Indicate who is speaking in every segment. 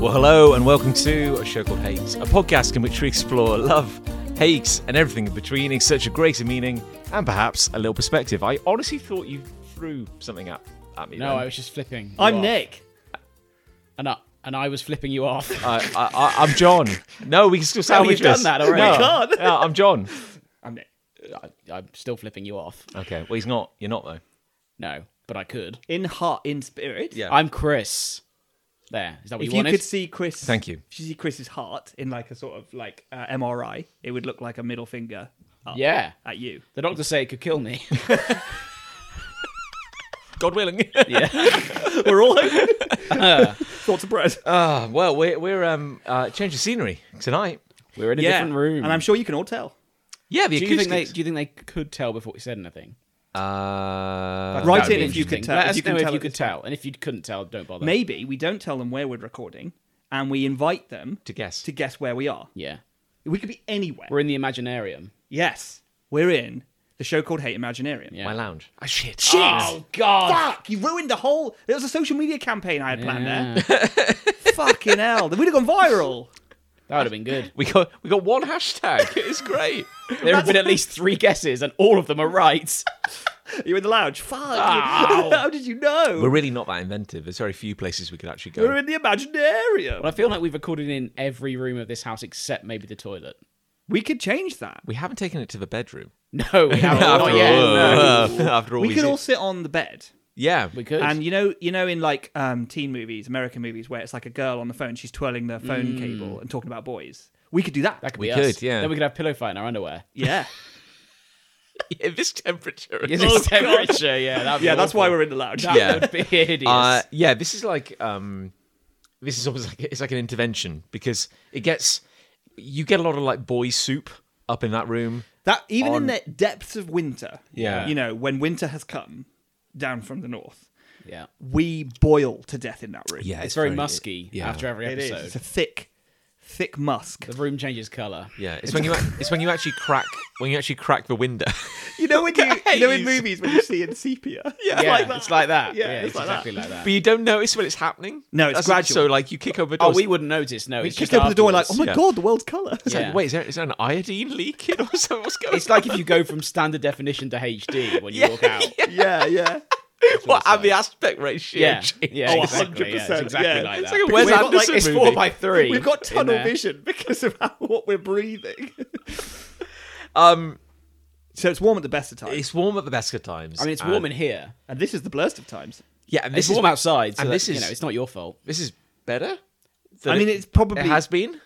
Speaker 1: Well, hello and welcome to a show called Hate, a podcast in which we explore love, hate, and everything in between in such a greater meaning and perhaps a little perspective. I honestly thought you threw something up at me.
Speaker 2: No, I
Speaker 1: then.
Speaker 2: was just flipping. you
Speaker 3: I'm
Speaker 2: off.
Speaker 3: Nick.
Speaker 2: and I, and I was flipping you off.
Speaker 1: I, I, I, I'm John. No, we can still
Speaker 3: No,
Speaker 1: salvage
Speaker 3: you've done
Speaker 1: this.
Speaker 3: that already.
Speaker 1: No,
Speaker 3: We can't.
Speaker 1: no, I'm John.
Speaker 2: I'm Nick. I, I'm still flipping you off.
Speaker 1: Okay, well he's not. You're not though.
Speaker 2: No, but I could.
Speaker 3: In heart, in spirit.
Speaker 1: Yeah.
Speaker 2: I'm Chris. There is that what
Speaker 3: If
Speaker 2: you
Speaker 3: you,
Speaker 2: wanted?
Speaker 3: could see Chris,
Speaker 1: Thank you.
Speaker 3: If you see Chris's heart in like a sort of like uh, MRI, it would look like a middle finger.
Speaker 2: Oh.
Speaker 3: up
Speaker 2: yeah.
Speaker 3: At you.
Speaker 2: The doctor said it could kill me.
Speaker 1: God willing.
Speaker 3: We're all
Speaker 2: Uh.
Speaker 3: thoughts of bread.
Speaker 1: Ah, well, we're we're um uh, changing scenery tonight.
Speaker 2: We're in a different room.
Speaker 3: and I'm sure you can all tell.
Speaker 1: Yeah, the
Speaker 2: do you think they?
Speaker 1: acoustics.
Speaker 2: Do you think they could tell before we said anything?
Speaker 1: Uh,
Speaker 3: Write
Speaker 2: That would
Speaker 3: in
Speaker 2: be
Speaker 3: if you could
Speaker 2: interesting.
Speaker 3: tell-
Speaker 2: Let
Speaker 3: if
Speaker 2: us
Speaker 3: you can
Speaker 2: know
Speaker 3: tell
Speaker 2: if you
Speaker 3: at
Speaker 2: could
Speaker 3: this time.
Speaker 2: tell, and if you couldn't tell, don't bother.
Speaker 3: Maybe we don't tell them where we're recording, and we invite them
Speaker 1: To guess.
Speaker 3: to guess where we are.
Speaker 2: Yeah,
Speaker 3: We could be anywhere.
Speaker 2: we're in the Imaginarium.
Speaker 3: yes, we're in the show called Hate Imaginarium.
Speaker 2: Yeah.
Speaker 1: my lounge. Ah, shit.
Speaker 3: Shit!
Speaker 2: Oh God!
Speaker 3: Fuck! You ruined the whole. There was a social media campaign I had planned there. Fucking hell! We'd have gone viral.
Speaker 2: That would have been good.
Speaker 1: We got we got one hashtag. It's great.
Speaker 2: There have been at least three guesses, and all of them are right.
Speaker 3: You were in the lounge. Fuck!
Speaker 2: Ow.
Speaker 3: How did you know?
Speaker 1: We're really not that inventive. There's very few places we could actually go.
Speaker 3: We're in the Imaginarium.
Speaker 2: Well, I feel like we've recorded in every room of this house except maybe the toilet.
Speaker 3: We could change that.
Speaker 1: we haven't taken it to the bedroom.
Speaker 2: No, we haven't.
Speaker 1: after,
Speaker 2: Oh, Not yet.
Speaker 1: all,
Speaker 2: no.
Speaker 1: after all,
Speaker 3: We
Speaker 1: we
Speaker 3: could
Speaker 1: did-
Speaker 3: all sit on the bed.
Speaker 1: yeah.
Speaker 2: We could.
Speaker 3: And you know, you know, in like um, teen movies, American movies, where it's like a girl on the phone, she's twirling the phone cable and talking about boys. We could do Mm. that.
Speaker 2: that could
Speaker 1: we
Speaker 2: be
Speaker 1: could,
Speaker 2: us.
Speaker 1: yeah.
Speaker 2: Then we could have pillow fight in our underwear.
Speaker 3: yeah,
Speaker 1: At this temperature.
Speaker 2: Is this temperature? Oh, Yeah, that'd be
Speaker 3: yeah. That's why
Speaker 2: awful.
Speaker 3: we're in the lounge.
Speaker 2: That
Speaker 1: Yeah.
Speaker 2: would be hideous.
Speaker 1: Uh, yeah, this is like um, this is almost like it's like an intervention because it gets you get a lot of like boy soup up in that room.
Speaker 3: That even
Speaker 1: on-
Speaker 3: in the depths of winter,
Speaker 1: Yeah.
Speaker 3: you know, when winter has come down from the north,
Speaker 2: yeah,
Speaker 3: we boil to death in that room.
Speaker 1: Yeah,
Speaker 2: it's, very musky
Speaker 1: yeah.
Speaker 2: after every
Speaker 3: it is.
Speaker 2: episode.
Speaker 3: It's a thick, thick musk.
Speaker 2: The room changes color.
Speaker 1: Yeah, it's when you ac- it's when you actually crack when you actually crack the window.
Speaker 3: You know when you, you know
Speaker 1: Haze.
Speaker 3: in movies when you see in sepia. Yeah,
Speaker 2: Yeah, it's like that.
Speaker 3: Yeah,
Speaker 2: Yeah,
Speaker 3: it's
Speaker 2: it's,
Speaker 3: like that.
Speaker 2: exactly like that.
Speaker 1: but you don't notice when it's happening.
Speaker 3: No, it's
Speaker 1: That's- So
Speaker 3: gradual.
Speaker 1: like you kick over.
Speaker 2: Oh,
Speaker 1: doors.
Speaker 2: we wouldn't notice. No,
Speaker 3: You
Speaker 2: it's
Speaker 3: kick
Speaker 2: just
Speaker 3: open the door like, oh
Speaker 2: afterwards.
Speaker 3: my
Speaker 1: yeah.
Speaker 3: god, the world's colour.
Speaker 1: It's like,
Speaker 2: Yeah.
Speaker 1: wait, is there, is there an iodine leak in or something? What's
Speaker 3: "Oh
Speaker 1: going
Speaker 2: It's like if you go from standard definition to HD when you walk out. Yeah,
Speaker 3: yeah, yeah.
Speaker 1: What, and the aspect ratio
Speaker 2: yeah,
Speaker 1: change.
Speaker 2: yeah, exactly, yeah, it's
Speaker 3: 100%,
Speaker 2: exactly
Speaker 3: Oh, yeah.
Speaker 2: like
Speaker 3: It's
Speaker 2: that.
Speaker 1: like a Wes
Speaker 2: We've got,
Speaker 1: Anderson
Speaker 2: like, it's
Speaker 1: movie.
Speaker 2: four by three.
Speaker 3: We've got
Speaker 2: in
Speaker 3: tunnel
Speaker 2: there.
Speaker 3: vision because of how, what we're breathing.
Speaker 1: Um,
Speaker 3: so it's warm at the best of times,
Speaker 1: it's warm at the best of times.
Speaker 2: I mean, it's warm
Speaker 1: and-
Speaker 2: in here.
Speaker 3: and this is the blurst of times.
Speaker 1: yeah, and
Speaker 2: It's
Speaker 1: Uh, this
Speaker 2: warm
Speaker 1: is,
Speaker 2: outside, so
Speaker 1: and
Speaker 2: that,
Speaker 1: this
Speaker 2: you
Speaker 1: is-
Speaker 2: know it's not your fault.
Speaker 1: This is better.
Speaker 3: I
Speaker 1: than
Speaker 3: mean,
Speaker 1: it-
Speaker 3: it's probably
Speaker 1: it has been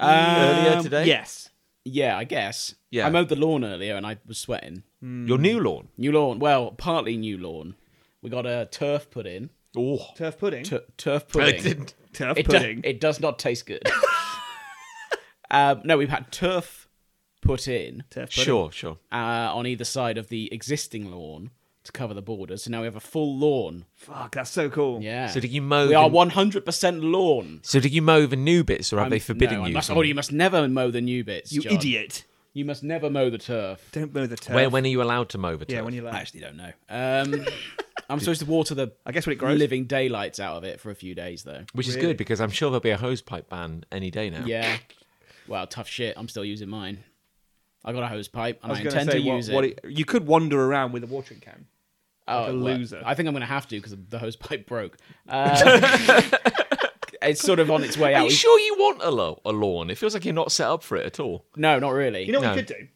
Speaker 1: earlier today.
Speaker 3: yes.
Speaker 2: Um, Yeah, I guess.
Speaker 1: Yeah.
Speaker 2: I mowed the lawn earlier and I was sweating.
Speaker 1: your new lawn.
Speaker 2: New lawn. Well, partly new lawn. We got a turf put in.
Speaker 1: Oh,
Speaker 3: Turf pudding.
Speaker 2: T- turf
Speaker 1: I
Speaker 2: pudding.
Speaker 1: didn't.
Speaker 3: Turf
Speaker 2: It, do-
Speaker 3: pudding.
Speaker 2: it does not taste good. um, no, we've had turf put in
Speaker 3: Turf pudding.
Speaker 1: Sure, sure.
Speaker 2: uh, on either side of the existing lawn to cover the borders. So now we have a full lawn.
Speaker 3: Fuck, that's so cool.
Speaker 2: Yeah.
Speaker 1: So did you mow?
Speaker 2: We are
Speaker 1: the-
Speaker 2: 100% lawn.
Speaker 1: So did you mow the new bits, or have they forbidden
Speaker 2: Um, No, I
Speaker 1: you?
Speaker 2: must-
Speaker 1: from-
Speaker 2: oh, you must never mow the new bits.
Speaker 3: You
Speaker 2: John.
Speaker 3: idiot.
Speaker 2: You must never mow the turf.
Speaker 3: Don't mow the turf.
Speaker 1: Where, when are you allowed to mow the turf?
Speaker 3: yeah, when you're
Speaker 2: I
Speaker 3: like,
Speaker 2: actually don't know. Um, I'm supposed to water the
Speaker 3: I guess when it grows.
Speaker 2: living daylights out of it for a few days, though.
Speaker 1: Which is
Speaker 3: Really?
Speaker 1: good because I'm sure there'll be a hose pipe ban any day now.
Speaker 2: Yeah. Well, tough shit. I'm still using mine. I got a hose pipe and I,
Speaker 3: gonna
Speaker 2: intend to
Speaker 3: what-
Speaker 2: use
Speaker 3: what
Speaker 2: it.
Speaker 3: You could wander around with a watering can.
Speaker 2: Oh,
Speaker 3: a
Speaker 2: well,
Speaker 3: loser.
Speaker 2: I think I'm going to have to because the hose pipe broke. Uh, it's sort of on its way
Speaker 1: Are
Speaker 2: out.
Speaker 1: you sure you want a, lo- a lawn? It feels like you're not set up for it at all.
Speaker 2: No, not really.
Speaker 3: You know what
Speaker 1: No.
Speaker 3: you could do?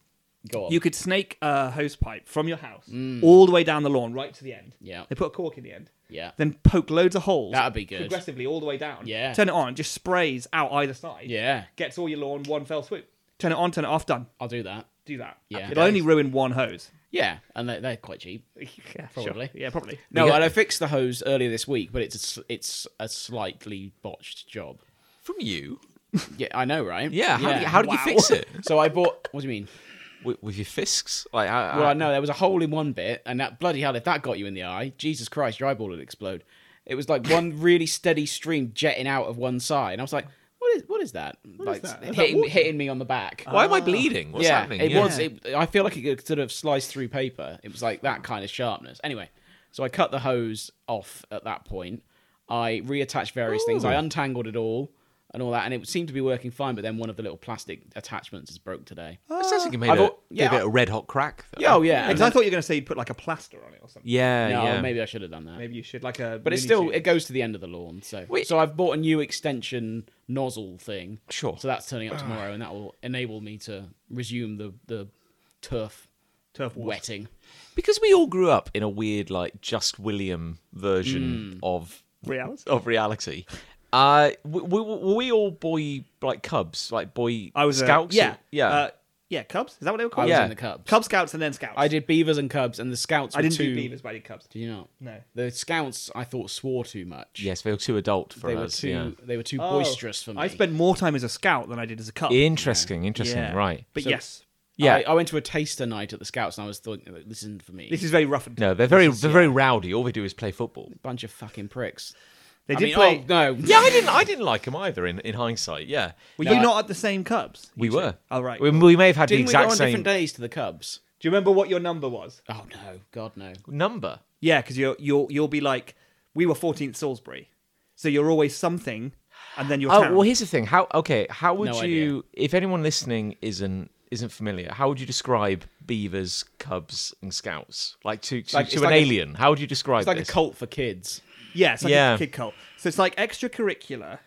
Speaker 2: Go on.
Speaker 3: You could snake a hose pipe from your house all the way down the lawn, right to the end.
Speaker 2: Mm. Yeah.
Speaker 3: They put a cork in the end.
Speaker 2: Yeah.
Speaker 3: Then poke loads of holes.
Speaker 2: That'd be good.
Speaker 3: Progressively all the way down.
Speaker 2: Yeah.
Speaker 3: Turn it on. Just sprays out either side.
Speaker 2: Yeah,
Speaker 3: Gets all your lawn one fell swoop. Turn it on. Turn it off. Done.
Speaker 2: I'll do that.
Speaker 3: do that.
Speaker 2: Yeah.
Speaker 3: It'll only ruin one hose.
Speaker 2: Yeah, and they're, they're quite cheap.
Speaker 3: yeah,
Speaker 2: Probably.
Speaker 3: Yeah, probably.
Speaker 2: No,
Speaker 1: got-
Speaker 2: and I fixed the hose earlier this week, but it's a, sl- it's a slightly botched job.
Speaker 1: From you?
Speaker 2: Yeah, I know, right?
Speaker 1: Yeah. How, do you- how did you fix it?
Speaker 2: So I bought. What do you mean?
Speaker 1: with, with your fists? Like, I,
Speaker 2: Well,
Speaker 1: I,
Speaker 2: I know there was a hole in one bit, and that bloody hell, if that got you in the eye, Jesus Christ, your eyeball would explode. It was like one really steady stream jetting out of one side, and I was like, "What is? What is that? like
Speaker 3: that? Is that
Speaker 2: hitting
Speaker 3: water?
Speaker 2: hitting me on the back."
Speaker 1: why am I bleeding? What's
Speaker 2: yeah,
Speaker 1: happening?
Speaker 2: it
Speaker 1: Yeah.
Speaker 2: was. It, I feel like it could sort of slice through paper. It was like that kind of sharpness. Anyway, so I cut the hose off at that point. I reattached various things. I untangled it all and all that, and it seemed to be working fine. But then one of the little plastic attachments is broke today.
Speaker 1: It sounds like you made
Speaker 2: I've
Speaker 1: a,
Speaker 2: al- yeah,
Speaker 1: gave it
Speaker 2: I-
Speaker 1: a red hot crack. though.
Speaker 2: Yeah, oh yeah,
Speaker 3: Because I thought you were going to say you'd put like a plaster on it or something.
Speaker 1: yeah,
Speaker 2: no,
Speaker 1: yeah.
Speaker 2: maybe I should have done that.
Speaker 3: Maybe you should like a.
Speaker 2: But it's
Speaker 3: Looney
Speaker 2: still
Speaker 3: Tunes.
Speaker 2: it goes to the end of the lawn. So
Speaker 1: Wait.
Speaker 2: so I've bought a new extension nozzle thing.
Speaker 1: Sure.
Speaker 2: So that's turning up tomorrow, and that will enable me to resume the the turf
Speaker 3: turf wars.
Speaker 2: wetting.
Speaker 1: because we all grew up in a weird, like, just William
Speaker 2: Mm.
Speaker 1: version of
Speaker 3: Reality.
Speaker 1: of reality. Uh, we, we, were we all boy like cubs, like boy
Speaker 3: I was a-
Speaker 1: scouts.
Speaker 3: yeah,
Speaker 1: or- yeah.
Speaker 3: uh, yeah. Cubs. Is that what they were
Speaker 2: I
Speaker 3: called?
Speaker 1: Yeah.
Speaker 2: was in the Cubs.
Speaker 3: Cub Scouts and then Scouts.
Speaker 2: I did beavers and cubs, and the scouts.
Speaker 3: I
Speaker 2: were
Speaker 3: didn't
Speaker 2: too,
Speaker 3: do beavers, but I did cubs.
Speaker 2: Did you not?
Speaker 3: No.
Speaker 2: The scouts I thought swore too much.
Speaker 1: yes, they were too adult for
Speaker 2: They were
Speaker 1: us.
Speaker 2: too.
Speaker 1: yeah.
Speaker 2: They were too
Speaker 3: Oh,
Speaker 2: boisterous for me.
Speaker 3: I spent more time as a scout than I did as a cub.
Speaker 1: Interesting, interesting.
Speaker 3: Yeah.
Speaker 1: Right.
Speaker 3: But
Speaker 2: So-
Speaker 3: yes,
Speaker 1: Yeah.
Speaker 2: I, I went to a taster night at the scouts, and I was thinking, this isn't for me.
Speaker 3: this is very rough. And
Speaker 1: no, they're very they're very rowdy. All they do is play football.
Speaker 2: bunch of fucking pricks.
Speaker 3: They
Speaker 2: I
Speaker 3: did
Speaker 2: mean,
Speaker 3: play.
Speaker 2: Oh, no.
Speaker 1: Yeah, I didn't I didn't like them either. In in hindsight, yeah.
Speaker 3: Were
Speaker 2: No,
Speaker 3: you
Speaker 2: I-
Speaker 3: not at the same Cubs?
Speaker 1: We
Speaker 3: You two?
Speaker 1: were.
Speaker 3: Oh, right.
Speaker 1: We, we may have had
Speaker 2: Didn't
Speaker 1: the
Speaker 2: we go
Speaker 1: exact
Speaker 2: on
Speaker 1: same
Speaker 2: different days to the cubs?
Speaker 3: Do you remember what your number was?
Speaker 2: Oh no, God no.
Speaker 1: number.
Speaker 3: Yeah, because you'll you'll you'll be like, we were 14th Salisbury, so you're always something, and then your
Speaker 1: Oh
Speaker 3: town.
Speaker 1: well, here's the thing. How okay? How would
Speaker 2: No
Speaker 1: you, if anyone listening isn't isn't familiar, how would you describe beavers, cubs, and scouts? Like to to,
Speaker 2: like-
Speaker 1: to
Speaker 2: it's
Speaker 1: an
Speaker 2: like a-
Speaker 1: alien, how would you describe
Speaker 2: It's like
Speaker 1: this?
Speaker 2: a cult for kids.
Speaker 3: yeah, it's like
Speaker 1: Yeah.
Speaker 3: a kid cult. So it's like extracurricular,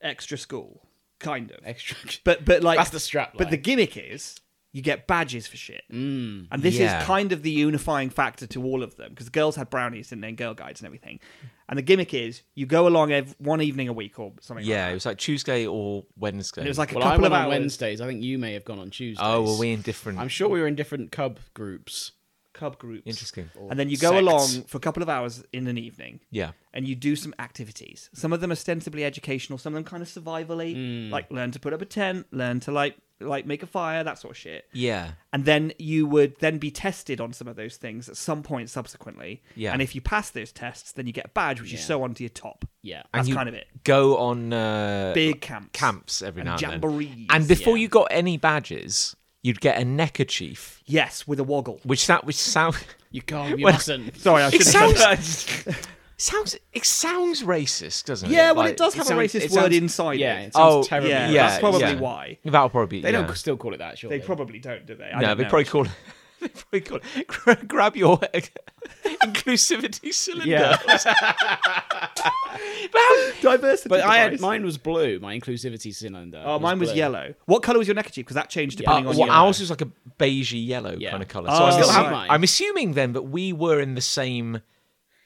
Speaker 3: extra school, kind of.
Speaker 2: Extra.
Speaker 3: But but like
Speaker 2: That's the strap
Speaker 3: But the
Speaker 2: line.
Speaker 3: gimmick is you get badges for shit, mm, and this
Speaker 1: Yeah.
Speaker 3: is kind of the unifying factor to all of them because the girls had brownies and then girl guides and everything, and the gimmick is you go along ev- one evening a week or something.
Speaker 1: yeah,
Speaker 3: like
Speaker 1: it
Speaker 3: that.
Speaker 1: was like Tuesday or Wednesday.
Speaker 3: And it was like a
Speaker 2: well, I
Speaker 3: couple
Speaker 2: went
Speaker 3: of
Speaker 2: on
Speaker 3: hours.
Speaker 2: Wednesdays. I think you may have gone on Tuesdays.
Speaker 1: oh, were we in different?
Speaker 2: I'm sure we were in different cub groups.
Speaker 3: Cub groups.
Speaker 1: Interesting.
Speaker 3: And then you go
Speaker 2: sects.
Speaker 3: along for a couple of hours in an evening.
Speaker 1: Yeah.
Speaker 3: And you do some activities. Some of them ostensibly educational, some of them kind of survivally,
Speaker 1: Hmm.
Speaker 3: like learn to put up a tent, learn to like like make a fire, that sort of shit.
Speaker 1: Yeah.
Speaker 3: And then you would then be tested on some of those things at some point subsequently.
Speaker 1: Yeah.
Speaker 3: And if you pass those tests, then you get a badge which you sew onto your top.
Speaker 2: Yeah.
Speaker 3: That's
Speaker 1: and you
Speaker 3: kind of it.
Speaker 1: Go on uh,
Speaker 3: Big camps.
Speaker 1: camps every
Speaker 3: And
Speaker 1: now and then.
Speaker 3: jamborees,
Speaker 1: And before
Speaker 2: yeah.
Speaker 1: you got any badges, you'd get a neckerchief,
Speaker 3: Yes, with a woggle.
Speaker 1: which that which sound
Speaker 2: You can't. You
Speaker 1: Well-
Speaker 2: mustn't.
Speaker 3: Sorry, I
Speaker 1: It
Speaker 3: should have said
Speaker 1: sounds sounds it sounds racist, doesn't it?
Speaker 3: Yeah, well,
Speaker 1: Like,
Speaker 3: it does have a
Speaker 1: sounds-
Speaker 3: racist
Speaker 1: it
Speaker 3: word
Speaker 1: sounds-
Speaker 3: inside
Speaker 2: Yeah.
Speaker 3: it.
Speaker 2: It sounds
Speaker 1: Oh,
Speaker 2: terrible.
Speaker 3: yeah,
Speaker 1: yeah,
Speaker 3: that's probably
Speaker 1: yeah.
Speaker 3: why.
Speaker 1: That'll probably be.
Speaker 2: They
Speaker 1: yeah.
Speaker 2: don't still call it that. Sure.
Speaker 3: They probably don't, do they? I
Speaker 1: No,
Speaker 3: don't
Speaker 1: they
Speaker 3: know.
Speaker 1: probably call. They probably call gra- grab your inclusivity cylinder.
Speaker 2: Yeah.
Speaker 1: But how-
Speaker 3: diversity.
Speaker 2: But I had
Speaker 3: device.
Speaker 2: mine was blue. My inclusivity cylinder.
Speaker 3: Oh, mine was
Speaker 2: blue.
Speaker 3: yellow. What color was your neckerchief? Because that changed depending
Speaker 2: Uh,
Speaker 3: on
Speaker 1: well,
Speaker 3: your.
Speaker 1: ours was like a beigey yellow
Speaker 2: Yeah.
Speaker 1: kind of color. So I
Speaker 3: Oh,
Speaker 1: still have,
Speaker 2: right. Mine.
Speaker 1: I'm assuming then that we were in the same.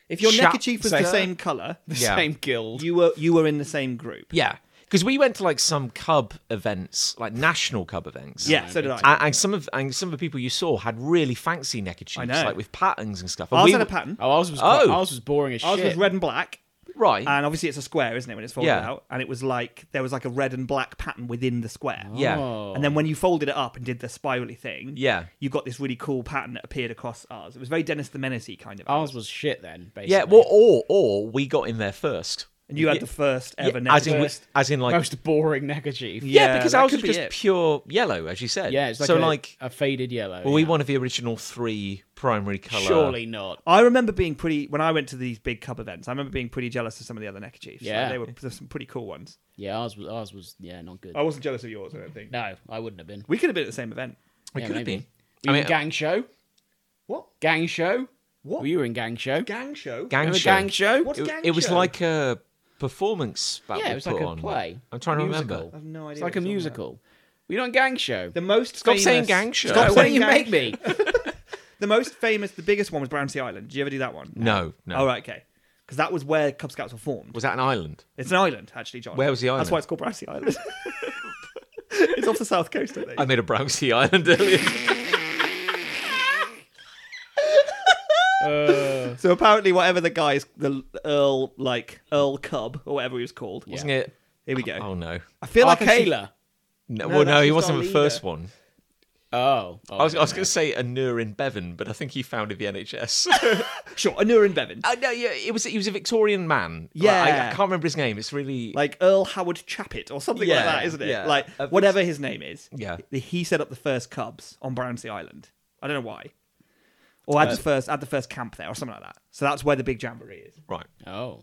Speaker 3: if your
Speaker 1: Sha-
Speaker 3: neckerchief was the
Speaker 1: same-
Speaker 3: same color,
Speaker 1: Yeah.
Speaker 2: Same guild.
Speaker 3: you were you were in the same group.
Speaker 1: Yeah, because we went to like some cub events, like national cub events.
Speaker 3: Yeah, so did I.
Speaker 1: And, and some of and some of the people you saw had really fancy neckerchiefs,
Speaker 3: I know.
Speaker 1: like with patterns and stuff. And
Speaker 3: ours
Speaker 1: we
Speaker 3: had a
Speaker 1: were-
Speaker 3: pattern.
Speaker 2: Oh, ours was.
Speaker 1: Oh.
Speaker 2: quite- Ours was boring as
Speaker 3: ours
Speaker 2: shit.
Speaker 3: was red and black,
Speaker 1: right?
Speaker 3: and obviously it's a square, isn't it? When it's folded
Speaker 1: Yeah.
Speaker 3: out, and it was like there was like a red and black pattern within the square.
Speaker 1: yeah,
Speaker 2: Oh.
Speaker 3: And then when you folded it up and did the spirally thing,
Speaker 1: Yeah.
Speaker 3: you got this really cool pattern that appeared across ours. It was very Dennis the Menacey kind of.
Speaker 1: Oh.
Speaker 2: Ours was shit then. Basically.
Speaker 1: yeah. Well, or or we got in there first.
Speaker 3: and you had
Speaker 1: Yeah.
Speaker 3: the first ever
Speaker 1: Yeah, as in,
Speaker 3: neckerchief.
Speaker 1: as in, like,
Speaker 2: most boring neckerchief.
Speaker 1: yeah,
Speaker 3: Yeah,
Speaker 1: because
Speaker 3: that
Speaker 1: ours
Speaker 3: could
Speaker 1: was
Speaker 3: be
Speaker 1: just
Speaker 3: it.
Speaker 1: pure yellow, as you said.
Speaker 2: Yeah. It's like
Speaker 1: so,
Speaker 2: a,
Speaker 1: like,
Speaker 2: a faded yellow.
Speaker 1: were we
Speaker 2: yeah.
Speaker 1: one of the original three primary color?
Speaker 2: Surely not.
Speaker 3: I remember being pretty when I went to these big cub events. I remember being pretty jealous of some of the other neckerchiefs. Like,
Speaker 2: Yeah.
Speaker 3: they were there's some pretty cool ones.
Speaker 2: Yeah, ours was. Ours was. Yeah, not good.
Speaker 3: I wasn't jealous of yours. I don't think
Speaker 2: No, I wouldn't have been.
Speaker 3: we could have been at the same event.
Speaker 1: we
Speaker 2: Yeah,
Speaker 1: could have been.
Speaker 2: maybe.
Speaker 1: I
Speaker 2: Were you
Speaker 1: mean,
Speaker 2: in gang show?
Speaker 3: uh, What?
Speaker 2: Gang show?
Speaker 3: What?
Speaker 2: Were you in gang show?
Speaker 3: Gang show.
Speaker 1: gang
Speaker 2: Remember
Speaker 1: show.
Speaker 2: gang show?
Speaker 3: What's
Speaker 1: it,
Speaker 3: gang
Speaker 1: it was
Speaker 3: show?
Speaker 1: like a performance. That
Speaker 2: Yeah,
Speaker 1: we
Speaker 2: it was
Speaker 1: put
Speaker 2: like a
Speaker 1: on.
Speaker 2: play.
Speaker 1: I'm trying to
Speaker 2: Musical.
Speaker 1: remember.
Speaker 3: I have no idea.
Speaker 2: It's
Speaker 3: what
Speaker 2: like a
Speaker 3: you're talking
Speaker 2: musical. Were you not in gang show?
Speaker 3: about. The most
Speaker 1: Stop
Speaker 3: famous,
Speaker 1: saying gang show.
Speaker 3: Stop
Speaker 2: No,
Speaker 3: saying
Speaker 2: you
Speaker 3: gang
Speaker 2: make me?
Speaker 3: The most famous, the biggest one was Brownsea Island. Did you ever do that one?
Speaker 1: No, no.
Speaker 3: Oh right, okay. Because that was where Cub Scouts were formed.
Speaker 1: Was that an island?
Speaker 3: It's an island, actually, John.
Speaker 1: Where was the
Speaker 3: That's
Speaker 1: island?
Speaker 3: why it's called Brownsea Island. It's off the south coast, I think.
Speaker 1: I made a brown sea island earlier.
Speaker 3: So apparently, whatever the guy's the Earl, like Earl Cub or whatever he was called.
Speaker 1: Wasn't it?
Speaker 3: Here we go.
Speaker 1: Oh no.
Speaker 3: I feel like I should-
Speaker 2: Arcala.
Speaker 1: No,
Speaker 3: No,
Speaker 1: well, no,
Speaker 3: that's
Speaker 1: he
Speaker 3: his
Speaker 1: wasn't
Speaker 3: dog
Speaker 1: the first
Speaker 3: leader.
Speaker 1: one.
Speaker 2: Oh, oh,
Speaker 1: I was, I was going to say a Nur in Bevan, but I think he founded the NHS.
Speaker 3: sure, Anurin Bevan,
Speaker 1: Uh, no, yeah, it was he was a Victorian man. Like, I, I
Speaker 3: Yeah.
Speaker 1: can't remember his name. It's really
Speaker 3: like Earl Howard Chappett or something
Speaker 1: Yeah,
Speaker 3: like that, isn't it?
Speaker 1: yeah.
Speaker 3: Like
Speaker 1: Uh,
Speaker 3: whatever his name is.
Speaker 1: Yeah.
Speaker 3: he set up the first Cubs on Brownsea Island. I don't know why, or
Speaker 2: Uh,
Speaker 3: had the first had the first camp there or something like that. So that's where the big jamboree is.
Speaker 1: right.
Speaker 2: Oh.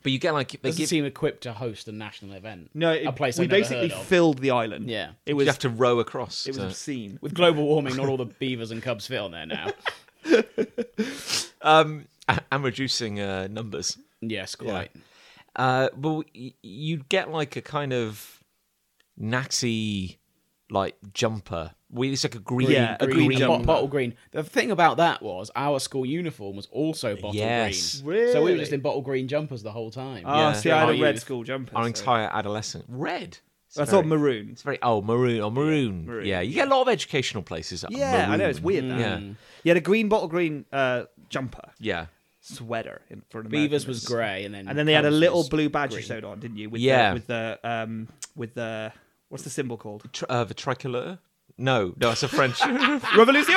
Speaker 1: But you get like they
Speaker 2: Doesn't
Speaker 1: give,
Speaker 2: seem equipped to host a national event.
Speaker 3: No,
Speaker 2: a
Speaker 3: it-
Speaker 2: place
Speaker 3: we
Speaker 2: I've never
Speaker 3: basically
Speaker 2: heard of.
Speaker 3: filled the island.
Speaker 2: Yeah.
Speaker 3: it
Speaker 1: you
Speaker 3: was
Speaker 1: have to row across.
Speaker 3: it was
Speaker 1: to-
Speaker 3: obscene.
Speaker 2: With global warming, not all the beavers and cubs fit on there now.
Speaker 1: um, a- and reducing uh, numbers.
Speaker 2: yes, quite.
Speaker 1: Uh, but y- you'd get like a kind of Nazi like jumper. We it's like a green,
Speaker 3: Yeah,
Speaker 1: a
Speaker 3: green
Speaker 1: green,
Speaker 2: bo-
Speaker 3: jumper.
Speaker 1: jumper.
Speaker 2: bottle green. The thing about that was our school uniform was also bottle
Speaker 1: Yes.
Speaker 2: green. So we were
Speaker 3: Really?
Speaker 2: just in bottle green jumpers the whole time.
Speaker 3: Oh,
Speaker 1: Yeah.
Speaker 3: see, I
Speaker 2: Our
Speaker 3: had a red
Speaker 2: youth.
Speaker 3: school jumper.
Speaker 1: Our
Speaker 3: so-
Speaker 1: entire adolescent red. It's
Speaker 3: I thought
Speaker 1: very-
Speaker 3: maroon.
Speaker 1: It's very oh maroon oh maroon. Yeah,
Speaker 3: maroon,
Speaker 1: you get a lot of educational places. that are
Speaker 3: Yeah, I know it's
Speaker 1: maroon.
Speaker 3: weird. That.
Speaker 1: Yeah.
Speaker 3: he had a green bottle green uh, jumper
Speaker 1: Yeah,
Speaker 3: sweater in for an
Speaker 2: Beavers
Speaker 3: American.
Speaker 2: was grey, and then
Speaker 3: and then they had a
Speaker 2: cubs
Speaker 3: little
Speaker 2: was-
Speaker 3: blue badge you sewed on, didn't you? With
Speaker 1: Yeah.
Speaker 3: The, with the um with the what's the symbol called?
Speaker 1: Tr- uh, the tricolor. No, no, it's a French.
Speaker 3: Revolution.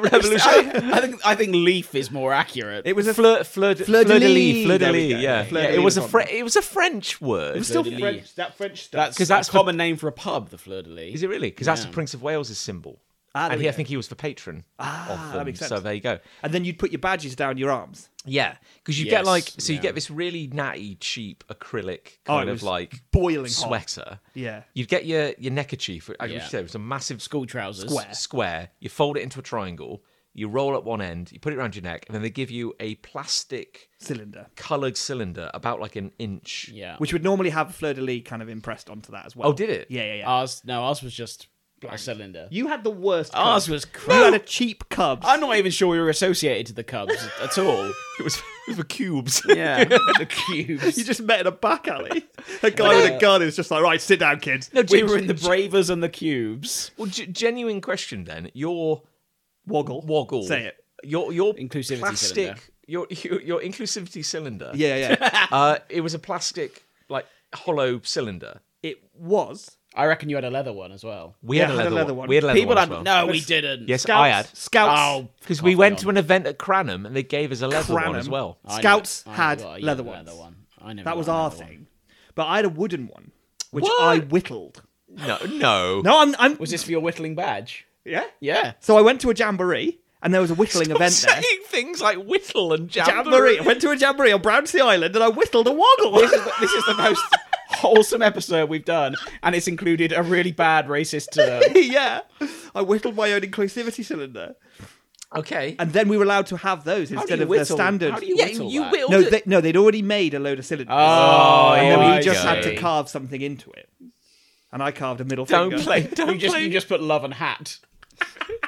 Speaker 1: Revolution.
Speaker 2: I think I think leaf is more accurate.
Speaker 3: It was a
Speaker 1: Fleur, fleur, de,
Speaker 3: Fleur de
Speaker 1: lis,
Speaker 3: lis.
Speaker 1: fleur de
Speaker 3: There we
Speaker 1: lis,
Speaker 3: go.
Speaker 1: yeah.
Speaker 3: Fleur
Speaker 1: Yeah,
Speaker 3: de
Speaker 1: it
Speaker 3: lis
Speaker 1: was a
Speaker 3: was
Speaker 1: Fre- it was a French word.
Speaker 3: still
Speaker 2: Fleur de lis.
Speaker 3: French. That French stuff.
Speaker 2: that's
Speaker 1: 'cause that's
Speaker 2: a common name for a pub, the fleur de lis.
Speaker 1: Is it really? Because that's the Prince of Wales's symbol,
Speaker 3: Ah, there
Speaker 1: and
Speaker 3: we
Speaker 1: he, I
Speaker 3: go.
Speaker 1: think he was the patron of
Speaker 3: Ah,
Speaker 1: them.
Speaker 3: that makes
Speaker 1: So
Speaker 3: sense.
Speaker 1: there you go.
Speaker 3: and then you'd put your badges down your arms.
Speaker 1: Yeah, because you get like
Speaker 2: Yes,
Speaker 1: so you
Speaker 2: yeah.
Speaker 1: get this really natty, cheap acrylic
Speaker 3: Oh, it
Speaker 1: kind of
Speaker 3: was
Speaker 1: like
Speaker 3: boiling hot.
Speaker 1: sweater.
Speaker 3: Yeah.
Speaker 1: you'd get your your neckerchief. I yeah.
Speaker 2: Yeah.
Speaker 1: say it was a massive
Speaker 2: School trousers.
Speaker 1: square. square. You fold it into a triangle. You roll up one end. You put it around your neck, and then they give you a plastic
Speaker 3: Cylinder,
Speaker 1: coloured cylinder about like an inch.
Speaker 2: Yeah.
Speaker 3: which would normally have fleur de lis kind of impressed onto that as well.
Speaker 1: Oh, did it?
Speaker 3: Yeah, yeah, yeah.
Speaker 2: ours no, ours was just a cylinder.
Speaker 3: you had the worst.
Speaker 2: ours
Speaker 3: Cubs.
Speaker 2: was
Speaker 3: You had
Speaker 2: crap.
Speaker 3: a cheap Cubs.
Speaker 2: I'm not even sure we were associated to the Cubs at all.
Speaker 1: It was for cubes.
Speaker 2: Yeah, the cubes.
Speaker 3: You just met in a back alley. A guy with a gun is just like, right, sit down, kids.
Speaker 1: No,
Speaker 2: we
Speaker 1: gen-
Speaker 2: were in the Bravers and the Cubes.
Speaker 1: Well, g- genuine question then. Your
Speaker 3: Woggle.
Speaker 1: woggle.
Speaker 3: Say it.
Speaker 1: Your your
Speaker 2: Inclusivity
Speaker 1: plastic.
Speaker 2: cylinder.
Speaker 1: Your, your your inclusivity cylinder.
Speaker 3: Yeah, yeah.
Speaker 1: Uh, it was a plastic like hollow cylinder.
Speaker 3: it was.
Speaker 2: I reckon you had a leather one as well.
Speaker 1: We
Speaker 3: Yeah,
Speaker 1: had, a
Speaker 3: had a
Speaker 1: leather
Speaker 3: leather
Speaker 1: one.
Speaker 3: one.
Speaker 1: We had a leather
Speaker 2: People
Speaker 1: one
Speaker 2: had
Speaker 1: as well.
Speaker 2: no, we didn't.
Speaker 1: Yes,
Speaker 2: Scouts-
Speaker 1: I had.
Speaker 3: Scouts.
Speaker 2: Oh,
Speaker 1: Because
Speaker 2: fuck
Speaker 1: we went
Speaker 2: off.
Speaker 1: to an event at Cranham and they gave us a leather one as
Speaker 3: Cranham. Oh.
Speaker 1: well.
Speaker 2: I never-
Speaker 3: Scouts
Speaker 2: I never
Speaker 3: had
Speaker 2: got a
Speaker 3: leather ones.
Speaker 2: I never
Speaker 3: That
Speaker 2: got
Speaker 3: was
Speaker 2: a
Speaker 3: our
Speaker 2: leather one.
Speaker 3: thing. But I had a wooden one, which
Speaker 1: What?
Speaker 3: I whittled.
Speaker 1: No, no.
Speaker 3: No, I'm. I'm
Speaker 2: Was this for your whittling badge?
Speaker 3: yeah?
Speaker 2: Yeah.
Speaker 3: So I went to a jamboree, and there was a whittling event there.
Speaker 1: Saying things like whittle and jamboree.
Speaker 3: Jamboree. I went to a jamboree on Brownsea Island, and I whittled a woggle.
Speaker 2: This is the, this is the most wholesome episode we've done, and it's included a really bad racist term.
Speaker 3: yeah. I whittled my own inclusivity cylinder,
Speaker 1: Okay.
Speaker 3: and then we were allowed to have those
Speaker 2: How do
Speaker 3: instead
Speaker 2: you
Speaker 3: of the
Speaker 2: whittle-
Speaker 3: standard.
Speaker 2: How do you
Speaker 1: yeah,
Speaker 2: whittle
Speaker 1: you
Speaker 2: that?
Speaker 1: whittled
Speaker 3: No,
Speaker 1: it.
Speaker 3: they, no, they'd already made a load of cylinders.
Speaker 2: Oh,
Speaker 3: and
Speaker 1: yeah,
Speaker 3: then
Speaker 1: I
Speaker 3: we just had
Speaker 1: see.
Speaker 3: to carve something into it. And I carved a middle
Speaker 1: Don't
Speaker 3: finger.
Speaker 1: play. Don't
Speaker 2: You just
Speaker 1: play.
Speaker 2: you just put love and hat.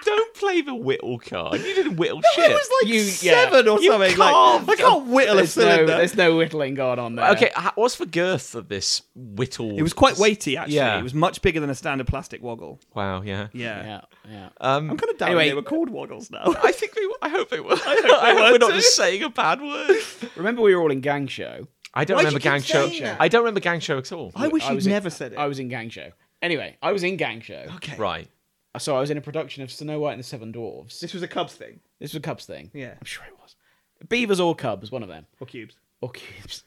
Speaker 1: Don't play the whittle card. You didn't whittle shit.
Speaker 3: It was like
Speaker 2: You- yeah.
Speaker 3: seven or
Speaker 1: You
Speaker 3: something.
Speaker 1: carved
Speaker 3: Like, I can't whittle a
Speaker 2: There's no,
Speaker 3: cylinder.
Speaker 2: there's no whittling going on there.
Speaker 1: Okay, h- what's the girth of this whittle?
Speaker 3: it was quite weighty, actually.
Speaker 1: Yeah.
Speaker 3: It was much bigger than a standard plastic woggle.
Speaker 1: Wow. Yeah.
Speaker 3: Yeah.
Speaker 2: Yeah, yeah.
Speaker 3: I'm
Speaker 1: Um,
Speaker 3: kind of down
Speaker 2: Anyway-
Speaker 3: they were called woggles now.
Speaker 1: I think we. I hope they were. I hope, we're not just saying a bad word.
Speaker 2: Remember we were all in gang show.
Speaker 1: I don't
Speaker 3: Why'd
Speaker 1: remember
Speaker 3: you keep
Speaker 1: gang show.
Speaker 3: saying that?
Speaker 1: I don't remember gang show at all.
Speaker 3: I wish
Speaker 2: I
Speaker 3: you'd
Speaker 2: was in-
Speaker 3: never said it.
Speaker 2: I was in gang show. Anyway, I was in gang show.
Speaker 3: okay.
Speaker 1: Right.
Speaker 2: So I was in a production of Snow White and the Seven Dwarfs.
Speaker 3: This was a Cubs thing.
Speaker 2: This was a Cubs thing.
Speaker 3: Yeah.
Speaker 2: I'm sure it was. Beavers or Cubs, one of them.
Speaker 3: Or cubes.
Speaker 2: Or Cubes.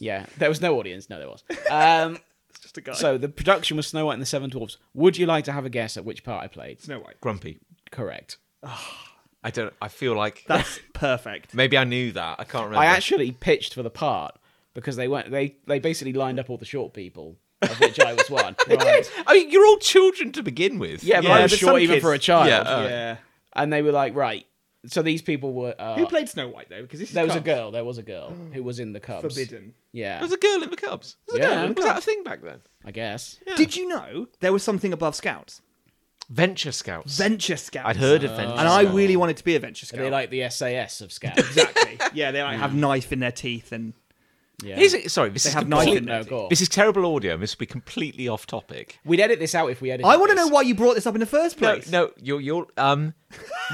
Speaker 2: Yeah, there was no audience. No, there was. Um,
Speaker 3: It's just a guy.
Speaker 2: so the production was Snow White and the Seven Dwarfs. Would you like to have a guess at which part I played?
Speaker 3: Snow White.
Speaker 1: Grumpy.
Speaker 2: Correct.
Speaker 1: I don't. I feel like
Speaker 3: That's perfect.
Speaker 1: maybe I knew that. I can't remember.
Speaker 2: I actually pitched for the part because they went. They they basically lined up all the short people, of which I was one. they did.
Speaker 1: I mean, you're all children to begin with.
Speaker 2: Yeah, but
Speaker 3: Yeah,
Speaker 2: I was
Speaker 3: but
Speaker 2: short
Speaker 3: some
Speaker 2: even
Speaker 3: kids-
Speaker 2: for a child.
Speaker 1: Yeah, uh,
Speaker 3: yeah.
Speaker 2: And they were like, right. So these people were. Uh,
Speaker 3: Who played Snow White, though? Because this is
Speaker 2: there was a
Speaker 3: Cubs.
Speaker 2: girl. There was a girl who was in the Cubs.
Speaker 3: Forbidden.
Speaker 2: Yeah.
Speaker 1: There was a girl in the Cubs. There Was, a
Speaker 2: Yeah,
Speaker 1: girl in the
Speaker 2: Cubs.
Speaker 1: was that a thing back then?
Speaker 2: I guess.
Speaker 3: Did you know there was something above Scouts?
Speaker 1: Venture Scouts.
Speaker 3: Venture Scouts.
Speaker 1: I'd heard of Venture.
Speaker 3: And I
Speaker 1: Scouts.
Speaker 3: really wanted to be a venture scout.
Speaker 2: They like the SAS of scouts.
Speaker 3: exactly. Yeah, they like have knife in their teeth and
Speaker 2: Yeah.
Speaker 1: Here's a, sorry, this
Speaker 3: They
Speaker 1: is
Speaker 3: have
Speaker 1: complete-
Speaker 3: knives in
Speaker 2: no,
Speaker 3: there.
Speaker 2: go on.
Speaker 1: This is terrible audio. and This will be completely off topic.
Speaker 2: We'd edit this out if we edited.
Speaker 3: I want to
Speaker 2: this.
Speaker 3: know why you brought this up in the first
Speaker 1: No,
Speaker 3: place.
Speaker 1: no, you're you're um.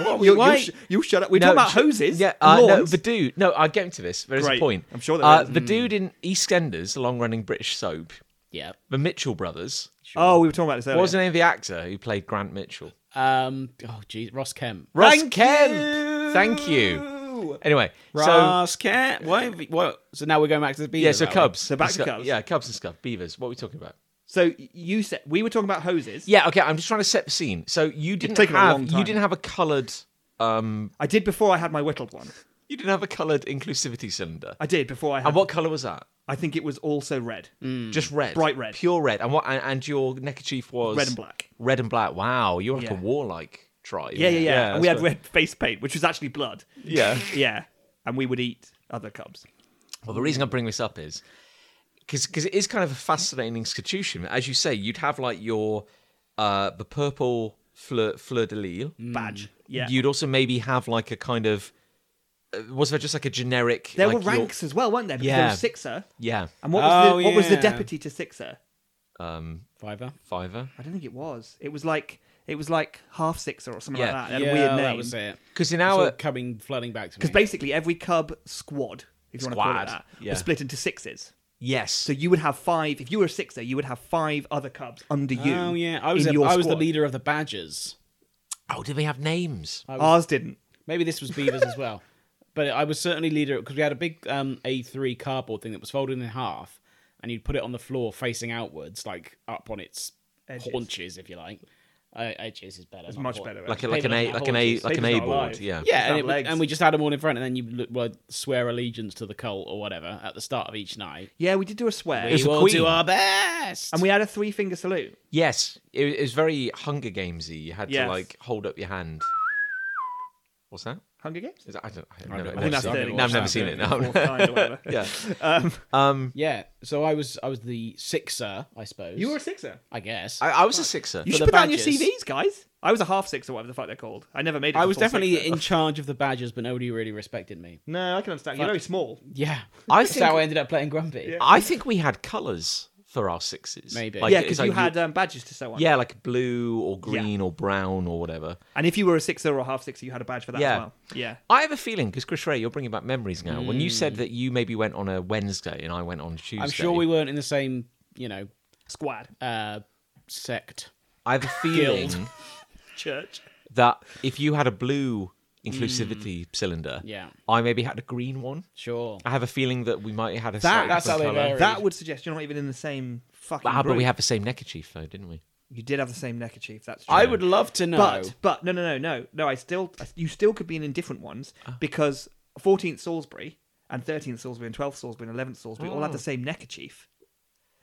Speaker 3: What, you,
Speaker 1: why-
Speaker 3: you, sh- you shut up. We're
Speaker 1: no,
Speaker 3: talking about
Speaker 1: sh-
Speaker 3: hoses.
Speaker 1: Yeah,
Speaker 3: and
Speaker 1: uh, no,
Speaker 3: lawns.
Speaker 1: the dude. No, I'll get into this. There is
Speaker 3: Great.
Speaker 1: a point.
Speaker 3: I'm sure there
Speaker 1: uh,
Speaker 3: is. Mm.
Speaker 1: The dude in EastEnders, the long-running British soap,
Speaker 2: Yeah.
Speaker 1: the Mitchell brothers.
Speaker 3: oh, we were talking about this earlier.
Speaker 1: What was the name of the actor who played Grant Mitchell?
Speaker 2: Um. Oh, geez. Ross Kemp.
Speaker 1: Ross
Speaker 3: Thank
Speaker 1: Kemp.
Speaker 3: you.
Speaker 1: Thank you. Anyway, so
Speaker 2: Ross Kemp. What? What? So now we're going back to the beat.
Speaker 1: yeah, so Cubs.
Speaker 3: So back
Speaker 1: It's
Speaker 3: to
Speaker 1: got-
Speaker 3: Cubs.
Speaker 1: Yeah, Cubs and stuff. Beavers. What are we talking about?
Speaker 3: So you said we were talking about hoses.
Speaker 1: Yeah, okay. I'm just trying to set the scene. So you didn't
Speaker 3: taken a
Speaker 1: have
Speaker 3: long
Speaker 1: you
Speaker 3: time.
Speaker 1: didn't have a coloured um
Speaker 3: I did before I had my whittled one.
Speaker 1: you didn't have a coloured inclusivity cylinder.
Speaker 3: I did before I had.
Speaker 1: And what Mm. colour was that?
Speaker 3: I think it was also red,
Speaker 1: Just red,
Speaker 3: Bright red.
Speaker 1: pure red. And what? And, and your neckerchief was
Speaker 3: red and black.
Speaker 1: Red and black. Wow, you're like a
Speaker 3: Yeah.
Speaker 1: warlike tribe.
Speaker 3: Yeah, yeah, yeah. and
Speaker 1: that's
Speaker 3: we had
Speaker 1: what-
Speaker 3: red face paint, which was actually blood.
Speaker 1: Yeah.
Speaker 3: Yeah, and we would eat other cubs.
Speaker 1: Well, the reason I bring this up is because it is kind of a fascinating institution. As you say, you'd have like your uh the purple fleur, fleur de lis.
Speaker 3: Badge. Mm, Yeah.
Speaker 1: You'd also maybe have like a kind of uh, was there just like a generic?
Speaker 3: there
Speaker 1: like,
Speaker 3: were
Speaker 1: your-
Speaker 3: ranks as well, weren't there? Because
Speaker 1: Yeah.
Speaker 3: there was sixer.
Speaker 1: yeah,
Speaker 3: And what was
Speaker 2: Oh,
Speaker 3: the, what was the
Speaker 2: yeah.
Speaker 3: deputy to sixer?
Speaker 1: um,
Speaker 2: Fiver.
Speaker 1: fiver.
Speaker 3: I don't think it was. It was like it was like half sixer or something
Speaker 1: Yeah.
Speaker 3: like that. It
Speaker 2: Yeah,
Speaker 3: had a
Speaker 2: that
Speaker 3: weird
Speaker 2: was
Speaker 3: name.
Speaker 2: it.
Speaker 1: Because in
Speaker 2: It's all
Speaker 1: our
Speaker 2: coming flooding back to me.
Speaker 3: Because basically every cub squad, if you want to call
Speaker 1: Squad,
Speaker 3: it that,
Speaker 1: yeah.
Speaker 3: was split into sixes.
Speaker 1: yes,
Speaker 3: So you would have five. If you were a sixer, you would have five other cubs under you.
Speaker 2: Oh yeah, I was
Speaker 3: in
Speaker 2: a,
Speaker 3: your
Speaker 2: I was the
Speaker 3: squad.
Speaker 2: leader of the Badgers.
Speaker 1: oh, do they have names?
Speaker 3: Ours didn't.
Speaker 2: Maybe this was Beavers as well, but I was certainly leader because we had a big um, A3 cardboard thing that was folded in half, and you'd put it on the floor facing outwards, like up on its
Speaker 3: Edges.
Speaker 2: haunches, if you like. Uh, edges is better. It's
Speaker 3: much better,
Speaker 1: Like a, like an A like an A like an
Speaker 3: Paper's
Speaker 1: A
Speaker 3: not
Speaker 1: board,
Speaker 3: alive.
Speaker 1: yeah.
Speaker 2: Yeah,
Speaker 3: Without
Speaker 2: and, it, was-
Speaker 3: legs.
Speaker 2: and we just had them all in front, and then you look, well, swear allegiance to the cult or whatever at the start of each night.
Speaker 3: Yeah, we did do a swear.
Speaker 1: was
Speaker 2: we
Speaker 1: the
Speaker 2: will
Speaker 1: Queen.
Speaker 2: do our best.
Speaker 3: and we had a three finger salute.
Speaker 1: Yes, it, it was very Hunger Gamesy. You had
Speaker 3: Yes.
Speaker 1: to like hold up your hand. What's that?
Speaker 3: Hunger Games?
Speaker 1: Is that I don't. I,
Speaker 2: I
Speaker 1: no,
Speaker 2: don't-
Speaker 1: I've
Speaker 2: I
Speaker 1: never
Speaker 2: think that's
Speaker 1: seen
Speaker 2: the
Speaker 1: it.
Speaker 2: only
Speaker 1: No, I've never seen it.
Speaker 2: one I've seen.
Speaker 3: Fourth
Speaker 1: No.
Speaker 3: time or whatever.
Speaker 1: yeah.
Speaker 3: um,
Speaker 1: Um,
Speaker 2: yeah, so I was I was the sixer, I suppose.
Speaker 3: you were a sixer.
Speaker 2: I guess.
Speaker 1: I, I was a sixer.
Speaker 3: You
Speaker 2: For
Speaker 3: should
Speaker 2: the
Speaker 3: put that on your
Speaker 2: badges.
Speaker 3: CVs, guys. I was a half sixer, whatever the fuck they're called. I never made it.
Speaker 2: I
Speaker 3: to
Speaker 2: was
Speaker 3: full
Speaker 2: definitely
Speaker 3: sixer.
Speaker 2: in charge of the badgers, but nobody really respected me.
Speaker 3: No, I can understand. You're very small.
Speaker 2: Yeah,
Speaker 1: I
Speaker 2: that's
Speaker 1: think-
Speaker 2: how I ended up playing Grumpy.
Speaker 1: I think we had colours for our sixes.
Speaker 2: Maybe.
Speaker 1: Like,
Speaker 3: Yeah,
Speaker 1: it's
Speaker 3: because
Speaker 1: like
Speaker 3: you had um, badges to sew on.
Speaker 1: Yeah, like blue or green or brown or whatever.
Speaker 3: And if you were a sixer or a half sixer, you had a badge for that
Speaker 1: Yeah.
Speaker 3: as well. Yeah.
Speaker 1: I have a feeling because Chris Ray, you're bringing back memories now. When you said that you maybe went on a Wednesday and I went on Tuesday,
Speaker 2: I'm sure we weren't in the same, you know,
Speaker 3: Squad.
Speaker 2: uh, sect.
Speaker 1: I have a feeling
Speaker 2: Guild.
Speaker 3: Church.
Speaker 1: that if you had a blue inclusivity
Speaker 3: Hmm.
Speaker 1: cylinder,
Speaker 2: Yeah.
Speaker 1: I maybe had a green one.
Speaker 2: Sure.
Speaker 1: I have a feeling that we might have had a
Speaker 2: That-
Speaker 1: slightly
Speaker 2: that's how
Speaker 1: different
Speaker 2: they
Speaker 1: colour.
Speaker 2: vary.
Speaker 3: That would suggest you're not even in the same fucking
Speaker 1: Ah, but we
Speaker 3: group.
Speaker 1: had the same neckerchief though, didn't we?
Speaker 3: You did have the same neckerchief. That's true.
Speaker 2: I would love to know.
Speaker 3: But but no no no no no. I still I- you still could be in indifferent ones
Speaker 1: Ah.
Speaker 3: because 14th Salisbury and 13th Salisbury and 12th Salisbury and 11th Salisbury all had the same neckerchief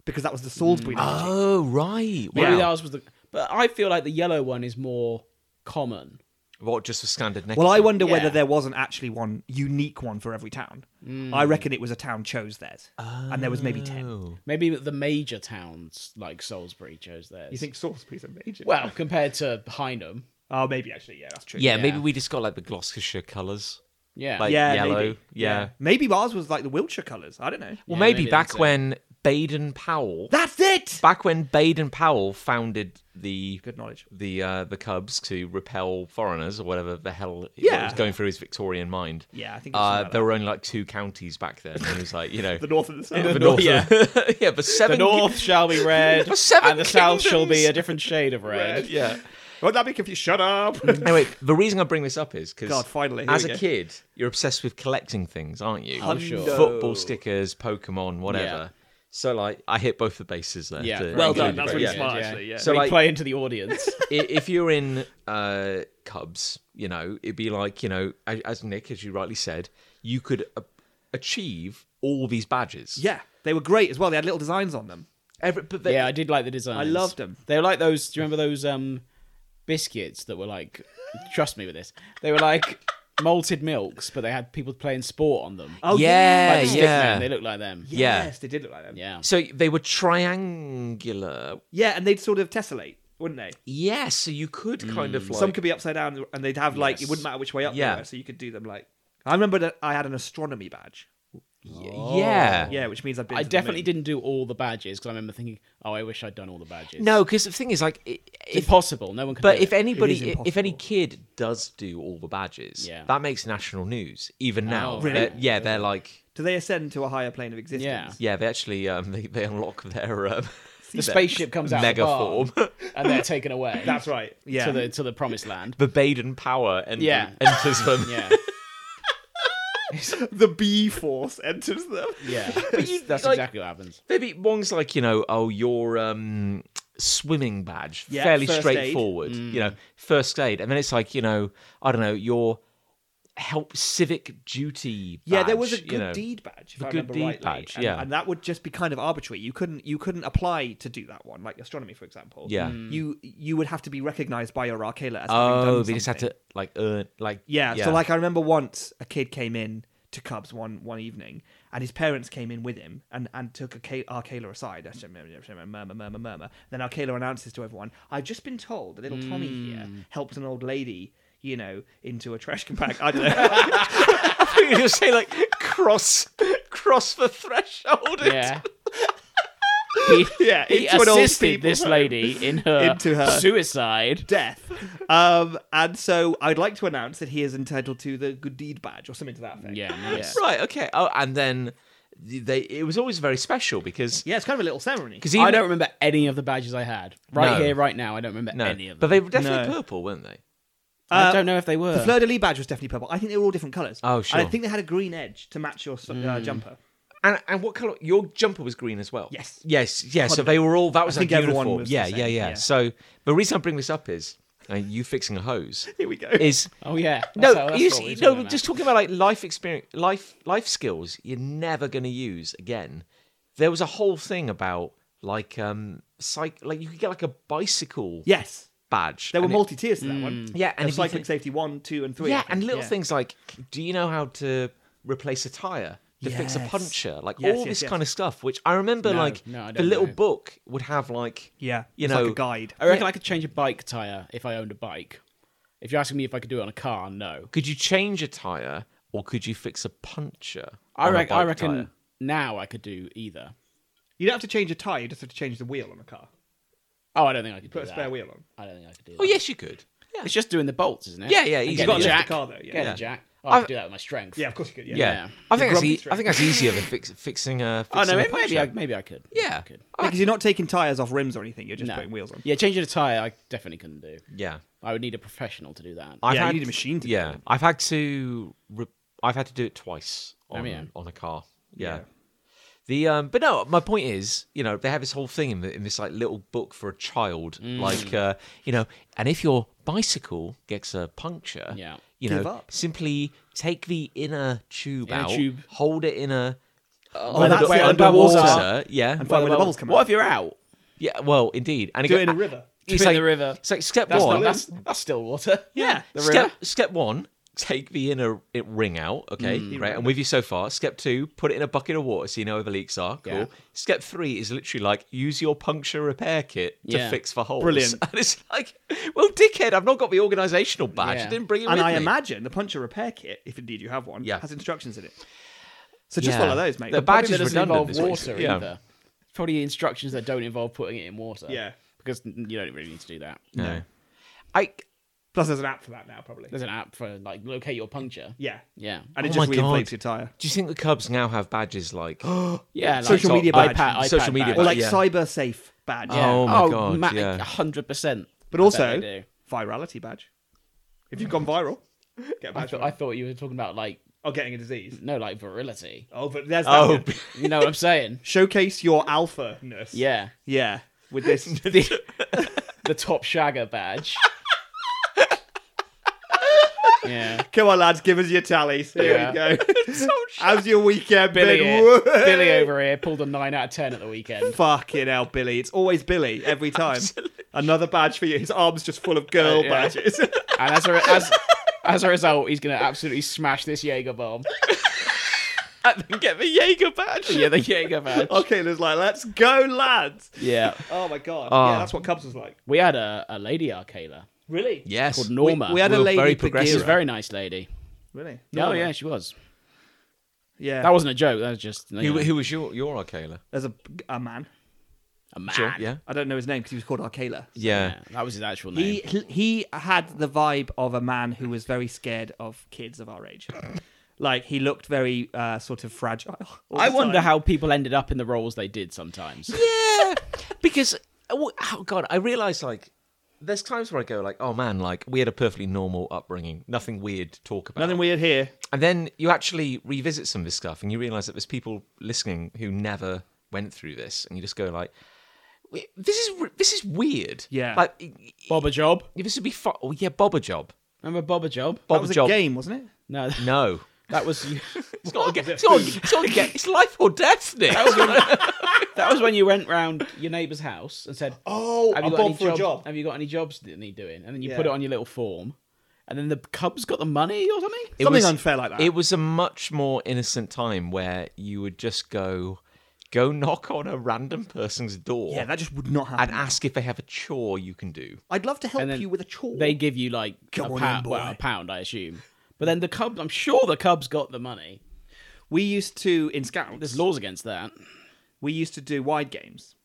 Speaker 3: because that was the Salisbury neckerchief.
Speaker 1: Oh right.
Speaker 2: Maybe
Speaker 1: Wow.
Speaker 2: ours was the. But I feel like the yellow one is more common.
Speaker 1: What just a standard neckerchief?
Speaker 3: Well, I wonder
Speaker 2: Yeah.
Speaker 3: whether there wasn't actually one unique one for every town. I reckon it was a town chose theirs, and there was maybe ten.
Speaker 1: Hmm. Oh.
Speaker 2: Maybe the major towns like Salisbury chose theirs.
Speaker 3: You think Salisbury's a major?
Speaker 2: Well, compared to Hineham,
Speaker 3: oh, maybe actually, yeah, that's true.
Speaker 1: Yeah, maybe
Speaker 2: Yeah.
Speaker 1: we just got like the Gloucestershire colours,
Speaker 2: yeah,
Speaker 1: like
Speaker 3: yeah,
Speaker 1: yellow.
Speaker 3: maybe.
Speaker 1: Yeah.
Speaker 3: maybe ours was like the Wiltshire colours. I don't know.
Speaker 1: Well,
Speaker 2: Yeah,
Speaker 1: maybe,
Speaker 2: maybe
Speaker 1: back
Speaker 2: that's it.
Speaker 1: when Baden Powell,
Speaker 3: That's it.
Speaker 1: back when Baden Powell founded the
Speaker 3: Good knowledge.
Speaker 1: the uh, the Cubs to repel foreigners or whatever the hell
Speaker 3: Yeah.
Speaker 1: was going through his Victorian mind.
Speaker 3: Yeah, I think it was something
Speaker 1: uh,
Speaker 3: like
Speaker 1: there were only like two counties back then. And it was like you know
Speaker 3: The north and the south.
Speaker 1: the north, yeah, yeah, but
Speaker 2: the
Speaker 1: seven,
Speaker 2: north shall be red,
Speaker 1: The Seven
Speaker 2: and the south shall be
Speaker 1: Kingdoms.
Speaker 2: a different shade of red.
Speaker 1: yeah.
Speaker 3: Won't that Oh, be confused? Shut up.
Speaker 1: Anyway, the reason I bring this up is because
Speaker 3: God, finally, here
Speaker 1: as
Speaker 3: we
Speaker 1: a
Speaker 3: go.
Speaker 1: kid, you're obsessed with collecting things, aren't you?
Speaker 2: Oh, sure. Hundo.
Speaker 1: Football stickers, Pokemon, whatever.
Speaker 2: Yeah.
Speaker 1: So like, I hit both the bases there.
Speaker 2: Yeah,
Speaker 1: to-
Speaker 2: very
Speaker 3: Well
Speaker 2: good,
Speaker 3: done, that's
Speaker 2: very
Speaker 3: really
Speaker 2: good,
Speaker 3: smart, actually, yeah.
Speaker 1: So,
Speaker 2: We
Speaker 1: like-
Speaker 2: play into the audience.
Speaker 1: I- if you're in uh, Cubs, you know, it'd be like, you know, as, as Nick, as you rightly said, you could a- achieve all these badges.
Speaker 3: Yeah, they were great as well. They had little designs on them.
Speaker 1: Every, but they,
Speaker 2: yeah, I did like the design.
Speaker 3: I loved 'em.
Speaker 2: They were like those. Do you remember those um, biscuits that were like? trust me with this. They were like malted milks, but they had people playing sport on them.
Speaker 3: Oh
Speaker 1: yeah,
Speaker 2: Like
Speaker 1: yeah.
Speaker 2: Stickman, They look like them. Yeah.
Speaker 1: yeah.
Speaker 3: Yes, they did look like them.
Speaker 1: So they were triangular.
Speaker 3: Yeah, and they'd sort of tessellate, wouldn't they?
Speaker 1: Yes, so you could
Speaker 2: Hmm.
Speaker 1: kind of like
Speaker 3: Some could be upside down, and they'd have like it
Speaker 2: Yes.
Speaker 3: wouldn't matter which way up
Speaker 1: Yeah.
Speaker 3: they were, so you could do them like. I remember that I had an astronomy badge.
Speaker 2: oh,
Speaker 1: Y- yeah.
Speaker 3: Yeah, which means I've been.
Speaker 2: I
Speaker 3: to the
Speaker 2: definitely
Speaker 3: moon.
Speaker 2: didn't do all the badges because I remember thinking, oh, I wish I'd done all the badges.
Speaker 1: No, because the thing is, like, i-
Speaker 2: it's
Speaker 1: if
Speaker 2: impossible. No one can.
Speaker 1: but
Speaker 2: do
Speaker 1: if
Speaker 2: it.
Speaker 3: It
Speaker 1: anybody,
Speaker 3: is
Speaker 1: if any
Speaker 3: impossible.
Speaker 1: kid does do all the badges,
Speaker 2: Yeah.
Speaker 1: that makes national news. Even now,
Speaker 2: Oh,
Speaker 1: They're-
Speaker 3: really?
Speaker 1: yeah, they're like,
Speaker 3: Do they ascend to a higher plane of existence?
Speaker 2: Yeah.
Speaker 1: yeah, they actually um, they, they unlock their um,
Speaker 2: the spaceship comes out of
Speaker 1: mega
Speaker 2: the bar
Speaker 1: form.
Speaker 2: and they're taken away.
Speaker 3: That's right. Yeah.
Speaker 2: to the to the promised land.
Speaker 1: the Baden power and
Speaker 2: Yeah.
Speaker 1: enters them.
Speaker 2: Yeah,
Speaker 3: the B force enters them.
Speaker 2: yeah.
Speaker 1: you-
Speaker 2: that's
Speaker 1: like-
Speaker 2: exactly what happens.
Speaker 1: Maybe one's like, you know, oh, your um, swimming badge,
Speaker 3: Yeah,
Speaker 1: fairly
Speaker 3: first Mm.
Speaker 1: straightforward, you know, first aid. And then it's like, you know, I don't know, your help civic duty
Speaker 3: Yeah, there was a
Speaker 1: badge,
Speaker 3: good
Speaker 1: you know.
Speaker 3: deed badge. If
Speaker 1: The
Speaker 3: I
Speaker 1: good
Speaker 3: remember
Speaker 1: deed
Speaker 3: rightly.
Speaker 1: badge,
Speaker 3: and,
Speaker 1: yeah.
Speaker 3: and that would just be kind of arbitrary. You couldn't you couldn't apply to do that one, like astronomy, for example.
Speaker 1: Yeah. Mm.
Speaker 3: you you would have to be recognised by your Arcala as having done
Speaker 1: Oh, they just had
Speaker 3: something.
Speaker 1: to, like, earn, like,
Speaker 3: Yeah, so like I remember once a kid came in to Cubs one one evening, and his parents came in with him and and took a K- Arcala aside. I said, murmur, murmur, murmur, murmur, murmur. Then Arcala announces to everyone, "I've just been told that little Tommy here helped an old lady." You know, into a trash compactor. I don't know.
Speaker 1: you just say, like, cross, cross the threshold.
Speaker 2: Yeah. He,
Speaker 3: Yeah,
Speaker 2: he
Speaker 3: into an old
Speaker 2: assisted
Speaker 3: people
Speaker 2: this
Speaker 3: home.
Speaker 2: lady in her,
Speaker 3: Into her-
Speaker 2: suicide.
Speaker 3: death. Um, and so I'd like to announce that he is entitled to the good deed badge or something to that effect.
Speaker 2: Yeah, nice.
Speaker 1: Right, okay. Oh, and then they, it was always very special because.
Speaker 3: Yeah, it's kind of a little ceremony.
Speaker 1: Because
Speaker 2: I don't remember any of the badges I had. Right
Speaker 1: No.
Speaker 2: here, right now, I don't remember any of
Speaker 1: but
Speaker 2: them.
Speaker 1: they were definitely
Speaker 3: No.
Speaker 1: purple, weren't they?
Speaker 2: I
Speaker 3: Uh,
Speaker 2: don't know if they were.
Speaker 3: The Fleur de Lis badge was definitely purple. I think they were all different colours.
Speaker 1: Oh, sure. Mm.
Speaker 3: And I think they had a green edge to match your s- uh, jumper.
Speaker 1: And and what color? Your jumper was green as well.
Speaker 3: Yes.
Speaker 1: Yes. Yeah. So they were all. That was
Speaker 3: I
Speaker 1: like
Speaker 3: think everyone
Speaker 1: uniform.
Speaker 3: was the
Speaker 1: Yeah,
Speaker 3: same,
Speaker 1: yeah. Yeah.
Speaker 3: yeah.
Speaker 1: So the reason I bring this up is uh, you fixing a hose
Speaker 3: Here we go.
Speaker 1: is.
Speaker 2: oh yeah. That's
Speaker 1: No,
Speaker 2: how- that's
Speaker 1: you
Speaker 2: what
Speaker 1: see-
Speaker 2: we're
Speaker 1: no.
Speaker 2: talking about.
Speaker 1: Just talking about like life experience, life life skills you're never going to use again. There was a whole thing about like um psych, like you could get like a bicycle
Speaker 3: yes,
Speaker 1: badge.
Speaker 3: there were
Speaker 1: and it-
Speaker 3: multi tiers to that one.
Speaker 1: Yeah, and
Speaker 3: and
Speaker 1: if you
Speaker 3: cycling
Speaker 1: think-
Speaker 3: safety one, two, and three. I
Speaker 1: yeah,
Speaker 3: think.
Speaker 1: and little
Speaker 3: Yeah.
Speaker 1: things like, do you know how to replace a tire? To fix a
Speaker 3: Yes.
Speaker 1: puncture, like
Speaker 3: Yes,
Speaker 1: all
Speaker 3: yes,
Speaker 1: this
Speaker 3: yes.
Speaker 1: kind of stuff, which I remember,
Speaker 2: No,
Speaker 1: like
Speaker 2: no, I
Speaker 1: the
Speaker 2: don't
Speaker 1: little
Speaker 2: know.
Speaker 1: book would have, like
Speaker 3: Yeah,
Speaker 1: you
Speaker 3: it's
Speaker 1: know,
Speaker 3: like a guide.
Speaker 2: I reckon I could change a bike tire if I owned a bike. If you're asking me if I could do it on a car, no.
Speaker 1: could you change a tire or could you fix a puncture?
Speaker 2: I,
Speaker 1: on a
Speaker 2: rec- I
Speaker 1: bike
Speaker 2: reckon
Speaker 1: tire?
Speaker 2: now I could do either.
Speaker 3: You don't have to change a tire; you just have to change the wheel on a car.
Speaker 2: Oh, I don't think I could do
Speaker 3: Put a
Speaker 2: that.
Speaker 3: spare wheel on.
Speaker 2: I don't think I could do that.
Speaker 1: Oh yes, you could. Yeah,
Speaker 2: It's just doing the bolts, isn't it?
Speaker 1: Yeah, yeah,
Speaker 2: And
Speaker 1: easy.
Speaker 2: getting
Speaker 1: You've got to
Speaker 2: a
Speaker 3: lift
Speaker 2: jack.
Speaker 3: the car, though, yeah.
Speaker 2: Getting
Speaker 1: Yeah.
Speaker 2: a jack. Oh, I
Speaker 1: I've-
Speaker 2: could do that with my strength.
Speaker 3: Yeah, of course you could. Yeah,
Speaker 1: yeah.
Speaker 2: yeah.
Speaker 1: I think that's
Speaker 3: Grumpy
Speaker 1: e- I
Speaker 3: train.
Speaker 1: think that's easier than fix- fixing a.
Speaker 2: Oh
Speaker 1: Fixing
Speaker 2: no,
Speaker 1: a
Speaker 2: maybe, maybe I
Speaker 1: puncture.
Speaker 2: maybe I could.
Speaker 1: Yeah.
Speaker 2: I could.
Speaker 3: because you're not taking tires off rims or anything; you're just
Speaker 2: No.
Speaker 3: putting wheels on.
Speaker 2: Yeah, changing a tire, I definitely couldn't do.
Speaker 1: Yeah.
Speaker 2: I would need a professional to do that.
Speaker 1: I've
Speaker 3: Yeah, you
Speaker 1: had-
Speaker 3: need a machine to do
Speaker 1: Yeah,
Speaker 3: it.
Speaker 1: I've had to. Re- I've had to do it twice on
Speaker 2: Oh, yeah.
Speaker 1: on a car. Yeah.
Speaker 3: Yeah.
Speaker 1: The um, but no, my point is, you know, they have this whole thing in, the, in this like little book for a child,
Speaker 2: Mm.
Speaker 1: like uh, you know, and if your bicycle gets a puncture,
Speaker 2: Yeah.
Speaker 1: you
Speaker 3: Give
Speaker 1: know,
Speaker 3: up.
Speaker 1: simply take the inner tube
Speaker 2: Inner
Speaker 1: out,
Speaker 2: tube.
Speaker 1: hold it in a
Speaker 3: Oh, that's
Speaker 2: where
Speaker 3: it,
Speaker 2: the bubbles
Speaker 3: underwater.
Speaker 2: are.
Speaker 1: yeah,
Speaker 3: And find where the
Speaker 2: Well,
Speaker 3: bubbles come
Speaker 2: What
Speaker 3: out.
Speaker 2: if you're out?
Speaker 1: yeah, well, indeed, and it
Speaker 3: Do
Speaker 1: go-
Speaker 3: it in a river.
Speaker 1: It's
Speaker 2: in
Speaker 1: like
Speaker 2: the river.
Speaker 1: It's like step
Speaker 2: That's,
Speaker 1: one.
Speaker 2: not, that's, that's still water.
Speaker 3: Yeah.
Speaker 2: The
Speaker 1: step
Speaker 2: river.
Speaker 1: step one, take the inner it ring out. Okay,
Speaker 2: Mm.
Speaker 1: right. I'm with you so far. Step two, put it in a bucket of water so you know where the leaks are. Cool.
Speaker 2: Yeah.
Speaker 1: Step three is literally like use your puncture repair kit to
Speaker 2: Yeah.
Speaker 1: fix for holes.
Speaker 3: Brilliant.
Speaker 1: And it's like, well, dickhead, I've not got the organisational badge. I
Speaker 2: Yeah.
Speaker 1: didn't bring it
Speaker 3: and
Speaker 1: with
Speaker 3: I
Speaker 1: me.
Speaker 3: imagine the puncture repair kit, if indeed you have one,
Speaker 1: Yeah.
Speaker 3: has instructions in it. So just
Speaker 1: Yeah.
Speaker 3: follow those, mate.
Speaker 1: The
Speaker 3: Probably
Speaker 1: badge
Speaker 2: That
Speaker 1: is
Speaker 2: doesn't
Speaker 1: redundant.
Speaker 2: involve
Speaker 1: is what you're
Speaker 2: water
Speaker 1: saying. Yeah.
Speaker 2: either. It's probably instructions that don't involve putting it in water.
Speaker 3: Yeah.
Speaker 2: Because n- you don't really need to do that.
Speaker 1: No. I.
Speaker 3: Plus, there's an app for that now, probably.
Speaker 2: There's an app for like locate your puncture.
Speaker 3: Yeah.
Speaker 2: Yeah.
Speaker 3: And
Speaker 1: Oh
Speaker 3: it
Speaker 1: my
Speaker 3: just reinflates
Speaker 1: God.
Speaker 3: your tyre.
Speaker 1: Do you think the Cubs now have badges like?
Speaker 2: Yeah. Like,
Speaker 3: Social media badge.
Speaker 2: iPad, iPad
Speaker 1: Social media
Speaker 2: badge.
Speaker 3: Or like
Speaker 1: yeah.
Speaker 3: cyber safe badge.
Speaker 2: Yeah.
Speaker 1: Oh my God,
Speaker 2: ma-
Speaker 1: yeah.
Speaker 2: 100%.
Speaker 3: But
Speaker 2: I bet
Speaker 3: also,
Speaker 2: they do.
Speaker 3: virality badge.
Speaker 1: Oh
Speaker 3: If you've gone viral, get a
Speaker 2: I
Speaker 3: badge.
Speaker 2: thought,
Speaker 3: for
Speaker 2: I
Speaker 3: it.
Speaker 2: thought you were talking about like,
Speaker 3: Or getting a disease.
Speaker 2: no, like virility.
Speaker 3: Oh, but there's that.
Speaker 1: Oh,
Speaker 3: bit.
Speaker 2: You know what I'm saying?
Speaker 3: Showcase your alpha ness.
Speaker 2: Yeah.
Speaker 3: Yeah. With this.
Speaker 2: The, the top shagger badge. yeah.
Speaker 3: Come on, lads, give us your tallies. Here
Speaker 2: Yeah.
Speaker 3: we go. How's your weekend,
Speaker 2: Billy,
Speaker 3: been?
Speaker 2: here-
Speaker 3: Woo!
Speaker 2: Billy over here pulled a 9 out of 10 at the weekend.
Speaker 3: Fucking hell, Billy. It's always Billy every time. Another badge for you. His arm's just full of girl
Speaker 2: yeah.
Speaker 3: badges.
Speaker 2: And as a, as, as a result, he's going to absolutely smash this Jaeger bomb.
Speaker 1: and then get the Jaeger badge.
Speaker 2: Yeah, the Jaeger badge.
Speaker 3: okay, there's like, let's go, lads.
Speaker 2: Yeah.
Speaker 3: Oh my god.
Speaker 1: Oh.
Speaker 3: Yeah, that's what Cubs was like.
Speaker 2: We had a, a lady Arcala
Speaker 3: Really?
Speaker 1: Yes.
Speaker 2: called Norma.
Speaker 3: we had a
Speaker 1: were
Speaker 3: lady
Speaker 1: very
Speaker 3: Bagheera.
Speaker 2: She was
Speaker 1: progressive.
Speaker 2: a very nice lady.
Speaker 3: Really?
Speaker 2: Oh, yeah, she was.
Speaker 3: Yeah,
Speaker 2: That wasn't a joke. That was just you
Speaker 1: Who,
Speaker 2: know,
Speaker 1: who was your your Arcala?
Speaker 3: there's a a man.
Speaker 2: a man.
Speaker 1: Sure. Yeah.
Speaker 3: I don't know his name because he was called Arcala.
Speaker 1: Yeah.
Speaker 2: Yeah, that was his actual name.
Speaker 3: He he had the vibe of a man who was very scared of kids of our age. Like he looked very uh, sort of fragile. all
Speaker 2: I
Speaker 3: the
Speaker 2: wonder
Speaker 3: time.
Speaker 2: how people ended up in the roles they did sometimes.
Speaker 1: Yeah, because oh oh, god, I realize like there's times where I go like, oh man, like we had a perfectly normal upbringing, nothing weird to talk about,
Speaker 3: nothing weird here.
Speaker 1: and then you actually revisit some of this stuff and you realize that there's people listening who never went through this, and you just go like, "Wait, this is re- this is weird.
Speaker 3: Yeah.
Speaker 1: like i-
Speaker 2: Bobber Job.
Speaker 1: i- this would be fun. Oh yeah, Bobber Job.
Speaker 2: Remember Bobber Job?
Speaker 3: That
Speaker 1: Bobber
Speaker 3: was a
Speaker 1: Job.
Speaker 3: game, wasn't it?
Speaker 2: No,
Speaker 1: No.
Speaker 2: that was
Speaker 1: It's not a game. It's, not a, it's, not a game. it's life or death, Nick.
Speaker 2: that was when you went round your neighbour's house and said,
Speaker 3: Oh,
Speaker 2: have
Speaker 3: a
Speaker 2: you got
Speaker 3: bomb
Speaker 2: any
Speaker 3: for a
Speaker 2: jobs-
Speaker 3: job.
Speaker 2: Have you got any jobs that need doing?" And then you
Speaker 3: Yeah.
Speaker 2: put it on your little form, and then the Cubs got the money or something.
Speaker 1: It
Speaker 3: Something
Speaker 1: was-
Speaker 3: unfair like that.
Speaker 1: It was a much more innocent time where you would just go, go knock on a random person's door
Speaker 3: yeah, that just would not
Speaker 1: and
Speaker 3: happen.
Speaker 1: ask if they have a chore you can do.
Speaker 3: I'd love to help
Speaker 2: And then
Speaker 3: you with a chore.
Speaker 2: They give you like
Speaker 3: Come
Speaker 2: a
Speaker 3: on
Speaker 2: pound,
Speaker 3: in, boy.
Speaker 2: well, a pound, I assume. But then the Cubs, I'm sure the Cubs got the money.
Speaker 3: we used to in Scouts.
Speaker 2: There's laws against that.
Speaker 3: We used to do wide games.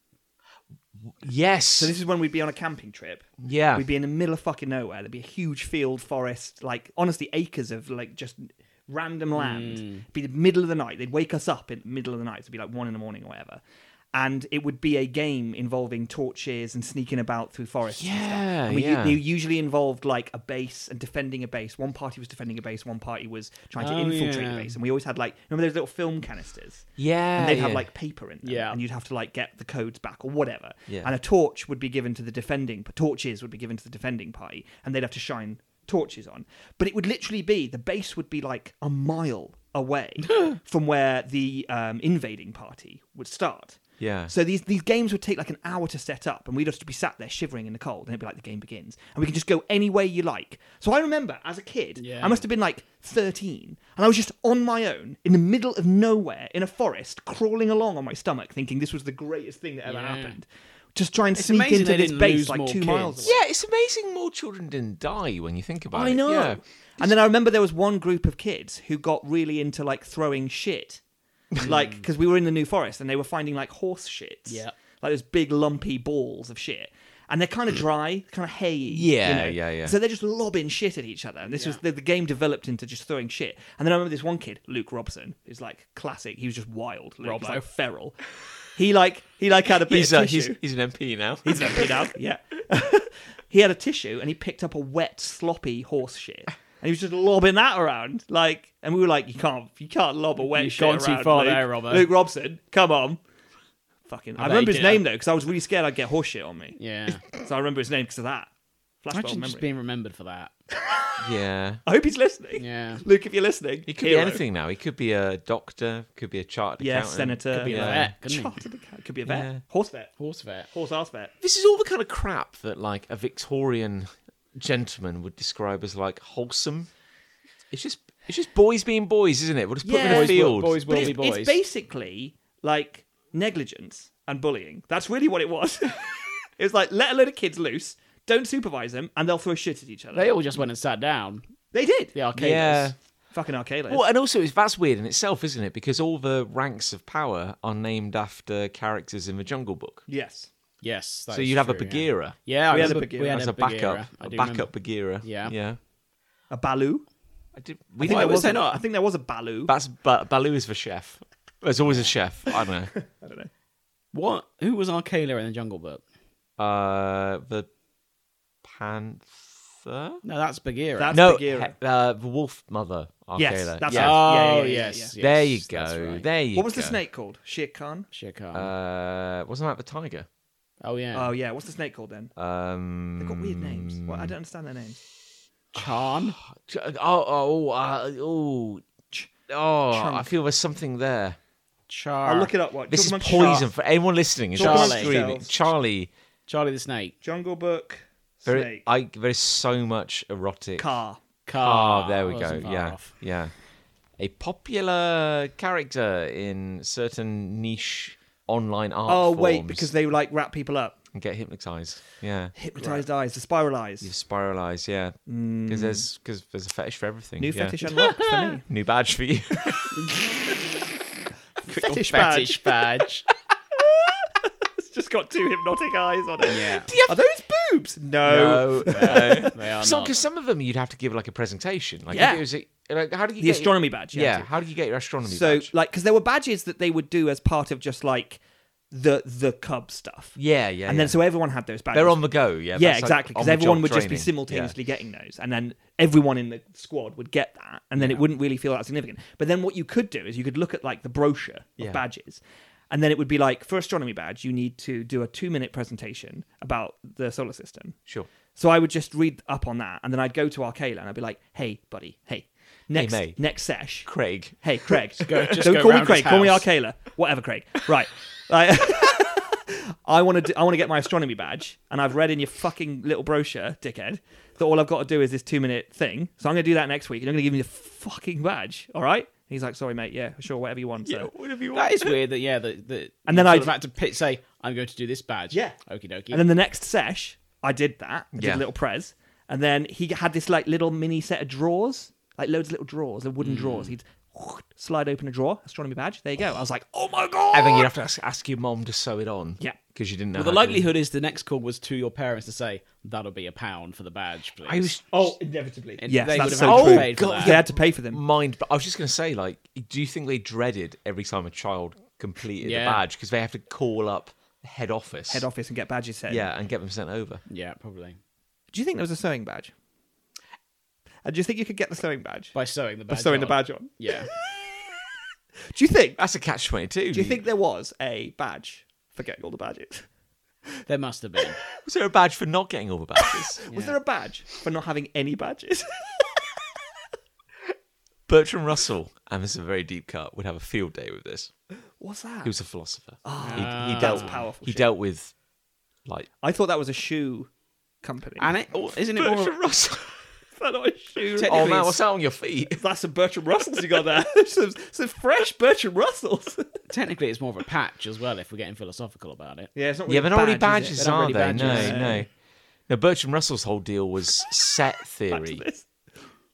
Speaker 1: Yes.
Speaker 3: So this is when we'd be on a camping trip.
Speaker 1: yeah.
Speaker 3: We'd be in the middle of fucking nowhere. There'd be a huge field, forest, like honestly acres of like just random land.
Speaker 1: Hmm.
Speaker 3: It'd be the middle of the night. They'd wake us up in the middle of the night. It'd be like one in the morning or whatever. And it would be a game involving torches and sneaking about through forests. and stuff.
Speaker 1: Yeah,
Speaker 3: And we,
Speaker 1: yeah.
Speaker 3: They usually involved like a base and defending a base. One party was defending a base. One party was trying to
Speaker 2: Oh,
Speaker 3: infiltrate
Speaker 2: yeah.
Speaker 3: the base. And we always had like remember those little film canisters.
Speaker 1: yeah.
Speaker 3: And they'd have
Speaker 1: yeah.
Speaker 3: like paper in them,
Speaker 2: Yeah.
Speaker 3: and you'd have to like get the codes back or whatever.
Speaker 1: Yeah.
Speaker 3: And a torch would be given to the defending, torches would be given to the defending party, and they'd have to shine torches on. But it would literally be the base would be like a mile away from where the um, invading party would start.
Speaker 1: Yeah.
Speaker 3: So these these games would take like an hour to set up, and we'd just be sat there shivering in the cold, and it'd be like the game begins, and we could just go any way you like. So I remember as a kid,
Speaker 2: Yeah.
Speaker 3: I must have been like 13, and I was just on my own in the middle of nowhere in a forest, crawling along on my stomach, thinking this was the greatest thing that ever
Speaker 2: Yeah.
Speaker 3: happened. Just try and
Speaker 2: It's
Speaker 3: sneak
Speaker 2: amazing
Speaker 3: into
Speaker 2: they
Speaker 3: this
Speaker 2: didn't
Speaker 3: base
Speaker 2: lose
Speaker 3: like
Speaker 2: more
Speaker 3: two miles
Speaker 2: kids.
Speaker 3: away.
Speaker 1: yeah, it's amazing more children didn't die when you think about it.
Speaker 3: I know.
Speaker 1: Yeah.
Speaker 3: And then I remember there was one group of kids who got really into like throwing shit.
Speaker 1: Hmm.
Speaker 3: like, because we were in the New Forest and they were finding like horse shits.
Speaker 2: Yeah.
Speaker 3: Like those big lumpy balls of shit. And they're kind of dry, kind of hay.
Speaker 1: Yeah, yeah, yeah.
Speaker 3: So they're just lobbing shit at each other. And this was the, the game developed into just throwing shit. And then I remember this one kid, Luke Robson, who's like classic. He was just wild. Luke, He was,
Speaker 2: Robbo.
Speaker 3: like feral. He like he like had a bit
Speaker 1: He's,
Speaker 3: of
Speaker 1: uh,
Speaker 3: tissue.
Speaker 1: he's, he's an MP now.
Speaker 3: He's an empty now. Yeah. he had a tissue and he picked up a wet, sloppy horse shit. And he was just lobbing that around. Like and we were like, You can't you can't lob a wet
Speaker 2: You've
Speaker 3: shit.
Speaker 2: gone too
Speaker 3: around,
Speaker 2: far
Speaker 3: Luke.
Speaker 2: there, Robert.
Speaker 3: Luke Robson, come on. Fucking I,
Speaker 2: bet
Speaker 3: remember
Speaker 2: he
Speaker 3: his
Speaker 2: did.
Speaker 3: name though, because I was really scared I'd get horse shit on me.
Speaker 2: Yeah.
Speaker 3: So I remember his name because of that. Flashback
Speaker 2: Imagine
Speaker 3: memory.
Speaker 2: just being remembered for that.
Speaker 1: yeah.
Speaker 3: I hope he's listening.
Speaker 2: Yeah.
Speaker 3: Luke, if you're listening.
Speaker 1: He could
Speaker 3: hero.
Speaker 1: be anything now. He could be a doctor, could be a chartered
Speaker 3: Yeah,
Speaker 1: accountant.
Speaker 3: senator. uh,
Speaker 1: Could be
Speaker 2: Yeah.
Speaker 1: a-
Speaker 2: Vet, couldn't he?
Speaker 3: Chartered account- Could be a vet.
Speaker 1: Yeah.
Speaker 3: Horse vet.
Speaker 2: Horse vet.
Speaker 3: Horse ass vet.
Speaker 1: this is all the kind of crap that like a Victorian gentleman would describe as like wholesome. It's just it's just boys being boys, isn't it? We'll just put them in a
Speaker 3: Yeah. Boys will-
Speaker 1: field.
Speaker 2: Boys
Speaker 3: But
Speaker 2: will be
Speaker 3: it's,
Speaker 2: boys.
Speaker 3: it's basically like negligence and bullying. That's really what it was. it was like let a load of kids loose, don't supervise them, and they'll throw shit at each other.
Speaker 2: they all just went and sat down.
Speaker 3: They did.
Speaker 2: The arcaders.
Speaker 1: yeah.
Speaker 3: Fucking arcade.
Speaker 1: Well, and also it's, that's weird in itself, isn't it? Because all the ranks of power are named after characters in the Jungle Book.
Speaker 3: Yes.
Speaker 2: Yes. that
Speaker 1: So
Speaker 2: is
Speaker 1: you'd have a
Speaker 2: true, yeah.
Speaker 1: Bagheera
Speaker 2: Yeah,
Speaker 3: We
Speaker 2: I
Speaker 3: had a
Speaker 2: remember-
Speaker 3: Bagheera.
Speaker 2: we had
Speaker 1: as a
Speaker 2: Bagheera.
Speaker 1: backup,
Speaker 2: I
Speaker 1: a
Speaker 2: do
Speaker 1: backup
Speaker 2: remember.
Speaker 1: Bagheera.
Speaker 2: Yeah.
Speaker 1: yeah.
Speaker 3: A Baloo.
Speaker 1: I did. We
Speaker 3: I think,
Speaker 1: didn't-
Speaker 3: there was
Speaker 2: was there
Speaker 3: a-
Speaker 2: not?
Speaker 3: I think there was a Baloo.
Speaker 1: That's ba- Baloo is the chef. There's always a chef. I don't
Speaker 3: I don't know.
Speaker 2: What? Who was Arcala in the Jungle Book?
Speaker 1: know. Uh, the panther.
Speaker 2: No, that's Bagheera.
Speaker 3: That's
Speaker 1: no,
Speaker 3: Bagheera.
Speaker 1: he- uh, the wolf mother.
Speaker 3: Yes,
Speaker 1: Arcada.
Speaker 3: that's
Speaker 1: yeah.
Speaker 3: it.
Speaker 2: Oh
Speaker 3: Yeah, yeah, yeah,
Speaker 2: yes,
Speaker 3: yeah,
Speaker 2: yes,
Speaker 1: There you go.
Speaker 2: that's right.
Speaker 1: There you.
Speaker 3: What was
Speaker 1: go.
Speaker 3: the snake called? Shere Khan.
Speaker 2: Shere Khan.
Speaker 1: Uh, wasn't that the tiger?
Speaker 2: oh yeah,
Speaker 3: Oh yeah. What's the snake called then?
Speaker 1: Um,
Speaker 3: They've got weird names. Well, I don't understand their names.
Speaker 2: Khan.
Speaker 1: Oh, oh, uh, oh, ch- oh! I
Speaker 3: Chunk.
Speaker 1: feel there's something there.
Speaker 2: Char.
Speaker 3: I'll look it up. What?
Speaker 1: This is
Speaker 3: Chugga Munch-
Speaker 1: poison
Speaker 3: Shark.
Speaker 1: for anyone listening. Is
Speaker 3: Talk
Speaker 2: amongst
Speaker 1: screaming.
Speaker 3: yourselves.
Speaker 1: Charlie.
Speaker 2: Charlie the Snake.
Speaker 3: Jungle Book.
Speaker 1: There,
Speaker 3: Snake.
Speaker 1: I, there's so much erotic.
Speaker 3: Car.
Speaker 2: Car.
Speaker 1: Ah, there we go.
Speaker 2: Wasn't far
Speaker 1: Yeah,
Speaker 2: Oh, off.
Speaker 1: yeah. A popular character in certain niche online art.
Speaker 3: Oh wait,
Speaker 1: forms.
Speaker 3: because they like wrap people up.
Speaker 1: and get hypnotized. Yeah.
Speaker 3: Hypnotized eyes, the spiral eyes.
Speaker 1: You spiral eyes, yeah. Because there's because there's a fetish for everything.
Speaker 3: Hmm. New
Speaker 1: yeah.
Speaker 3: fetish unlocked for me.
Speaker 1: New badge for you.
Speaker 3: Fetish
Speaker 1: oh,
Speaker 3: badge.
Speaker 2: Fetish badge.
Speaker 3: It's just got two hypnotic eyes on it.
Speaker 2: yeah.
Speaker 3: Are those boobs?
Speaker 1: No,
Speaker 3: No.
Speaker 1: no.
Speaker 2: They are
Speaker 1: Some
Speaker 2: not.
Speaker 1: because some of them you'd have to give like a presentation. Like,
Speaker 3: Yeah.
Speaker 1: if it was a, like how do you
Speaker 3: The
Speaker 1: get
Speaker 3: astronomy badge. you
Speaker 1: Your,
Speaker 3: have
Speaker 1: yeah,
Speaker 3: to.
Speaker 1: how do you get your astronomy
Speaker 3: so
Speaker 1: badge?
Speaker 3: like because there were badges that they would do as part of just like the the cub stuff
Speaker 1: yeah, yeah.
Speaker 3: and
Speaker 1: yeah.
Speaker 3: then so everyone had those badges
Speaker 1: they're on the go. Yeah,
Speaker 3: yeah
Speaker 1: that's like
Speaker 3: exactly because
Speaker 1: on-the-job
Speaker 3: everyone would just be
Speaker 1: training. Yeah.
Speaker 3: simultaneously getting those and then everyone in the squad would get that and then it wouldn't really feel that significant but then what you could do is you could look at like the brochure of
Speaker 1: Yeah.
Speaker 3: badges and then it would be like for astronomy badge you need to do a two minute presentation about the solar system
Speaker 1: Sure.
Speaker 3: so I would just read up on that, and then I'd go to Arcala and I'd be like, "Hey, buddy, hey, next
Speaker 1: mate."
Speaker 3: next sesh,
Speaker 1: Craig.
Speaker 3: Hey, Craig,
Speaker 2: go- just
Speaker 3: don't
Speaker 2: go
Speaker 3: call me
Speaker 2: round his
Speaker 3: Craig. Call me
Speaker 2: house.
Speaker 3: Arcala. Whatever, Craig. Right. Like, I want to. Do, I want to get my astronomy badge, and I've read in your fucking little brochure, dickhead, that all I've got to do is this two-minute thing. So I'm going to do that next week, and I'm going to give me the fucking badge. All right? And he's like, "Sorry, mate. Yeah, sure, whatever you want." So.
Speaker 1: Whatever you
Speaker 2: That is weird. That yeah. That, that
Speaker 3: And then
Speaker 2: you
Speaker 3: I-
Speaker 2: sort of had to pit say I'm going to do this badge.
Speaker 3: Yeah.
Speaker 2: Okie dokie.
Speaker 3: And then the next sesh, I did that. I did
Speaker 1: Yeah.
Speaker 3: a little prez. And then he had this like little mini set of drawers, like loads of little drawers, little
Speaker 2: Mm.
Speaker 3: wooden drawers. He'd slide open a drawer, astronomy badge. There you go. I was like, oh my god.
Speaker 1: I think you'd have to ask, ask your mom to sew it on.
Speaker 3: Yeah.
Speaker 1: Because you didn't know.
Speaker 2: well, the
Speaker 1: how to-
Speaker 2: likelihood is the next call was to your parents to say that'll be a pound for the badge, please.
Speaker 1: I was
Speaker 3: oh, inevitably.
Speaker 2: And
Speaker 3: yes,
Speaker 2: they
Speaker 3: that's
Speaker 2: would
Speaker 3: so
Speaker 2: have
Speaker 3: true.
Speaker 2: paid for
Speaker 3: God,
Speaker 2: that.
Speaker 3: They had to pay for them.
Speaker 1: mind, but I was just going to say, like, do you think they dreaded every time a child completed a
Speaker 2: Yeah.
Speaker 1: badge because they have to call up head office?
Speaker 3: Head office and get badges sent.
Speaker 1: Yeah, and get them sent over.
Speaker 2: Yeah, probably
Speaker 3: Do you think there was a sewing badge? And Uh, do you think you could get the sewing badge?
Speaker 2: by sewing the
Speaker 3: By
Speaker 2: badge.
Speaker 3: sewing the
Speaker 2: on.
Speaker 3: badge on.
Speaker 2: Yeah.
Speaker 3: Do you think? uh,
Speaker 1: That's a catch twenty two.
Speaker 3: Do you think there was a badge for getting all the badges?
Speaker 2: There must have been.
Speaker 1: was there a badge for not getting all the badges?
Speaker 3: Was there a badge for not having any badges?
Speaker 1: Bertrand Russell, and this is a very deep cut, would have a field day with this.
Speaker 3: What's that?
Speaker 1: He was a philosopher.
Speaker 3: Ah,
Speaker 1: he, he
Speaker 3: that's
Speaker 1: dealt.
Speaker 3: powerful
Speaker 1: He
Speaker 3: shit.
Speaker 1: dealt with like
Speaker 3: I thought that was a shoe company.
Speaker 2: And it oh, isn't it more.
Speaker 1: Russell.
Speaker 3: Is that not a shoe?
Speaker 2: Technically-
Speaker 1: oh man,
Speaker 2: it's-
Speaker 1: what's that on your feet?
Speaker 3: That's some Bertram Russells you got there. some, some fresh Bertram Russells.
Speaker 2: Technically, it's more of a patch as well. If we're getting philosophical about it.
Speaker 3: Yeah, it's not
Speaker 1: Yeah, they're not really badges,
Speaker 2: They're not
Speaker 1: are
Speaker 2: really
Speaker 1: they?
Speaker 2: badges.
Speaker 1: No, no. Now Bertrand Russell's whole deal was set theory.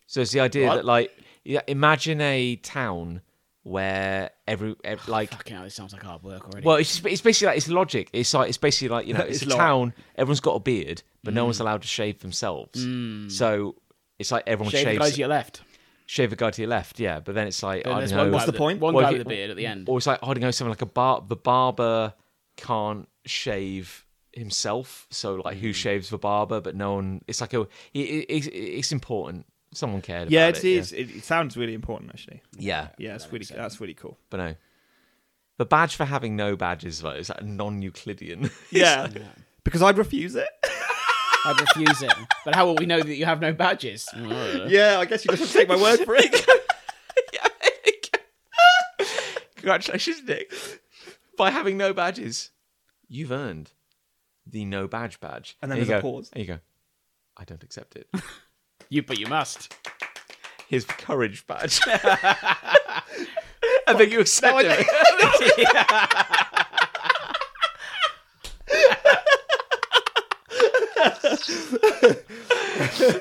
Speaker 1: So it's the idea that like, yeah, imagine a town where every, ev- like,
Speaker 2: Fucking hell, this sounds like hard work already.
Speaker 1: well, it's just, it's basically like it's logic. It's like it's basically like you know, it's, Mm.
Speaker 3: It's
Speaker 1: a
Speaker 3: lo-
Speaker 1: town. Everyone's got a beard, but no one's allowed to shave themselves. So it's like everyone
Speaker 2: shave the
Speaker 1: shaves
Speaker 2: guys to your left.
Speaker 1: shave a guy to your left, yeah. But then it's like
Speaker 2: Then
Speaker 1: I
Speaker 2: there's
Speaker 1: don't
Speaker 2: one
Speaker 1: know,
Speaker 2: guy
Speaker 3: What's the
Speaker 2: with
Speaker 3: point?
Speaker 2: One
Speaker 1: Well,
Speaker 2: guy
Speaker 1: if
Speaker 2: with a
Speaker 1: you-
Speaker 2: beard at the end.
Speaker 1: or it's like I don't know, something like a bar. The barber can't shave himself, so like
Speaker 3: Hmm.
Speaker 1: who shaves the barber? But no one. It's like a. It, it, it's- it's important. Someone cared.
Speaker 3: Yeah,
Speaker 1: about
Speaker 3: it is. It, it sounds really important, actually.
Speaker 1: Yeah. yeah,
Speaker 3: Yeah, that's really, that's really cool.
Speaker 1: but no. The badge for having no badges though is like non-Euclidean.
Speaker 3: Yeah. Because I'd refuse it.
Speaker 2: I'd refuse it. But how will we know that you have no badges?
Speaker 3: yeah, I guess you just have to take my word for it.
Speaker 1: Congratulations, Nick. By having no badges, you've earned the no badge badge.
Speaker 3: And then
Speaker 1: There you
Speaker 3: there's a
Speaker 1: go.
Speaker 3: pause.
Speaker 1: There you go. I don't accept it.
Speaker 2: You, but you must.
Speaker 1: his courage badge. I think you accept it.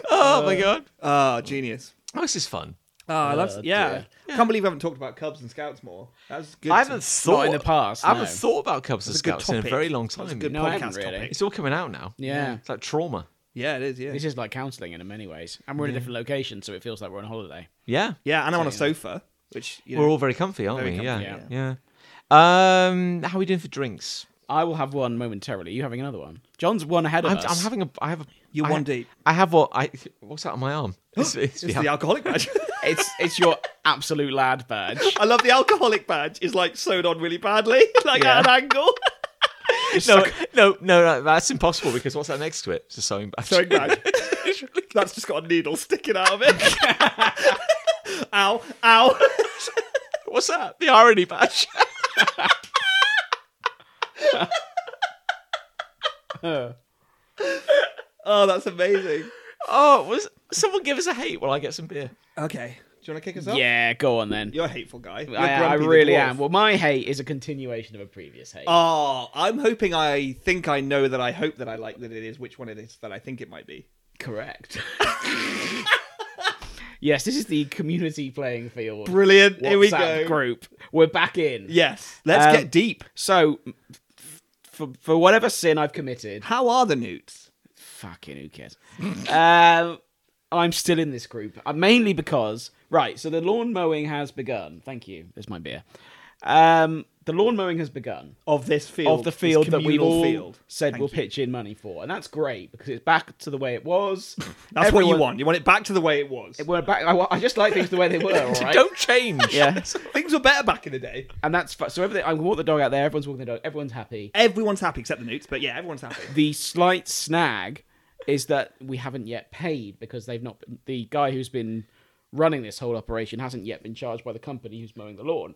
Speaker 1: oh my god!
Speaker 3: Ah, genius.
Speaker 1: Oh, this is fun.
Speaker 3: Oh, I love. yeah.
Speaker 2: dear.
Speaker 3: I can't believe I haven't talked about Cubs and Scouts more. That was good.
Speaker 1: I
Speaker 3: to-
Speaker 1: haven't thought
Speaker 2: in the past,
Speaker 1: I haven't
Speaker 2: no.
Speaker 1: thought about Cubs and
Speaker 3: That's a good
Speaker 1: Scouts in a
Speaker 3: topic.
Speaker 1: very long
Speaker 3: That was a
Speaker 1: time.
Speaker 3: good
Speaker 2: No, I haven't
Speaker 3: podcast
Speaker 2: really.
Speaker 3: topic.
Speaker 1: It's all coming out now.
Speaker 2: Yeah.
Speaker 1: it's like trauma.
Speaker 3: Yeah, it is. Yeah.
Speaker 2: This is like counselling in many ways. And we're in a different location, so it feels like we're on holiday.
Speaker 1: Yeah,
Speaker 3: Yeah, and I'm on a sofa, which you know,
Speaker 1: we're all very comfy, aren't
Speaker 3: Very
Speaker 1: we?
Speaker 3: comfy,
Speaker 1: yeah. yeah, yeah. Um, how are we doing for drinks?
Speaker 2: I will have one momentarily. You having another one? John's one ahead of
Speaker 1: I'm,
Speaker 2: us.
Speaker 1: I'm having a. I have a.
Speaker 3: You're
Speaker 1: I-
Speaker 3: one deep.
Speaker 1: I have what I. What's that on my arm? It's, it's-
Speaker 3: it's
Speaker 1: yeah.
Speaker 3: the alcoholic badge.
Speaker 2: It's it's your absolute lad badge.
Speaker 3: I love the alcoholic badge is like sewed on really badly, like
Speaker 1: Yeah.
Speaker 3: at an angle.
Speaker 1: no, no, no, no, that's impossible because what's that next to it? It's a sewing badge.
Speaker 3: Sewing badge. That's just got a needle sticking out of it. ow, ow.
Speaker 1: what's that? The irony badge.
Speaker 3: Oh, that's amazing. Oh,
Speaker 1: oh, was someone give us a hate while I get some beer?
Speaker 3: Okay. Do you want to kick us off?
Speaker 2: Yeah, go on then.
Speaker 3: You're a hateful guy. You're
Speaker 2: I, I
Speaker 3: Grumpy the
Speaker 2: really
Speaker 3: dwarf.
Speaker 2: am. Well, my hate is a continuation of a previous hate.
Speaker 3: Oh, I'm hoping I think I know that I hope that I like that it is which one it is that I think it might be.
Speaker 2: Correct. yes, this is the community playing field.
Speaker 3: Brilliant. Here we
Speaker 2: WhatsApp
Speaker 3: go.
Speaker 2: Group. We're back in.
Speaker 3: Yes. Let's
Speaker 2: Um,
Speaker 3: get deep.
Speaker 2: So, f- for for whatever sin I've committed,
Speaker 3: How are the newts?
Speaker 2: fucking who cares? um, I'm still in this group, uh, mainly because right. So the lawn mowing has begun. Thank you. There's my beer. Um, the lawn mowing has begun
Speaker 3: Of this field.
Speaker 2: of the
Speaker 3: this
Speaker 2: field that we
Speaker 3: communal
Speaker 2: all
Speaker 3: field.
Speaker 2: said
Speaker 3: Thank
Speaker 2: we'll
Speaker 3: you.
Speaker 2: pitch in money for, and that's great because it's back to the way it was.
Speaker 3: That's what you
Speaker 2: Everyone-
Speaker 3: want. You want it back to the way it was.
Speaker 2: We're back. I, I just like things the way they were. All right?
Speaker 1: Don't change.
Speaker 2: Yeah.
Speaker 3: Things were better back in the day.
Speaker 2: And that's fu- so. Everything. I walk the dog out there. Everyone's walking the dog. Everyone's happy.
Speaker 3: Everyone's happy except the newts, but yeah, everyone's happy.
Speaker 2: The slight snag is that we haven't yet paid because they've not. The guy who's been running this whole operation hasn't yet been charged by the company who's mowing the lawn.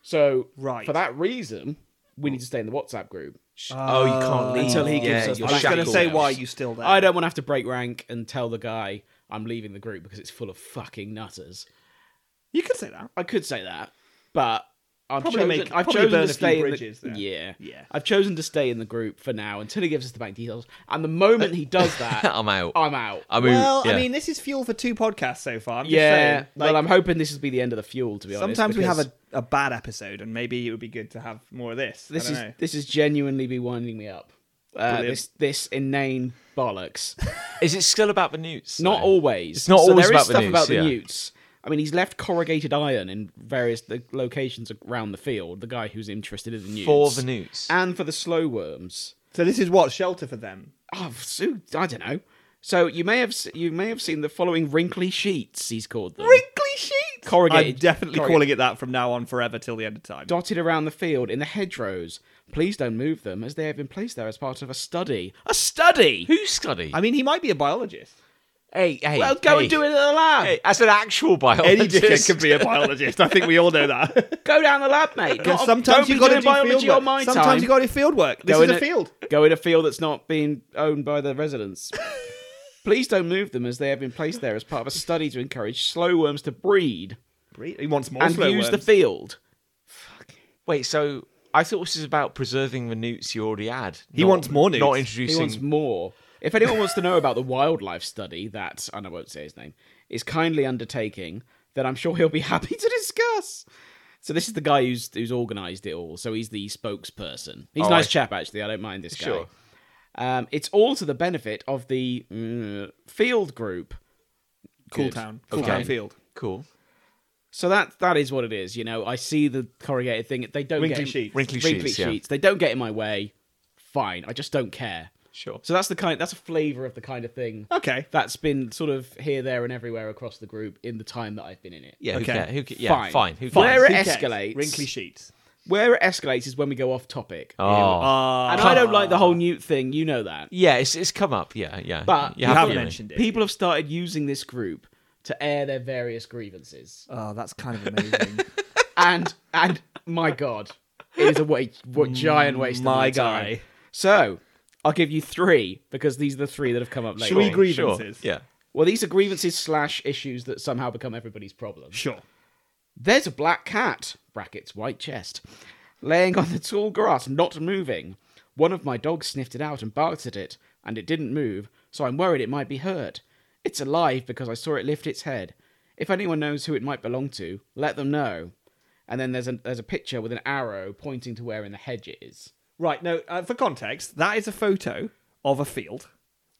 Speaker 2: So
Speaker 3: Right.
Speaker 2: for that reason, we need to stay in the WhatsApp group.
Speaker 1: Oh, you can't leave
Speaker 2: Until he
Speaker 1: yeah,
Speaker 2: gives us
Speaker 1: you're
Speaker 3: I was going to
Speaker 1: shackled.
Speaker 3: say why are you still there.
Speaker 2: I don't want to have to break rank and tell the guy I'm leaving the group because it's full of fucking nutters.
Speaker 3: You could say that.
Speaker 2: I could say that, but I've
Speaker 3: Probably
Speaker 2: chosen,
Speaker 3: make-
Speaker 2: I've
Speaker 3: probably
Speaker 2: chosen
Speaker 3: burn a
Speaker 2: to
Speaker 3: few
Speaker 2: stay
Speaker 3: bridges
Speaker 2: in
Speaker 3: there.
Speaker 2: the, yeah,
Speaker 3: Yeah.
Speaker 2: I've chosen to stay in the group for now until he gives us the bank details. And the moment he does that,
Speaker 1: I'm out.
Speaker 2: I'm out.
Speaker 1: I mean,
Speaker 3: Oh, Well,
Speaker 1: yeah.
Speaker 3: I mean, this is fuel for two podcasts so far. I'm just
Speaker 2: yeah.
Speaker 3: saying, like,
Speaker 2: well, I'm hoping this will be the end of the fuel. To be honest,
Speaker 3: sometimes we have
Speaker 2: because
Speaker 3: a, a bad episode, and maybe it would be good to have more of this. I
Speaker 2: This
Speaker 3: don't
Speaker 2: is
Speaker 3: know.
Speaker 2: this is genuinely be winding me up. Uh,
Speaker 3: Brilliant.
Speaker 2: this this inane bollocks.
Speaker 1: is it still about the newts?
Speaker 2: Not
Speaker 1: though?
Speaker 2: always.
Speaker 1: It's not
Speaker 2: so
Speaker 1: always
Speaker 2: there
Speaker 1: about
Speaker 2: is
Speaker 1: the
Speaker 2: stuff
Speaker 1: newts,
Speaker 2: about the
Speaker 1: yeah.
Speaker 2: newts. I mean, he's left corrugated iron in various the locations around the field. The guy who's interested in the newts
Speaker 1: for the newts.
Speaker 2: and for the slow worms.
Speaker 3: So this is what shelter for them.
Speaker 2: Oh, so, I don't know. So you may have s- you may have seen the following wrinkly sheets. He's called them
Speaker 3: Wrinkly sheets.
Speaker 2: corrugated,
Speaker 3: I'm definitely
Speaker 2: corrugated-
Speaker 3: calling it that from now on, forever till the end of time.
Speaker 2: dotted around the field in the hedgerows. Please don't move them, as they have been placed there as part of a study. A study.
Speaker 1: Who's study?
Speaker 3: I mean, he might be a biologist.
Speaker 1: hey, hey.
Speaker 2: Well, go
Speaker 1: hey.
Speaker 2: and do it in the lab.
Speaker 1: Hey, as an actual
Speaker 2: Oh,
Speaker 1: biologist.
Speaker 3: Any dickhead could be a biologist. I think we all know that.
Speaker 2: Go down the lab, mate. Not-
Speaker 3: sometimes
Speaker 2: don't
Speaker 3: you
Speaker 2: be
Speaker 3: got to
Speaker 2: doing
Speaker 3: do
Speaker 2: biology
Speaker 3: field work.
Speaker 2: on my
Speaker 3: sometimes
Speaker 2: time.
Speaker 3: you got to do field work. This
Speaker 2: Go
Speaker 3: is
Speaker 2: in
Speaker 3: a field.
Speaker 2: Go in a field that's not being owned by the residents. Please don't move them, as they have been placed there as part of a study to encourage slow worms to breed
Speaker 3: He wants more
Speaker 2: and
Speaker 3: slow
Speaker 2: use the
Speaker 3: worms.
Speaker 2: field.
Speaker 1: Wait, so I thought this was about preserving the newts you already had.
Speaker 3: He wants more newts.
Speaker 1: Not
Speaker 3: He
Speaker 1: introducing.
Speaker 2: He wants more. If anyone wants to know about the wildlife study that, and I won't say his name, is kindly undertaking, then I'm sure he'll be happy to discuss. So this is the guy who's who's organised it all. So he's the spokesperson. He's a
Speaker 1: Oh,
Speaker 2: nice
Speaker 1: I-
Speaker 2: chap, actually. I don't mind this guy.
Speaker 1: Sure.
Speaker 2: Um, it's all to the benefit of the mm, field group.
Speaker 3: Cool
Speaker 2: Good.
Speaker 3: town. Cool
Speaker 1: Okay.
Speaker 3: town field.
Speaker 1: Cool.
Speaker 2: So that that is what it is. You know, I see the corrugated thing. They don't
Speaker 3: Wrinkly
Speaker 2: get
Speaker 3: sheets.
Speaker 1: Wrinkly,
Speaker 2: wrinkly
Speaker 1: sheets. yeah.
Speaker 2: sheets. They don't get in my way. Fine. I just don't care.
Speaker 1: Sure.
Speaker 2: So that's the kind. That's a flavour of the kind of thing
Speaker 3: Okay.
Speaker 2: that's been sort of here, there, and everywhere across the group in the time that I've been in it.
Speaker 1: Yeah. Who
Speaker 3: Okay.
Speaker 1: cares? Who ca- yeah.
Speaker 2: Fine.
Speaker 1: Fine. Who
Speaker 2: Fine.
Speaker 1: cares?
Speaker 2: Where it
Speaker 3: Who cares?
Speaker 2: escalates-
Speaker 3: Wrinkly sheets.
Speaker 2: Where it escalates is when we go off topic.
Speaker 1: Oh.
Speaker 3: Ah.
Speaker 2: and I don't like the whole newt thing. You know that.
Speaker 1: yeah. It's it's come up. Yeah. Yeah.
Speaker 2: But
Speaker 3: You
Speaker 1: have
Speaker 3: have
Speaker 1: to really.
Speaker 3: mentioned it.
Speaker 2: People have started using this group to air their various grievances,
Speaker 3: Oh, that's kind of amazing.
Speaker 2: and and my god, it is a wa- wa- giant waste. of
Speaker 3: Mm, My
Speaker 2: my time.
Speaker 3: guy.
Speaker 2: So I'll give you three because these are the three that have come up later.
Speaker 3: Three
Speaker 2: on.
Speaker 3: grievances.
Speaker 1: Sure. Yeah.
Speaker 2: well, these are grievances slash issues that somehow become everybody's problem.
Speaker 3: sure.
Speaker 2: There's a black cat, brackets white chest, laying on the tall grass, not moving. One of my dogs sniffed it out and barked at it, and it didn't move, so I'm worried it might be hurt. It's alive because I saw it lift its head. If anyone knows who it might belong to, let them know. And then there's a there's a picture with an arrow pointing to where in the hedge it is.
Speaker 3: Right. No. Uh, for context, that is a photo of a field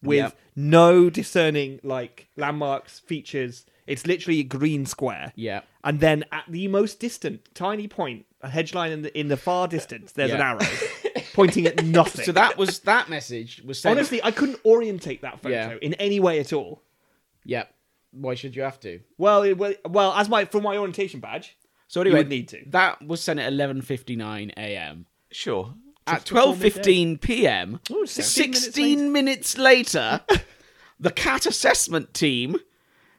Speaker 3: with
Speaker 2: Yep.
Speaker 3: no discerning like landmarks, features. It's literally a green square.
Speaker 2: Yeah.
Speaker 3: And then at the most distant, tiny point, a hedge line in the in the far distance, there's an
Speaker 2: Yeah.
Speaker 3: arrow pointing at nothing.
Speaker 2: So that was that message was sent.
Speaker 3: honestly, I couldn't orientate that photo
Speaker 2: Yeah.
Speaker 3: in any way at all.
Speaker 2: yep. Why should you have to?
Speaker 3: Well, it, well, well, as my from my orientation badge.
Speaker 2: So anyway,
Speaker 3: would need to.
Speaker 2: That was sent at 11:59 a.m.
Speaker 1: Sure.
Speaker 2: at
Speaker 3: before midday.
Speaker 2: 12:15 p.m.
Speaker 3: Ooh, 16 minutes
Speaker 2: 16 minutes later, the cat assessment team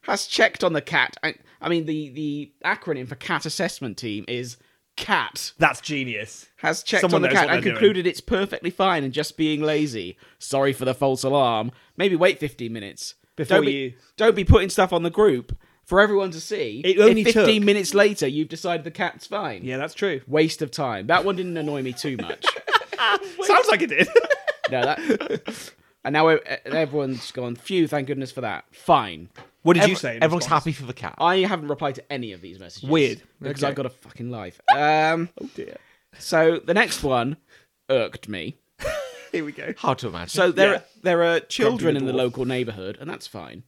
Speaker 2: has checked on the cat. I, I mean the the acronym for cat assessment team is CAT.
Speaker 3: That's genius.
Speaker 2: Has checked
Speaker 3: Someone
Speaker 2: on the
Speaker 3: knows
Speaker 2: cat
Speaker 3: what
Speaker 2: and
Speaker 3: they're doing.
Speaker 2: concluded it's perfectly fine and just being lazy. Sorry for the false alarm. Maybe wait 15 minutes
Speaker 3: Before
Speaker 2: don't be,
Speaker 3: you-
Speaker 2: Don't be putting stuff on the group for everyone to see.
Speaker 3: It
Speaker 2: and
Speaker 3: only
Speaker 2: 15
Speaker 3: took-
Speaker 2: minutes later, you've decided the cat's fine.
Speaker 3: Yeah, that's true.
Speaker 2: Waste of time. That one didn't annoy me too much.
Speaker 3: Sounds like it did.
Speaker 2: no, that. And now e- everyone's gone, phew, thank goodness for that. Fine.
Speaker 3: what did
Speaker 1: Every-
Speaker 3: you say? in
Speaker 1: Everyone's
Speaker 3: response?
Speaker 1: happy for the cat.
Speaker 2: I haven't replied to any of these messages.
Speaker 3: Weird.
Speaker 2: Because
Speaker 3: Okay.
Speaker 2: I've got a fucking life. Um,
Speaker 3: Oh dear.
Speaker 2: so the next one irked me.
Speaker 3: Here we go.
Speaker 1: Hard to imagine.
Speaker 2: So there,
Speaker 3: Yeah.
Speaker 2: there are children in the
Speaker 3: dwarf.
Speaker 2: local neighbourhood, and that's fine.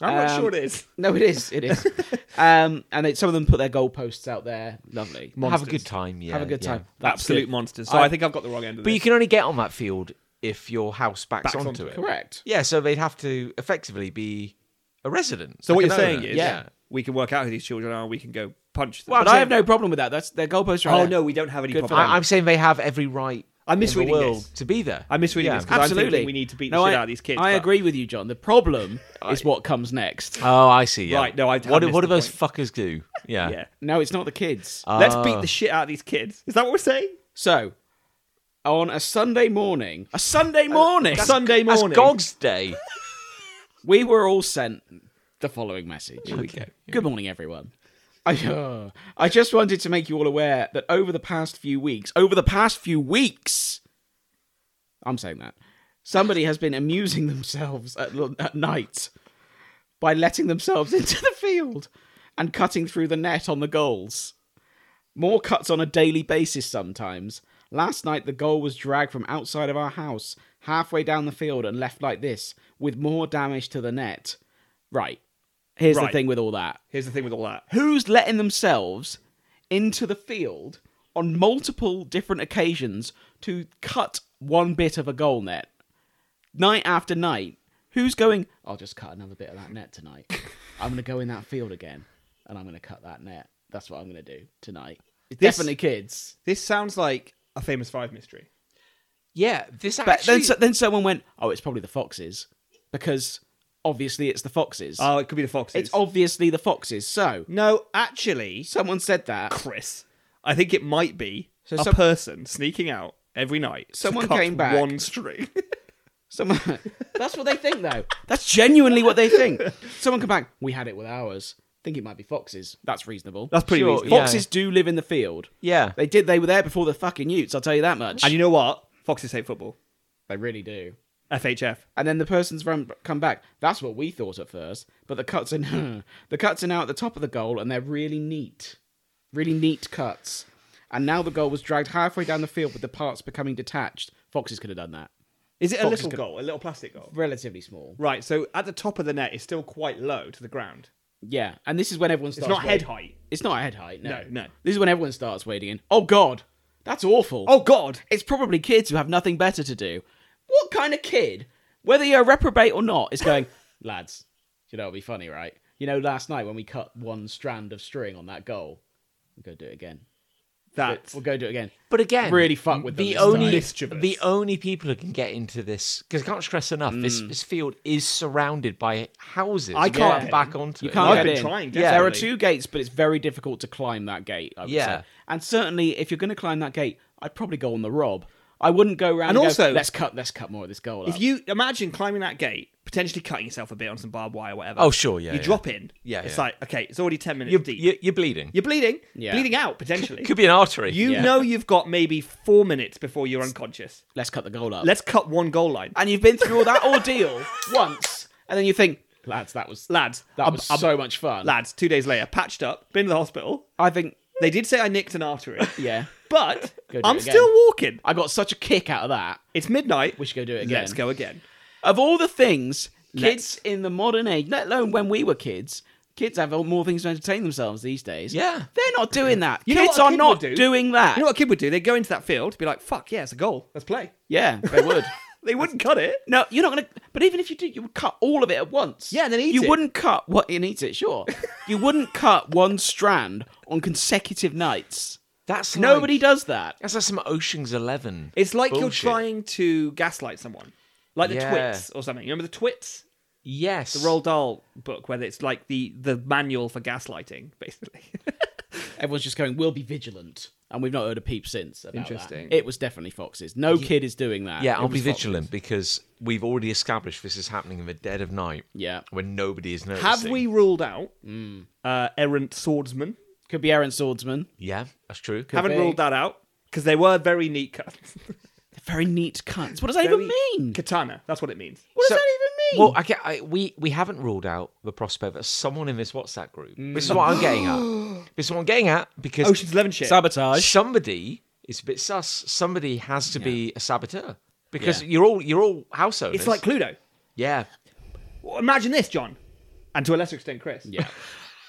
Speaker 3: I'm not
Speaker 2: Um,
Speaker 3: sure it is.
Speaker 2: No, it is. It is. um, and they, some of them put their goalposts out there. Lovely.
Speaker 1: have a
Speaker 3: Monsters.
Speaker 1: good time. Yeah,
Speaker 2: Have a good
Speaker 1: yeah.
Speaker 2: time. That's
Speaker 3: Absolute
Speaker 2: good.
Speaker 3: monsters. So
Speaker 1: I-
Speaker 3: I, think I've got the wrong end of
Speaker 1: But you
Speaker 3: this.
Speaker 1: can only get on that field if your house backs,
Speaker 3: Backs
Speaker 1: onto,
Speaker 3: onto
Speaker 1: it.
Speaker 2: Correct.
Speaker 1: Yeah, so they'd have to effectively be a resident.
Speaker 3: So
Speaker 1: like
Speaker 3: what
Speaker 1: an
Speaker 3: you're saying
Speaker 1: owner.
Speaker 3: is,
Speaker 2: Yeah.
Speaker 3: we can work out who these children are. and We can go punch them.
Speaker 1: Well,
Speaker 2: But I have no problem with that. That's their goalposts are. out
Speaker 3: oh
Speaker 2: there.
Speaker 3: no, we don't have any
Speaker 2: Good for
Speaker 3: problem.
Speaker 1: I, I'm saying they have every right.
Speaker 3: I'm misreading
Speaker 1: in the world
Speaker 3: this.
Speaker 1: to be there.
Speaker 3: I'm misreading
Speaker 1: yeah.
Speaker 3: this 'cause I'm
Speaker 2: Absolutely.
Speaker 3: thinking we need to beat the
Speaker 2: No,
Speaker 3: shit
Speaker 2: I-
Speaker 3: out of these kids,
Speaker 2: I
Speaker 3: but-
Speaker 2: agree with you, John. The problem is what comes next.
Speaker 1: Oh, I see. Yeah.
Speaker 3: Right, no, I- I
Speaker 1: What, do-
Speaker 3: missed
Speaker 1: what do
Speaker 3: the
Speaker 1: those fuckers do? Yeah.
Speaker 3: Yeah.
Speaker 2: No, it's not the kids.
Speaker 3: Let's
Speaker 1: Oh.
Speaker 3: beat the shit out of these kids. Is that what we're saying?
Speaker 2: So, on a Sunday morning, a Sunday morning,
Speaker 3: Sunday
Speaker 1: That's
Speaker 3: morning.
Speaker 1: Gog's Day.
Speaker 2: we were all sent the following message.
Speaker 1: go.
Speaker 2: Good morning, everyone. I, uh, I just wanted to make you all aware that over the past few weeks, over the past few weeks, I'm saying that, somebody has been amusing themselves at, l- at night by letting themselves into the field and cutting through the net on the goals. More cuts on a daily basis sometimes. Last night, the goal was dragged from outside of our house, halfway down the field, and left like this, with more damage to the net. Right. Here's the
Speaker 3: Right.
Speaker 2: thing with all that
Speaker 3: Here's the thing with all that.
Speaker 2: who's letting themselves into the field on multiple different occasions to cut one bit of a goal net night after night who's going i'll just cut another bit of that net tonight i'm going to go in that field again and i'm going to cut that net that's what i'm going to do tonight it's
Speaker 3: This-
Speaker 2: definitely kids
Speaker 3: This sounds like a famous five mystery.
Speaker 1: Yeah. This actually.
Speaker 2: but then, so, then someone went oh it's probably the foxes because obviously it's the foxes
Speaker 3: Oh, it could be the foxes.
Speaker 2: it's obviously the foxes so
Speaker 3: no, actually,
Speaker 2: someone said that
Speaker 3: Chris, I think it might be
Speaker 2: So
Speaker 3: a
Speaker 2: some-
Speaker 3: person sneaking out every night. to
Speaker 2: Someone
Speaker 3: cut
Speaker 2: came back.
Speaker 3: one string.
Speaker 2: Someone, that's what they think, though. That's genuinely what they think. Someone come back. We had it with ours. Think it might be foxes. That's reasonable.
Speaker 3: That's pretty
Speaker 1: Sure,
Speaker 3: reasonable.
Speaker 1: yeah.
Speaker 2: foxes do live in the field.
Speaker 1: yeah.
Speaker 2: They did. They were there before the fucking Utes. I'll tell you that much.
Speaker 3: And you know what? Foxes hate football.
Speaker 2: they really do.
Speaker 3: FHF.
Speaker 2: And then the person's run come back. That's what we thought at first. But the cuts in the cuts are now at the top of the goal, and they're really neat, really neat cuts. And now the goal was dragged halfway down the field with the parts becoming detached. Foxes could have done that.
Speaker 3: Is it a
Speaker 2: Foxes
Speaker 3: little
Speaker 2: could-
Speaker 3: goal? A little plastic goal?
Speaker 2: Relatively small.
Speaker 3: Right. So at the top of the net is still quite low to the ground.
Speaker 2: Yeah. And this is when everyone starts.
Speaker 3: It's not
Speaker 2: worrying.
Speaker 3: head height.
Speaker 2: It's not head height. No.
Speaker 3: No, no.
Speaker 2: This is when everyone starts wading in. Oh God, that's awful.
Speaker 3: Oh God!
Speaker 2: it's probably kids who have nothing better to do. What kind of kid, whether you're a reprobate or not, is going, lads? You know, it'll be funny, right? You know, last night when we cut one strand of string on that goal, we'll go do it again.
Speaker 3: That
Speaker 2: We'll go do it again.
Speaker 1: But again,
Speaker 2: Really fuck with them
Speaker 1: the
Speaker 2: this
Speaker 1: only
Speaker 2: time.
Speaker 3: Mischievous.
Speaker 1: the only people who can get into this because I can't stress enough this this field is surrounded by houses.
Speaker 3: I
Speaker 1: You
Speaker 3: can't
Speaker 1: can't
Speaker 3: get
Speaker 1: back onto
Speaker 2: You
Speaker 1: it.
Speaker 2: can't
Speaker 3: I've
Speaker 2: get
Speaker 3: been
Speaker 2: in.
Speaker 3: trying,
Speaker 2: Yeah, there are
Speaker 3: definitely.
Speaker 2: two gates, but it's very difficult to climb that gate. I would
Speaker 1: Yeah.
Speaker 2: say. and certainly if you're going to climb that gate, I'd probably go on the rob. I wouldn't go around.
Speaker 3: And
Speaker 2: go,
Speaker 3: also-
Speaker 2: let's cut. Let's cut more of this goal.
Speaker 3: If
Speaker 2: up."
Speaker 3: you imagine climbing that gate, potentially cutting yourself a bit on some barbed wire or whatever.
Speaker 1: Oh, sure, yeah,
Speaker 3: You
Speaker 1: yeah.
Speaker 3: drop in.
Speaker 1: Yeah,
Speaker 3: It's
Speaker 1: yeah.
Speaker 3: like okay, it's already ten minutes
Speaker 1: You're,
Speaker 3: deep.
Speaker 1: you're, you're bleeding.
Speaker 3: You're bleeding.
Speaker 2: Yeah.
Speaker 3: Bleeding out potentially.
Speaker 1: Could be an artery.
Speaker 3: you
Speaker 2: Yeah.
Speaker 3: know you've got maybe four minutes before you're unconscious.
Speaker 2: let's cut the goal up.
Speaker 3: Let's cut one goal line.
Speaker 2: and you've been through all that ordeal once, and then you think, lads, that was
Speaker 3: Lads,
Speaker 2: that
Speaker 3: I'm-
Speaker 2: was
Speaker 3: I'm-
Speaker 2: so much fun.
Speaker 3: lads. Two days later, patched up, been to the hospital.
Speaker 2: I think,
Speaker 3: They did say I nicked an artery,
Speaker 2: yeah,
Speaker 3: but
Speaker 2: Go do it
Speaker 3: I'm
Speaker 2: again.
Speaker 3: still walking.
Speaker 2: I got such a kick out of that.
Speaker 3: It's midnight.
Speaker 2: We should go do it again.
Speaker 3: Let's go again.
Speaker 2: Of all the things,
Speaker 3: Let's-
Speaker 2: kids in the modern age, let alone when we were kids, kids have more things to entertain themselves these days.
Speaker 1: Yeah.
Speaker 2: they're not doing that.
Speaker 3: You know
Speaker 2: kids
Speaker 3: what a
Speaker 2: are
Speaker 3: kid
Speaker 2: not
Speaker 3: would do?
Speaker 2: doing that.
Speaker 3: You know what a kid would do? They'd go into that field, be like, "Fuck yeah, it's a goal. Let's play."
Speaker 2: yeah, they would.
Speaker 3: They wouldn't cut it.
Speaker 2: No, you're not gonna. But even if you do, you would cut all of it at once.
Speaker 3: Yeah, and then eat
Speaker 2: you
Speaker 3: it.
Speaker 2: wouldn't cut what and eat it. Sure, you wouldn't cut one strand on consecutive nights.
Speaker 1: That's
Speaker 2: Nobody
Speaker 1: Like,
Speaker 2: does that.
Speaker 1: that's like some Ocean's Eleven.
Speaker 3: It's like
Speaker 1: bullshit.
Speaker 3: you're trying to gaslight someone, like the
Speaker 1: Yeah.
Speaker 3: Twits or something. You remember the Twits,
Speaker 1: Yes.
Speaker 3: the Roald Dahl book, where it's like the the manual for gaslighting, basically.
Speaker 2: Everyone's just going, we'll be vigilant. and we've not heard a peep since. About that.
Speaker 3: Interesting.
Speaker 2: It was definitely foxes. No kid is doing that.
Speaker 1: Yeah,
Speaker 2: It
Speaker 1: I'll
Speaker 2: was
Speaker 1: be vigilant
Speaker 2: foxes.
Speaker 1: because we've already established this is happening in the dead of night
Speaker 2: Yeah,
Speaker 1: when nobody is noticing.
Speaker 3: Have we ruled out
Speaker 2: Mm.
Speaker 3: uh, errant swordsmen?
Speaker 2: could be errant swordsman.
Speaker 1: Yeah, that's true.
Speaker 3: Haven't
Speaker 2: be.
Speaker 3: ruled that out because they were very neat cuts.
Speaker 2: Very neat cunts. What does that even mean?
Speaker 3: Katana. That's what it means.
Speaker 2: What
Speaker 1: So-
Speaker 2: does that even mean?
Speaker 1: Well, I, get- I, we we haven't ruled out the prospect that someone in this WhatsApp group. This is what I'm getting
Speaker 3: Mm.
Speaker 1: at. This is what I'm getting at because
Speaker 3: Ocean's Eleven shit.
Speaker 2: Sabotage.
Speaker 1: somebody is a bit sus. Somebody has to be a saboteur because you're all you're all house owners.
Speaker 3: it's like Cluedo.
Speaker 1: yeah,
Speaker 3: Well, imagine this, John, and to a lesser extent, Chris.
Speaker 2: Yeah.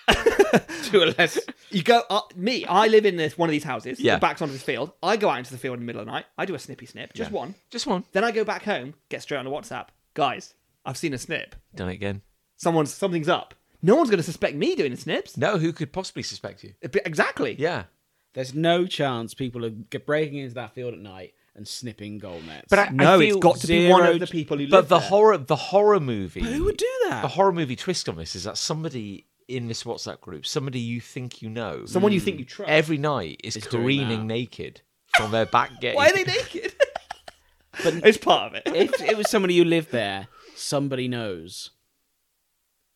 Speaker 2: to a less.
Speaker 3: You go up, me. I live in this one of these houses.
Speaker 1: Yeah.
Speaker 3: Yeah. Backs onto this field. I go out into the field in the middle of the night. I do a snippy snip, just one.
Speaker 1: just one.
Speaker 3: Then I go back home, get straight on the WhatsApp. Guys, I've seen a snip.
Speaker 1: Done it again.
Speaker 3: Someone's something's up. No one's going to suspect me doing the snips.
Speaker 1: No, who could possibly suspect you?
Speaker 3: Exactly.
Speaker 1: Mm. Yeah,
Speaker 2: There's no chance people are g- breaking into that field at night and snipping goal nets.
Speaker 1: but I,
Speaker 3: No,
Speaker 1: I
Speaker 3: it's
Speaker 1: feel
Speaker 3: got to be
Speaker 2: zero
Speaker 3: one of the
Speaker 2: ch-
Speaker 3: people who.
Speaker 1: But
Speaker 3: live
Speaker 1: the
Speaker 3: there.
Speaker 1: horror the horror movie.
Speaker 2: who would do that?
Speaker 1: The horror movie twist on this is that somebody in this WhatsApp group, somebody you think you know,
Speaker 3: someone you think you trust.
Speaker 1: every night is
Speaker 2: doing that.
Speaker 1: careening naked from their back gate.
Speaker 3: Why are they naked?
Speaker 2: But-
Speaker 3: it's part of it.
Speaker 2: if it was somebody who lived there, somebody knows.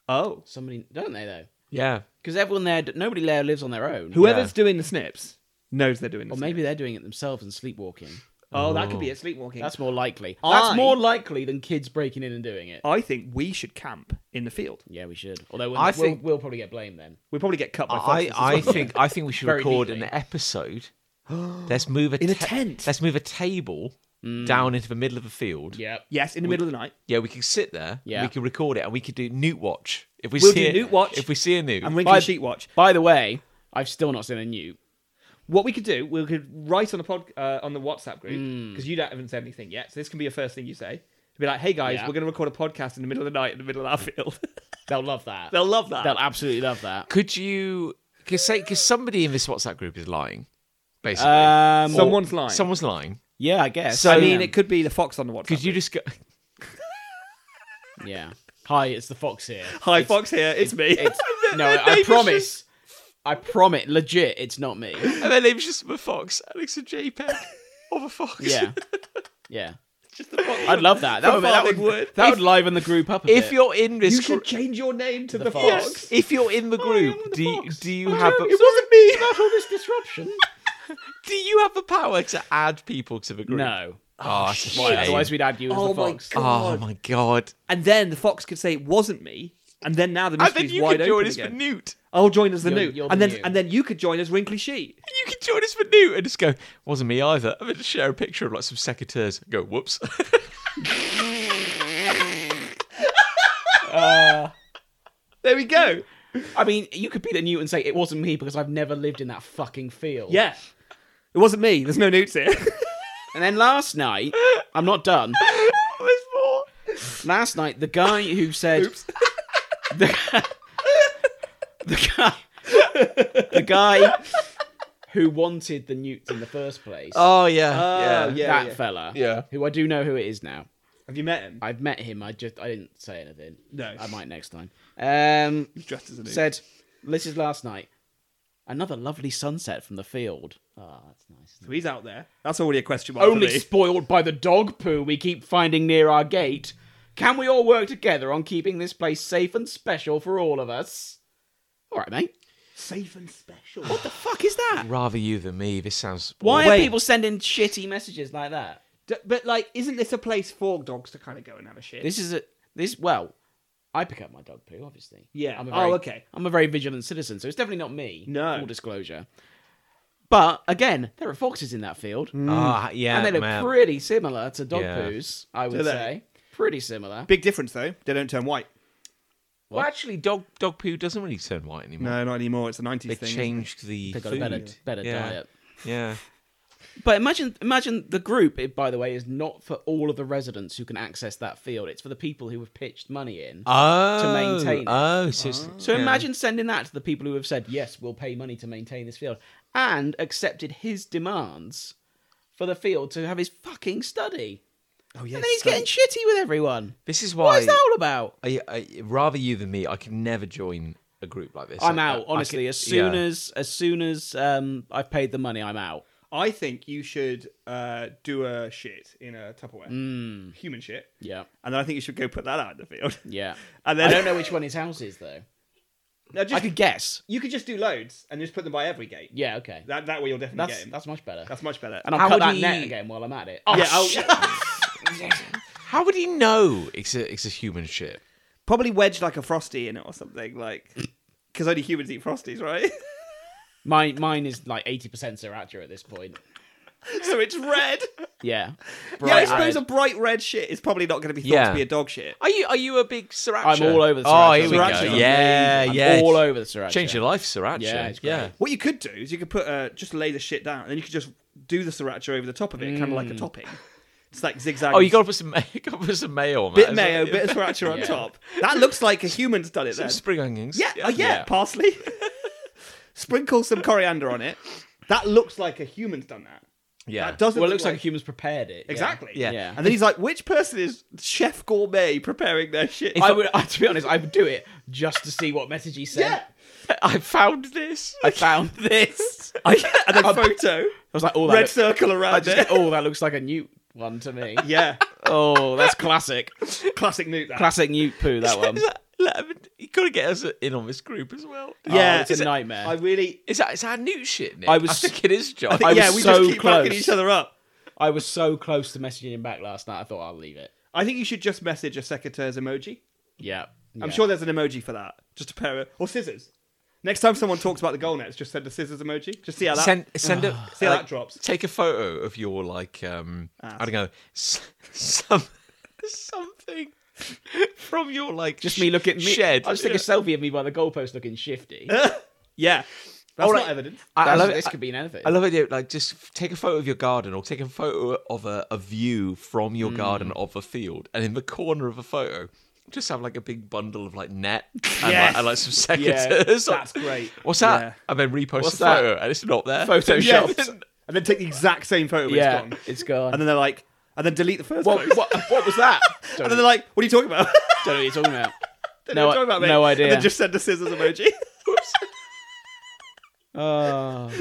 Speaker 3: Oh,
Speaker 2: Somebody don't they though?
Speaker 1: Yeah.
Speaker 2: Because everyone there, nobody there lives on their own.
Speaker 3: whoever's
Speaker 1: Yeah.
Speaker 3: doing the snips knows they're doing. The
Speaker 2: Or
Speaker 3: snips.
Speaker 2: maybe they're doing it themselves and sleepwalking.
Speaker 3: Oh, that could be it. Sleepwalking.
Speaker 2: That's more likely.
Speaker 3: I-
Speaker 2: That's more likely than kids breaking in and doing it.
Speaker 3: I think we should camp in the field.
Speaker 2: Yeah, we should. Although we'll,
Speaker 1: I
Speaker 2: we'll,
Speaker 1: think-
Speaker 2: we'll probably get blamed then.
Speaker 3: We probably get cut by foxes.
Speaker 1: I, I
Speaker 3: as well.
Speaker 1: think I think we should
Speaker 2: Very
Speaker 1: record
Speaker 2: neatly.
Speaker 1: an episode. Let's move a
Speaker 3: In a
Speaker 1: ta-
Speaker 3: tent.
Speaker 1: Let's move a table
Speaker 2: Mm.
Speaker 1: down into the middle of the field.
Speaker 2: Yep.
Speaker 3: yes, in the middle of the night,
Speaker 1: Yeah, we can sit there.
Speaker 2: Yeah.
Speaker 1: We can record it and we could do newt watch. If we
Speaker 3: We'll
Speaker 1: see
Speaker 3: do
Speaker 1: a-
Speaker 3: newt watch.
Speaker 1: If we see a newt.
Speaker 3: and Rinky
Speaker 2: Five-
Speaker 3: sheet watch.
Speaker 2: By the way, I've still not seen a newt.
Speaker 3: What we could do, we could write on the pod uh, on the WhatsApp group because you don't haven't said anything yet. So this can be a first thing you say. Be like, hey guys,
Speaker 2: Yeah.
Speaker 3: we're going to record a podcast in the middle of the night in the middle of our field.
Speaker 2: They'll love that.
Speaker 3: They'll love that.
Speaker 2: They'll absolutely love that.
Speaker 1: could you cause say cause somebody in this WhatsApp group is lying, basically.
Speaker 2: Um,
Speaker 1: Or-
Speaker 3: Someone's lying.
Speaker 1: Someone's lying.
Speaker 2: yeah, I guess.
Speaker 1: So-
Speaker 3: I mean,
Speaker 2: yeah.
Speaker 3: it could be the fox on the WhatsApp.
Speaker 1: Could you
Speaker 3: group.
Speaker 1: just go
Speaker 2: yeah. Hi, it's the fox here.
Speaker 3: Hi, fox here. It's me.
Speaker 2: It's, no, I promise. I promise. Legit, it's not me.
Speaker 1: And their name's just the Fox, Alex and JPEG. Or the Fox.
Speaker 2: Yeah. Yeah.
Speaker 3: Just the fox.
Speaker 2: I'd love that. That would, that would,
Speaker 3: Farming wood.
Speaker 2: that
Speaker 1: If-
Speaker 2: would liven the group up a
Speaker 1: If
Speaker 2: bit.
Speaker 1: you're in this
Speaker 3: you
Speaker 1: gr-
Speaker 3: should change your name to the,
Speaker 2: fox.
Speaker 3: fox.
Speaker 2: Yes.
Speaker 1: if you're Oh, in the group, do you, do you have a,
Speaker 3: It wasn't me.
Speaker 2: Not all this disruption.
Speaker 1: do you have the power to add people to the group?
Speaker 2: No.
Speaker 1: Oh, it's a shame.
Speaker 2: Otherwise, we'd add you as
Speaker 3: Oh
Speaker 2: the
Speaker 3: my
Speaker 2: fox.
Speaker 3: God.
Speaker 1: Oh my god.
Speaker 3: And then the fox could say it wasn't me. And then now the
Speaker 1: And
Speaker 3: mystery's
Speaker 1: then you
Speaker 3: wide
Speaker 1: could join
Speaker 3: open
Speaker 1: us for
Speaker 3: again.
Speaker 1: Newt.
Speaker 3: I'll join as the
Speaker 2: You're-
Speaker 3: new,
Speaker 2: you're
Speaker 3: and
Speaker 2: the
Speaker 3: then
Speaker 2: new.
Speaker 3: and then you could join as Wrinkly Sheet.
Speaker 1: You could join us for Newt and just go, wasn't me either. I'm going to share a picture of like some secateurs. and Go, whoops.
Speaker 3: There we go.
Speaker 2: I mean, you could be the new and say it wasn't me because I've never lived in that fucking field.
Speaker 3: Yeah, it wasn't me. There's no newts here.
Speaker 2: And then last night, I'm not done.
Speaker 1: There's more.
Speaker 2: Last night, the guy who said, the, the guy, the guy who wanted the newt in the first place,
Speaker 1: Oh yeah.
Speaker 3: Oh, yeah.
Speaker 2: that fella,
Speaker 1: Yeah.
Speaker 2: who I do know who it is now.
Speaker 3: Have you met him?
Speaker 2: I've met him. I just I didn't say anything.
Speaker 3: No.
Speaker 2: I might next time. Um,
Speaker 3: He's dressed as a newt.
Speaker 2: said, "This is last night. Another lovely sunset from the field. Ah, that's nice. isn't it?
Speaker 3: so he's out there. That's already a question mark
Speaker 2: Only
Speaker 3: for me.
Speaker 2: spoiled by the dog poo we keep finding near our gate. Can we all work together on keeping this place safe and special for all of us? All right, mate.
Speaker 3: Safe and special.
Speaker 2: What the fuck is that?
Speaker 1: Rather you than me. This sounds.
Speaker 2: Why
Speaker 3: Wait.
Speaker 2: are people sending shitty messages like that?
Speaker 3: D- but like, isn't this a place for dogs to kind of go and have a shit?
Speaker 2: This is a this well. I pick up my dog poo, obviously.
Speaker 3: Yeah.
Speaker 2: I'm a
Speaker 3: Oh,
Speaker 2: very,
Speaker 3: okay.
Speaker 2: I'm a very vigilant citizen, so it's definitely not me.
Speaker 3: No.
Speaker 2: Full disclosure. But again, there are foxes in that field,
Speaker 1: Ah, yeah,
Speaker 2: and they look
Speaker 1: man.
Speaker 2: pretty similar to dog
Speaker 1: Yeah.
Speaker 2: poos. I
Speaker 3: Do
Speaker 2: would
Speaker 3: they?
Speaker 2: say pretty similar.
Speaker 3: Big difference though. They don't turn white.
Speaker 1: Well, actually, dog dog poo doesn't really turn white anymore.
Speaker 3: No, not anymore. It's a '90s
Speaker 1: They
Speaker 3: thing.
Speaker 1: changed the
Speaker 2: They got
Speaker 1: food.
Speaker 2: a better better
Speaker 1: Yeah.
Speaker 2: diet.
Speaker 1: Yeah.
Speaker 2: But imagine, imagine the group. It, by the way, is not for all of the residents who can access that field. It's for the people who have pitched money in.
Speaker 1: Oh.
Speaker 2: maintain it.
Speaker 1: Oh, so, it's,
Speaker 2: So
Speaker 1: yeah.
Speaker 2: imagine sending that to the people who have said, yes, we'll pay money to maintain this field and accepted his demands for the field to have his fucking study.
Speaker 3: Oh yeah.
Speaker 2: And then he's getting shitty with everyone.
Speaker 1: This is why.
Speaker 2: What is that all about?
Speaker 1: I, I, rather you than me, I could never join a group like this.
Speaker 2: I'm
Speaker 1: I- I-
Speaker 2: out.
Speaker 1: I
Speaker 2: Honestly,
Speaker 1: could-
Speaker 2: as soon
Speaker 1: yeah.
Speaker 2: as as soon as um I've paid the money, I'm out.
Speaker 3: I think you should uh, do a shit in a Tupperware, human shit,
Speaker 2: Yeah,
Speaker 3: and then I think you should go put that out in the field.
Speaker 2: yeah.
Speaker 3: And
Speaker 2: I
Speaker 3: then
Speaker 2: don't know which one his house is though.
Speaker 3: No,
Speaker 2: I
Speaker 3: just,
Speaker 2: could guess.
Speaker 3: you could just do loads and just put them by every gate.
Speaker 2: Yeah, okay.
Speaker 3: That that way you'll definitely
Speaker 2: That's
Speaker 3: get him. That's,
Speaker 2: that's much better.
Speaker 3: much better.
Speaker 2: and I'll
Speaker 1: How
Speaker 2: cut
Speaker 1: would
Speaker 2: that
Speaker 1: he-
Speaker 2: net again while I'm at it.
Speaker 1: Oh,
Speaker 3: yeah,
Speaker 1: shit.
Speaker 3: I'll
Speaker 1: How would he know it's a it's a human ship?
Speaker 3: probably wedge like a frosty in it or something like. Because only humans eat frosties, right?
Speaker 2: Mine mine is like eighty percent Sriracha at this point.
Speaker 3: so it's red.
Speaker 2: Yeah,
Speaker 3: yeah, I
Speaker 1: Bright
Speaker 3: suppose
Speaker 1: red.
Speaker 3: a bright red shit is probably not going to be thought
Speaker 1: Yeah.
Speaker 3: to be a dog shit.
Speaker 1: Are you are you a big sriracha?
Speaker 2: I'm all over the
Speaker 1: Oh,
Speaker 2: sriracha.
Speaker 1: here we
Speaker 3: Sriracha's
Speaker 1: go.
Speaker 3: amazing.
Speaker 1: Yeah,
Speaker 2: I'm
Speaker 1: yeah.
Speaker 2: all over the Sriracha.
Speaker 1: Change your life, sriracha.
Speaker 2: Yeah, it's great.
Speaker 1: yeah.
Speaker 3: What you could do is you could put uh, just lay the shit down, and then you could just do the sriracha over the top of it, kind of like a topping. It's like zigzag.
Speaker 1: Oh, you gotta put some you gotta put some mayo on
Speaker 3: bit
Speaker 1: that.
Speaker 3: mayo, bit of sriracha on
Speaker 2: Yeah.
Speaker 3: top. That looks like a human's done it.
Speaker 1: some
Speaker 3: Then.
Speaker 1: spring onions.
Speaker 3: yeah, uh, yeah, yeah,
Speaker 2: Yeah.
Speaker 3: parsley. Sprinkle some coriander on it. That looks like a human's done that.
Speaker 1: yeah.
Speaker 3: That doesn't.
Speaker 2: Ah. Well, it
Speaker 3: look
Speaker 2: looks like a human's prepared it. yeah.
Speaker 3: Exactly.
Speaker 1: Yeah.
Speaker 2: Yeah.
Speaker 3: And then he's like, "Which person is Chef Gourmet preparing their shit?" Oh,
Speaker 2: I would, I, to be honest, I would do it just to see what message he sent.
Speaker 3: yeah.
Speaker 1: I found this.
Speaker 2: I found this. I
Speaker 3: I- and a photo,
Speaker 2: was like, oh, that
Speaker 3: red
Speaker 2: looks,
Speaker 3: circle
Speaker 2: I
Speaker 3: around
Speaker 2: just, went,
Speaker 3: it.
Speaker 2: oh, that looks like a newt one to me.
Speaker 3: Yeah,
Speaker 2: Oh, that's classic.
Speaker 3: classic Newt. That.
Speaker 2: Classic newt poo. That one.
Speaker 1: Is that- let him in- you gotta get us in on this group as well.
Speaker 2: Oh,
Speaker 3: Yeah.
Speaker 2: it's a
Speaker 3: Is it-
Speaker 2: nightmare.
Speaker 3: I really.
Speaker 1: Is that is that new shit? Nick?
Speaker 2: I was-
Speaker 1: I think it is, John.
Speaker 3: I think,
Speaker 2: I was
Speaker 3: yeah, we
Speaker 2: so
Speaker 3: just keep backing
Speaker 2: close.
Speaker 3: each other up.
Speaker 2: I was so close to messaging him back last night. I thought I'll leave it.
Speaker 3: I think you should just message a secateurs emoji.
Speaker 2: Yeah,
Speaker 3: I'm
Speaker 2: Yeah.
Speaker 3: sure there's an emoji for that. Just a pair of or scissors. Next time someone talks about the goal nets, just send a scissors emoji. Just see how that
Speaker 1: send send
Speaker 2: Ah.
Speaker 1: a
Speaker 3: see how
Speaker 1: like,
Speaker 3: that drops.
Speaker 1: Take a photo of your like um I don't know s- some something from your like
Speaker 2: Just me looking at me.
Speaker 1: shed.
Speaker 2: I'll just take a selfie of me by the goalpost looking shifty.
Speaker 3: Yeah, Oh, that's
Speaker 1: All
Speaker 3: not
Speaker 1: right.
Speaker 3: evidence.
Speaker 1: I, I
Speaker 2: That's-
Speaker 1: love
Speaker 2: this
Speaker 1: it.
Speaker 2: could be an elephant.
Speaker 1: I love it. Like, just f- take a photo of your garden, or take a photo of a, a view from your garden
Speaker 2: Hmm.
Speaker 1: of a field, and in the corner of a photo, just have like a big bundle of like net and,
Speaker 3: Yes.
Speaker 1: like, and like some
Speaker 2: Yeah,
Speaker 1: secateurs. on-
Speaker 3: that's great.
Speaker 1: What's that?
Speaker 3: Yeah.
Speaker 1: And then repost
Speaker 2: What's
Speaker 1: the
Speaker 2: that?
Speaker 1: photo, and it's not there.
Speaker 2: Photoshopped.
Speaker 1: Yeah, then-
Speaker 3: And then take the exact same photo when
Speaker 2: yeah,
Speaker 3: it's gone.
Speaker 2: it's gone.
Speaker 3: And then they're like, and then delete the first
Speaker 2: what,
Speaker 3: one.
Speaker 2: what, what was that?
Speaker 3: And then they're like, what are you talking about?
Speaker 2: don't know what you're talking about.
Speaker 3: Don't
Speaker 2: No,
Speaker 3: know what you're talking about, mate.
Speaker 2: no idea.
Speaker 3: And then just send a scissors emoji.
Speaker 2: Oh.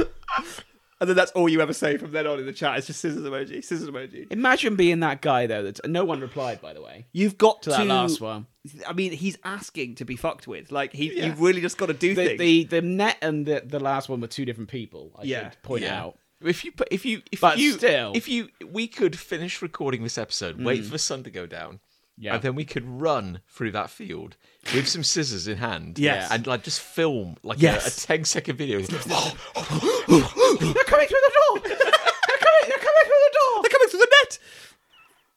Speaker 3: and then that's all you ever say from then on in the chat. It's just scissors emoji, scissors emoji.
Speaker 2: Imagine being that guy though. That no one replied, by the way,
Speaker 3: You've got
Speaker 2: to that last one.
Speaker 3: I mean, he's asking to be fucked with. Like, he,
Speaker 1: Yeah.
Speaker 3: you've really just got to do
Speaker 2: The,
Speaker 3: things.
Speaker 2: the the net and the, the last one were two different people. I
Speaker 3: Yeah.
Speaker 2: should point
Speaker 1: Yeah.
Speaker 2: out.
Speaker 1: If you put, if you, if
Speaker 2: But
Speaker 1: you,
Speaker 2: still. Mm.
Speaker 1: if you, we could finish recording this episode, wait for the sun to go down,
Speaker 2: Yeah.
Speaker 1: and then we could run through that field with some scissors in hand,
Speaker 3: Yes.
Speaker 1: and like just film like
Speaker 3: Yes.
Speaker 1: a, a 10 second video.
Speaker 3: They're coming through the door. they're, coming, they're coming through the door. They're coming through the net.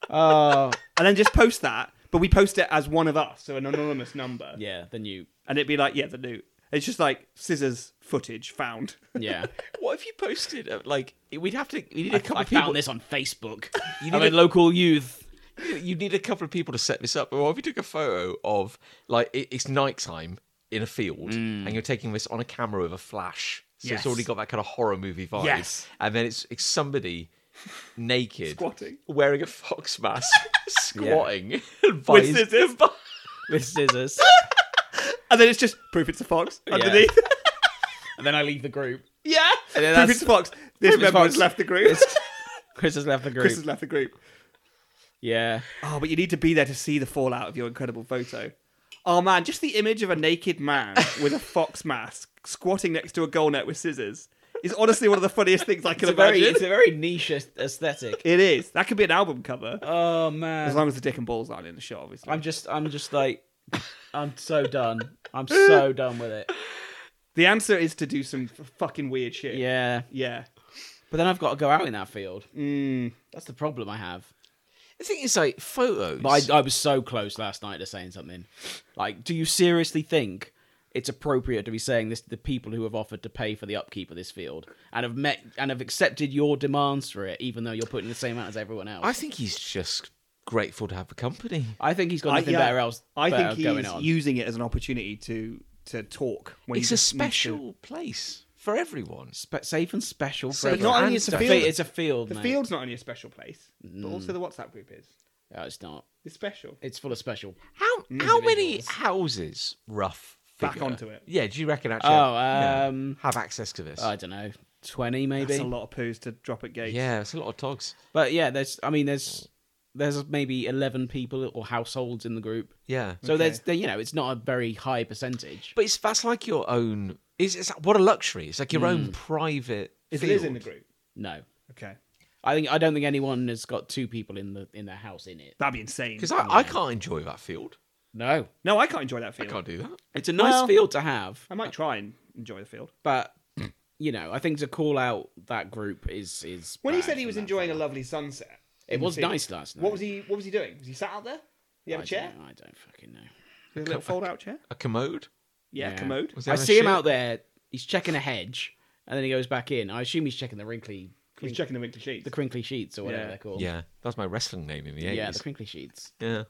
Speaker 2: Oh
Speaker 3: And then just post that, but we post it as one of us, so an anonymous number.
Speaker 2: yeah, the new
Speaker 3: And it'd be like, yeah, the newt. It's just like scissors footage found.
Speaker 2: yeah.
Speaker 1: what if you posted? uh, Like we'd have to. We need a couple
Speaker 2: I
Speaker 1: of people.
Speaker 2: found this on Facebook.
Speaker 1: You
Speaker 2: I'm
Speaker 1: need a-
Speaker 2: a local youth.
Speaker 1: You need a couple of people to set this up. Or if you took a photo of like it, it's nighttime in a field, and you're taking this on a camera with a flash, so
Speaker 3: Mm. Yes.
Speaker 1: it's already got that kind of horror movie vibe.
Speaker 3: Yes.
Speaker 1: and then it's it's somebody naked,
Speaker 3: Squatting.
Speaker 1: wearing a fox mask, squatting, and by
Speaker 3: With
Speaker 1: his-
Speaker 3: scissors.
Speaker 2: with scissors,
Speaker 3: and then it's just proof it's a fox underneath.
Speaker 2: and then I leave the group.
Speaker 3: Yeah.
Speaker 1: And then
Speaker 3: proof
Speaker 1: that's-
Speaker 3: it's a fox. This
Speaker 2: Proof it's a
Speaker 3: member
Speaker 2: fox.
Speaker 3: has left the group.
Speaker 2: Chris has left the group.
Speaker 3: Chris has left the group.
Speaker 2: Yeah,
Speaker 3: Oh, but you need to be there to see the fallout of your incredible photo. Oh man, just the image of a naked man with a fox mask squatting next to a goal net with scissors is honestly one of the funniest things I can
Speaker 2: it's a
Speaker 3: imagine.
Speaker 2: very it's a very niche aesthetic.
Speaker 3: It is. That could be an album cover.
Speaker 2: Oh
Speaker 3: As
Speaker 2: man,
Speaker 3: long as the dick and balls aren't in the shot, obviously.
Speaker 2: I'm just I'm just like I'm so done. I'm so done with it.
Speaker 3: The answer is to do some f- fucking weird shit.
Speaker 2: Yeah,
Speaker 3: Yeah.
Speaker 2: but then I've got to go out in that field.
Speaker 3: Mm.
Speaker 2: That's the problem I have.
Speaker 1: the thing is like photos.
Speaker 2: But I, I was so close last night to saying something. Like, do you seriously think it's appropriate to be saying this to the people who have offered to pay for the upkeep of this field and have met and have accepted your demands for it, even though you're putting the same amount as everyone else?
Speaker 1: I think he's just grateful to have the company.
Speaker 2: I, think he's got
Speaker 3: I-
Speaker 2: nothing
Speaker 3: yeah.
Speaker 2: better else.
Speaker 3: I
Speaker 2: better
Speaker 3: think
Speaker 2: uh, going
Speaker 3: he's
Speaker 2: on.
Speaker 3: using it as an opportunity to to talk. When he
Speaker 1: It's a
Speaker 3: just needs to-
Speaker 1: special place for everyone.
Speaker 2: Spe- safe and special. for
Speaker 1: Safe
Speaker 3: But not
Speaker 2: everyone.
Speaker 3: only is the
Speaker 1: and
Speaker 2: It's a
Speaker 3: field,
Speaker 2: fi- it's a field.
Speaker 3: the
Speaker 2: mate.
Speaker 3: field's not only a special place, but also the WhatsApp group is.
Speaker 2: No, it's not.
Speaker 3: It's special.
Speaker 2: It's full of special.
Speaker 1: How how many houses, rough
Speaker 3: back
Speaker 1: figure.
Speaker 3: onto it. uh,
Speaker 1: Yeah, do you reckon actually?
Speaker 2: Oh,
Speaker 1: yeah,
Speaker 2: um,
Speaker 1: have access to this?
Speaker 2: I don't know, twenty
Speaker 3: That's
Speaker 2: maybe.
Speaker 3: a lot of poos to drop at gates.
Speaker 1: yeah, it's a lot of togs.
Speaker 2: But yeah, there's I mean there's there's maybe eleven people or households in the group.
Speaker 1: Yeah,
Speaker 2: So
Speaker 3: Okay.
Speaker 2: there's there, you know it's not a very high percentage.
Speaker 1: but it's that's like your own. Is it's what a luxury? It's like your own private.
Speaker 3: Mm. Is
Speaker 1: field.
Speaker 3: Liz in the group?
Speaker 2: No,
Speaker 3: Okay.
Speaker 2: I think I don't think anyone has got two people in the in their house in it.
Speaker 3: That'd be insane.
Speaker 1: Because I, I can't enjoy that field.
Speaker 2: No,
Speaker 3: No, I can't enjoy that
Speaker 1: I
Speaker 3: field. I,
Speaker 1: can't do that.
Speaker 2: it's a nice
Speaker 3: Well-
Speaker 2: field to have,
Speaker 3: might try and enjoy the field.
Speaker 2: but you know I think to call out that group is is
Speaker 3: When he
Speaker 2: bad
Speaker 3: said he
Speaker 2: from
Speaker 3: was
Speaker 2: that
Speaker 3: enjoying a
Speaker 2: front.
Speaker 3: lovely sunset,
Speaker 2: It
Speaker 3: in the
Speaker 2: was
Speaker 3: field,
Speaker 2: nice last night.
Speaker 3: What was he? What was he doing? Was he sat out there? He had
Speaker 2: I
Speaker 3: a chair,
Speaker 2: don't- I don't fucking know.
Speaker 3: a little fold-out chair.
Speaker 1: A commode.
Speaker 3: Yeah,
Speaker 2: Yeah.
Speaker 3: commode.
Speaker 1: Was he
Speaker 2: I
Speaker 1: having a
Speaker 2: see him
Speaker 1: shit?
Speaker 2: out there. He's checking a hedge, and then he goes back in. I assume he's checking the wrinkly,
Speaker 3: He's checking the winter sheets.
Speaker 2: the crinkly sheets or whatever
Speaker 3: Yeah.
Speaker 2: they're called.
Speaker 1: Yeah, that was my wrestling name in the
Speaker 2: yeah,
Speaker 1: eighties.
Speaker 2: the crinkly sheets.
Speaker 1: yeah.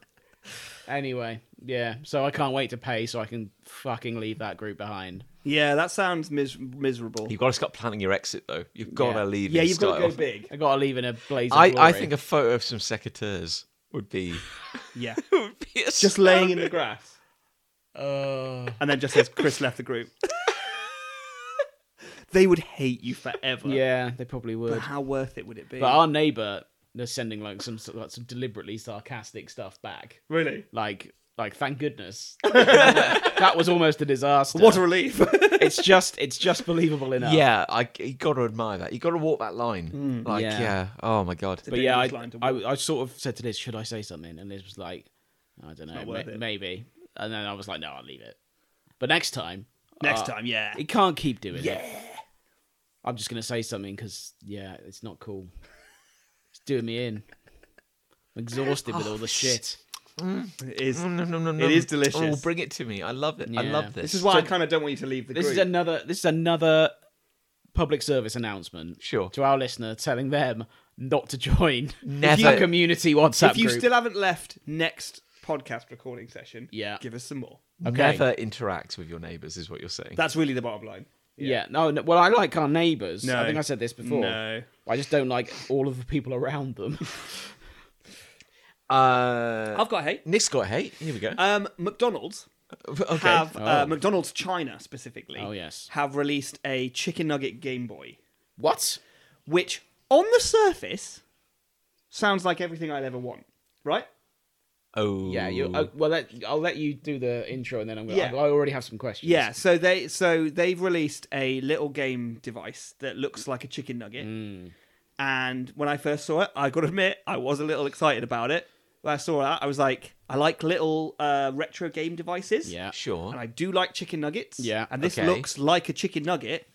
Speaker 2: Anyway, yeah. So I can't wait to pay, so I can fucking leave that group behind.
Speaker 3: yeah, that sounds mis- miserable.
Speaker 1: You've got to start planning your exit though. You've got
Speaker 2: Yeah.
Speaker 1: to leave.
Speaker 3: yeah,
Speaker 1: in
Speaker 3: you've got
Speaker 1: style.
Speaker 3: to go big.
Speaker 2: I gotta leave in a blaze. Of
Speaker 1: I, I
Speaker 2: glory.
Speaker 1: think a photo of some secateurs would be,
Speaker 3: Yeah,
Speaker 1: would be a
Speaker 3: just laying in the grass,
Speaker 2: Uh,
Speaker 3: and then just says Chris left the group. they would hate you forever.
Speaker 2: yeah, they probably
Speaker 3: but
Speaker 2: would.
Speaker 3: how worth it would it be?
Speaker 2: But our neighbour, they're sending like some sort- like, some deliberately sarcastic stuff back.
Speaker 3: really,
Speaker 2: Like, like thank goodness. that was almost a disaster.
Speaker 3: what a relief.
Speaker 2: it's just, it's just believable enough.
Speaker 1: Yeah, I you got to admire that. You got to walk that line.
Speaker 3: Mm,
Speaker 1: like, yeah.
Speaker 2: Yeah.
Speaker 1: Oh my god.
Speaker 3: a
Speaker 2: but yeah, I,
Speaker 3: dangerous line to
Speaker 2: I, I sort of said to Liz, "Should I say something?" And Liz was like, "I don't know,
Speaker 3: worth
Speaker 2: ma-
Speaker 3: it.
Speaker 2: maybe." And then I was like, "No, I'll leave it." But next time,
Speaker 3: Next
Speaker 2: uh,
Speaker 3: time, yeah.
Speaker 2: it can't keep doing it. I'm just gonna say something because yeah, it's not cool. It's doing me in. I'm exhausted
Speaker 3: Oh,
Speaker 2: with all the shit.
Speaker 3: It is.
Speaker 1: Mm, nom, nom, nom,
Speaker 3: It is
Speaker 1: nom. Oh,
Speaker 3: delicious.
Speaker 1: bring it to me. I love it. I
Speaker 2: Yeah.
Speaker 1: love this.
Speaker 3: This is why I kind of don't want you to leave the
Speaker 2: This
Speaker 3: group.
Speaker 2: is another. This is another public service announcement.
Speaker 1: Sure.
Speaker 2: To our listener, telling them not to join
Speaker 1: Never.
Speaker 2: the community WhatsApp
Speaker 3: if you
Speaker 2: group.
Speaker 3: still haven't left next podcast recording session,
Speaker 2: Yeah.
Speaker 3: give us some more.
Speaker 2: Okay.
Speaker 1: Never interact with your neighbours is what you're saying.
Speaker 3: That's really the bottom line.
Speaker 2: yeah. No, no. Well, I like our neighbours. I
Speaker 3: No.
Speaker 2: think I said this before.
Speaker 3: No.
Speaker 2: I just don't like all of the people around them.
Speaker 1: uh,
Speaker 3: I've got hate.
Speaker 1: Nick's got hate. Here we go.
Speaker 3: Um, McDonald's
Speaker 1: okay.
Speaker 3: have uh,
Speaker 2: Oh.
Speaker 3: McDonald's China specifically.
Speaker 2: Oh, yes.
Speaker 3: have released a chicken nugget Game Boy,
Speaker 2: what?
Speaker 3: which on the surface sounds like everything I'd ever want. Right?
Speaker 1: oh.
Speaker 2: Yeah, you. Uh, well, that, I'll let you do the intro, and then I'm gonna.
Speaker 3: Yeah.
Speaker 2: I already have some questions.
Speaker 3: Yeah. So they so they've released a little game device that looks like a chicken nugget.
Speaker 2: Hmm.
Speaker 3: And when I first saw it, I got to admit, I was a little excited about it. When I saw that, I was like, I like little uh, retro game devices.
Speaker 2: Yeah.
Speaker 1: Sure.
Speaker 3: and I do like chicken nuggets.
Speaker 2: Yeah,
Speaker 3: and this
Speaker 1: okay.
Speaker 3: looks like a chicken nugget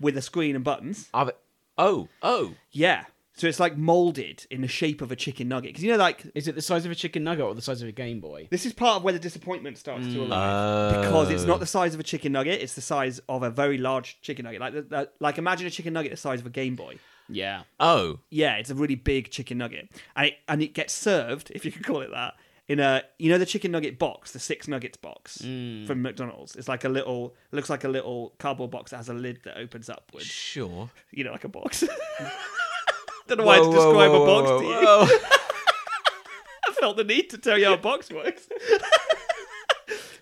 Speaker 3: with a screen and buttons.
Speaker 1: I've, oh. Oh.
Speaker 3: Yeah, so it's like molded in the shape of a chicken nugget because you know, like
Speaker 2: Is it the size of a chicken nugget or the size of a Game Boy?
Speaker 3: this is part of where the disappointment starts to arrive
Speaker 1: Oh.
Speaker 3: because it's not the size of a chicken nugget; it's the size of a very large chicken nugget. Like, the, the, like imagine a chicken nugget the size of a Game Boy.
Speaker 2: Yeah.
Speaker 1: Oh.
Speaker 3: Yeah, it's a really big chicken nugget, and it, and it gets served, if you could call it that, in a you know the chicken nugget box, the six nuggets box from McDonald's. It's like a little, looks like a little cardboard box that has a lid that opens upwards.
Speaker 1: Sure.
Speaker 3: you know, like a box. Don't know why I had to describe a box to you.
Speaker 1: to you.
Speaker 3: I felt the need to tell you how a box works. so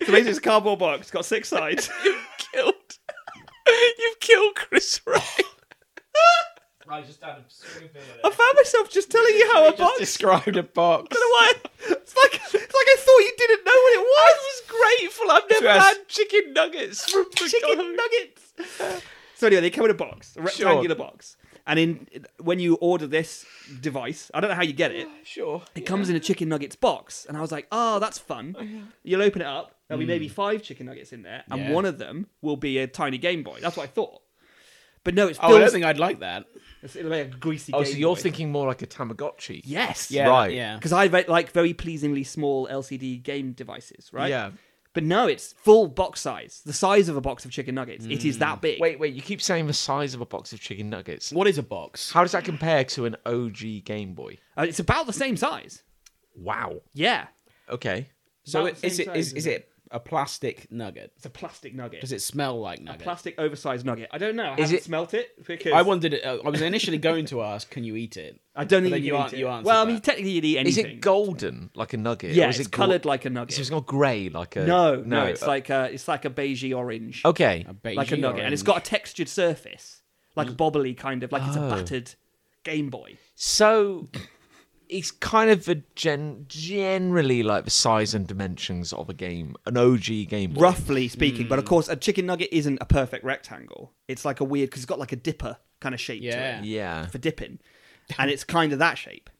Speaker 3: basically, it's a cardboard box. It's got six sides.
Speaker 1: killed. You've
Speaker 3: Oh,
Speaker 1: killed Chris Ryan.
Speaker 2: I just had a
Speaker 3: I found myself just telling you how a box.
Speaker 2: described a box.
Speaker 3: I don't know why. It's like it's like I thought you didn't
Speaker 1: Grateful.
Speaker 3: know what it was.
Speaker 1: I've never
Speaker 3: Yes.
Speaker 1: had chicken nuggets from
Speaker 3: Chicken
Speaker 1: McDonald's.
Speaker 3: nuggets. So anyway, they come in a box, a rectangular box, and in when you order this device, I don't know how you get it.
Speaker 1: Sure.
Speaker 2: Oh,
Speaker 3: It comes in a chicken nuggets box, and I was like, "Oh, that's fun." You'll open it up. There'll be maybe five chicken nuggets in there, and
Speaker 2: Mm. Yeah.
Speaker 3: one of them will be a tiny Game Boy. That's what I thought. But no, it's
Speaker 2: Oh, I
Speaker 3: filled.
Speaker 2: don't think I'd like that.
Speaker 3: it's like a greasy.
Speaker 1: Oh,
Speaker 3: Game
Speaker 1: so you're
Speaker 3: Boy.
Speaker 1: thinking more like a Tamagotchi?
Speaker 3: Yes.
Speaker 2: Yeah.
Speaker 1: Right.
Speaker 2: Yeah.
Speaker 3: Because I ve- like very pleasingly small LCD game devices, right?
Speaker 1: Yeah.
Speaker 3: But no, it's full box size, the size of a box of chicken nuggets. It is
Speaker 2: Mm.
Speaker 3: that big.
Speaker 1: Wait, wait. You keep saying the size of a box of chicken nuggets.
Speaker 2: What is a box?
Speaker 1: How does that compare to an OG Game Boy?
Speaker 3: Uh, it's about the same size.
Speaker 1: Wow.
Speaker 3: Yeah.
Speaker 1: Okay.
Speaker 2: So
Speaker 3: About
Speaker 2: it,
Speaker 3: the
Speaker 2: is
Speaker 3: same
Speaker 2: it is,
Speaker 3: size,
Speaker 2: is
Speaker 3: isn't
Speaker 2: it a plastic nugget.
Speaker 3: It's a plastic nugget.
Speaker 2: Does it smell like
Speaker 3: a
Speaker 2: nugget?
Speaker 3: plastic oversized nugget. I don't know. I haven't
Speaker 1: it-
Speaker 3: smelt it because
Speaker 2: I wondered. uh, I was initially going to ask, can you eat it?
Speaker 3: I don't
Speaker 2: but
Speaker 3: think
Speaker 2: then
Speaker 3: you,
Speaker 2: you
Speaker 3: can
Speaker 2: an-
Speaker 3: eat it.
Speaker 2: you answered
Speaker 3: Well, I mean,
Speaker 2: that.
Speaker 3: technically you'd eat
Speaker 1: Is
Speaker 3: anything.
Speaker 1: it golden like a nugget?
Speaker 3: Yeah,
Speaker 1: or is
Speaker 3: it's
Speaker 1: it
Speaker 3: coloured like a nugget.
Speaker 1: So it's not grey like a.
Speaker 3: no, no, it's
Speaker 1: uh,
Speaker 3: like a it's like a beigey orange,
Speaker 1: Okay.
Speaker 2: Beige
Speaker 3: like a nugget, and it's got a textured surface, like a bobbly kind of, like it's a
Speaker 1: Oh.
Speaker 3: battered Game Boy.
Speaker 1: So it's kind of a gen- generally like the size and dimensions of a game, an OG game. Boy.
Speaker 3: roughly speaking. But of course, a chicken nugget isn't a perfect rectangle. It's like a weird because it's got like a dipper kind of shape
Speaker 2: Yeah.
Speaker 3: to it
Speaker 1: Yeah.
Speaker 3: for dipping, and it's kind of that shape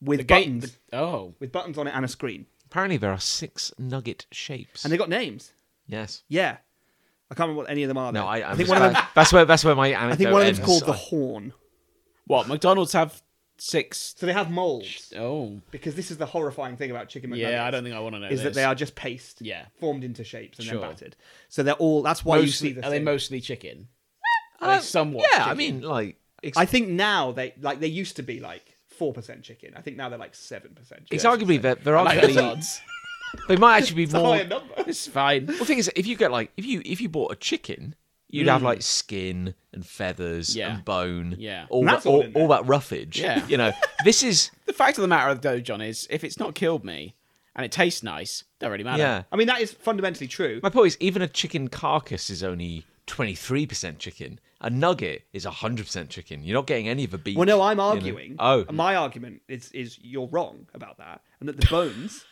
Speaker 3: with
Speaker 2: The gate.
Speaker 3: buttons
Speaker 2: the- oh,
Speaker 3: with buttons on it and a screen,
Speaker 1: Apparently there are six nugget shapes.
Speaker 3: and they got names.
Speaker 1: yes.
Speaker 3: Yeah, I can't remember what any of them are.
Speaker 1: No,
Speaker 3: though.
Speaker 1: I, I'm
Speaker 3: think one of them.
Speaker 1: that's where that's where my anecdote
Speaker 3: I think one of them's
Speaker 1: ends.
Speaker 3: called the horn.
Speaker 2: what McDonald's have six?
Speaker 3: So they have molds
Speaker 2: Oh,
Speaker 3: because this is the horrifying thing about chicken.
Speaker 2: yeah. I
Speaker 3: McNuggets,
Speaker 2: don't think I want to know.
Speaker 3: Is that
Speaker 2: this.
Speaker 3: they are just paste,
Speaker 2: Yeah.
Speaker 3: formed into shapes and
Speaker 2: Sure.
Speaker 3: then battered. So they're all. That's why you see
Speaker 2: Mostly,
Speaker 3: the.
Speaker 2: are they
Speaker 3: thing.
Speaker 2: mostly chicken?
Speaker 1: Uh,
Speaker 2: Are they somewhat?
Speaker 1: Yeah, I
Speaker 2: chicken?
Speaker 1: mean like it's,
Speaker 3: I think now they like they used to be like four percent chicken. I think now they're like seven percent.
Speaker 1: it's arguably that there are
Speaker 2: like those
Speaker 1: actually
Speaker 2: odds.
Speaker 1: they might actually be
Speaker 3: a
Speaker 1: more.
Speaker 3: higher number.
Speaker 2: It's fine.
Speaker 1: Well, the thing is, if you get like if you if you bought a chicken, you'd
Speaker 3: Mm.
Speaker 1: have like skin and feathers
Speaker 2: Yeah.
Speaker 1: and bone,
Speaker 2: Yeah.
Speaker 1: all
Speaker 3: And that's
Speaker 1: that,
Speaker 3: all
Speaker 1: all,
Speaker 3: in there.
Speaker 1: all that roughage.
Speaker 2: Yeah.
Speaker 1: you know, this is
Speaker 2: The fact of the matter, though, John, is if it's not killed me and it tastes nice, don't really matter.
Speaker 1: yeah.
Speaker 3: I mean, that is fundamentally true.
Speaker 1: My point is, even a chicken carcass is only twenty three percent chicken. A nugget is hundred percent chicken. You're not getting any of the beef.
Speaker 3: Well, no, I'm
Speaker 1: you know.
Speaker 3: arguing.
Speaker 1: Oh,
Speaker 3: my argument is is you're wrong about that, and that the bones,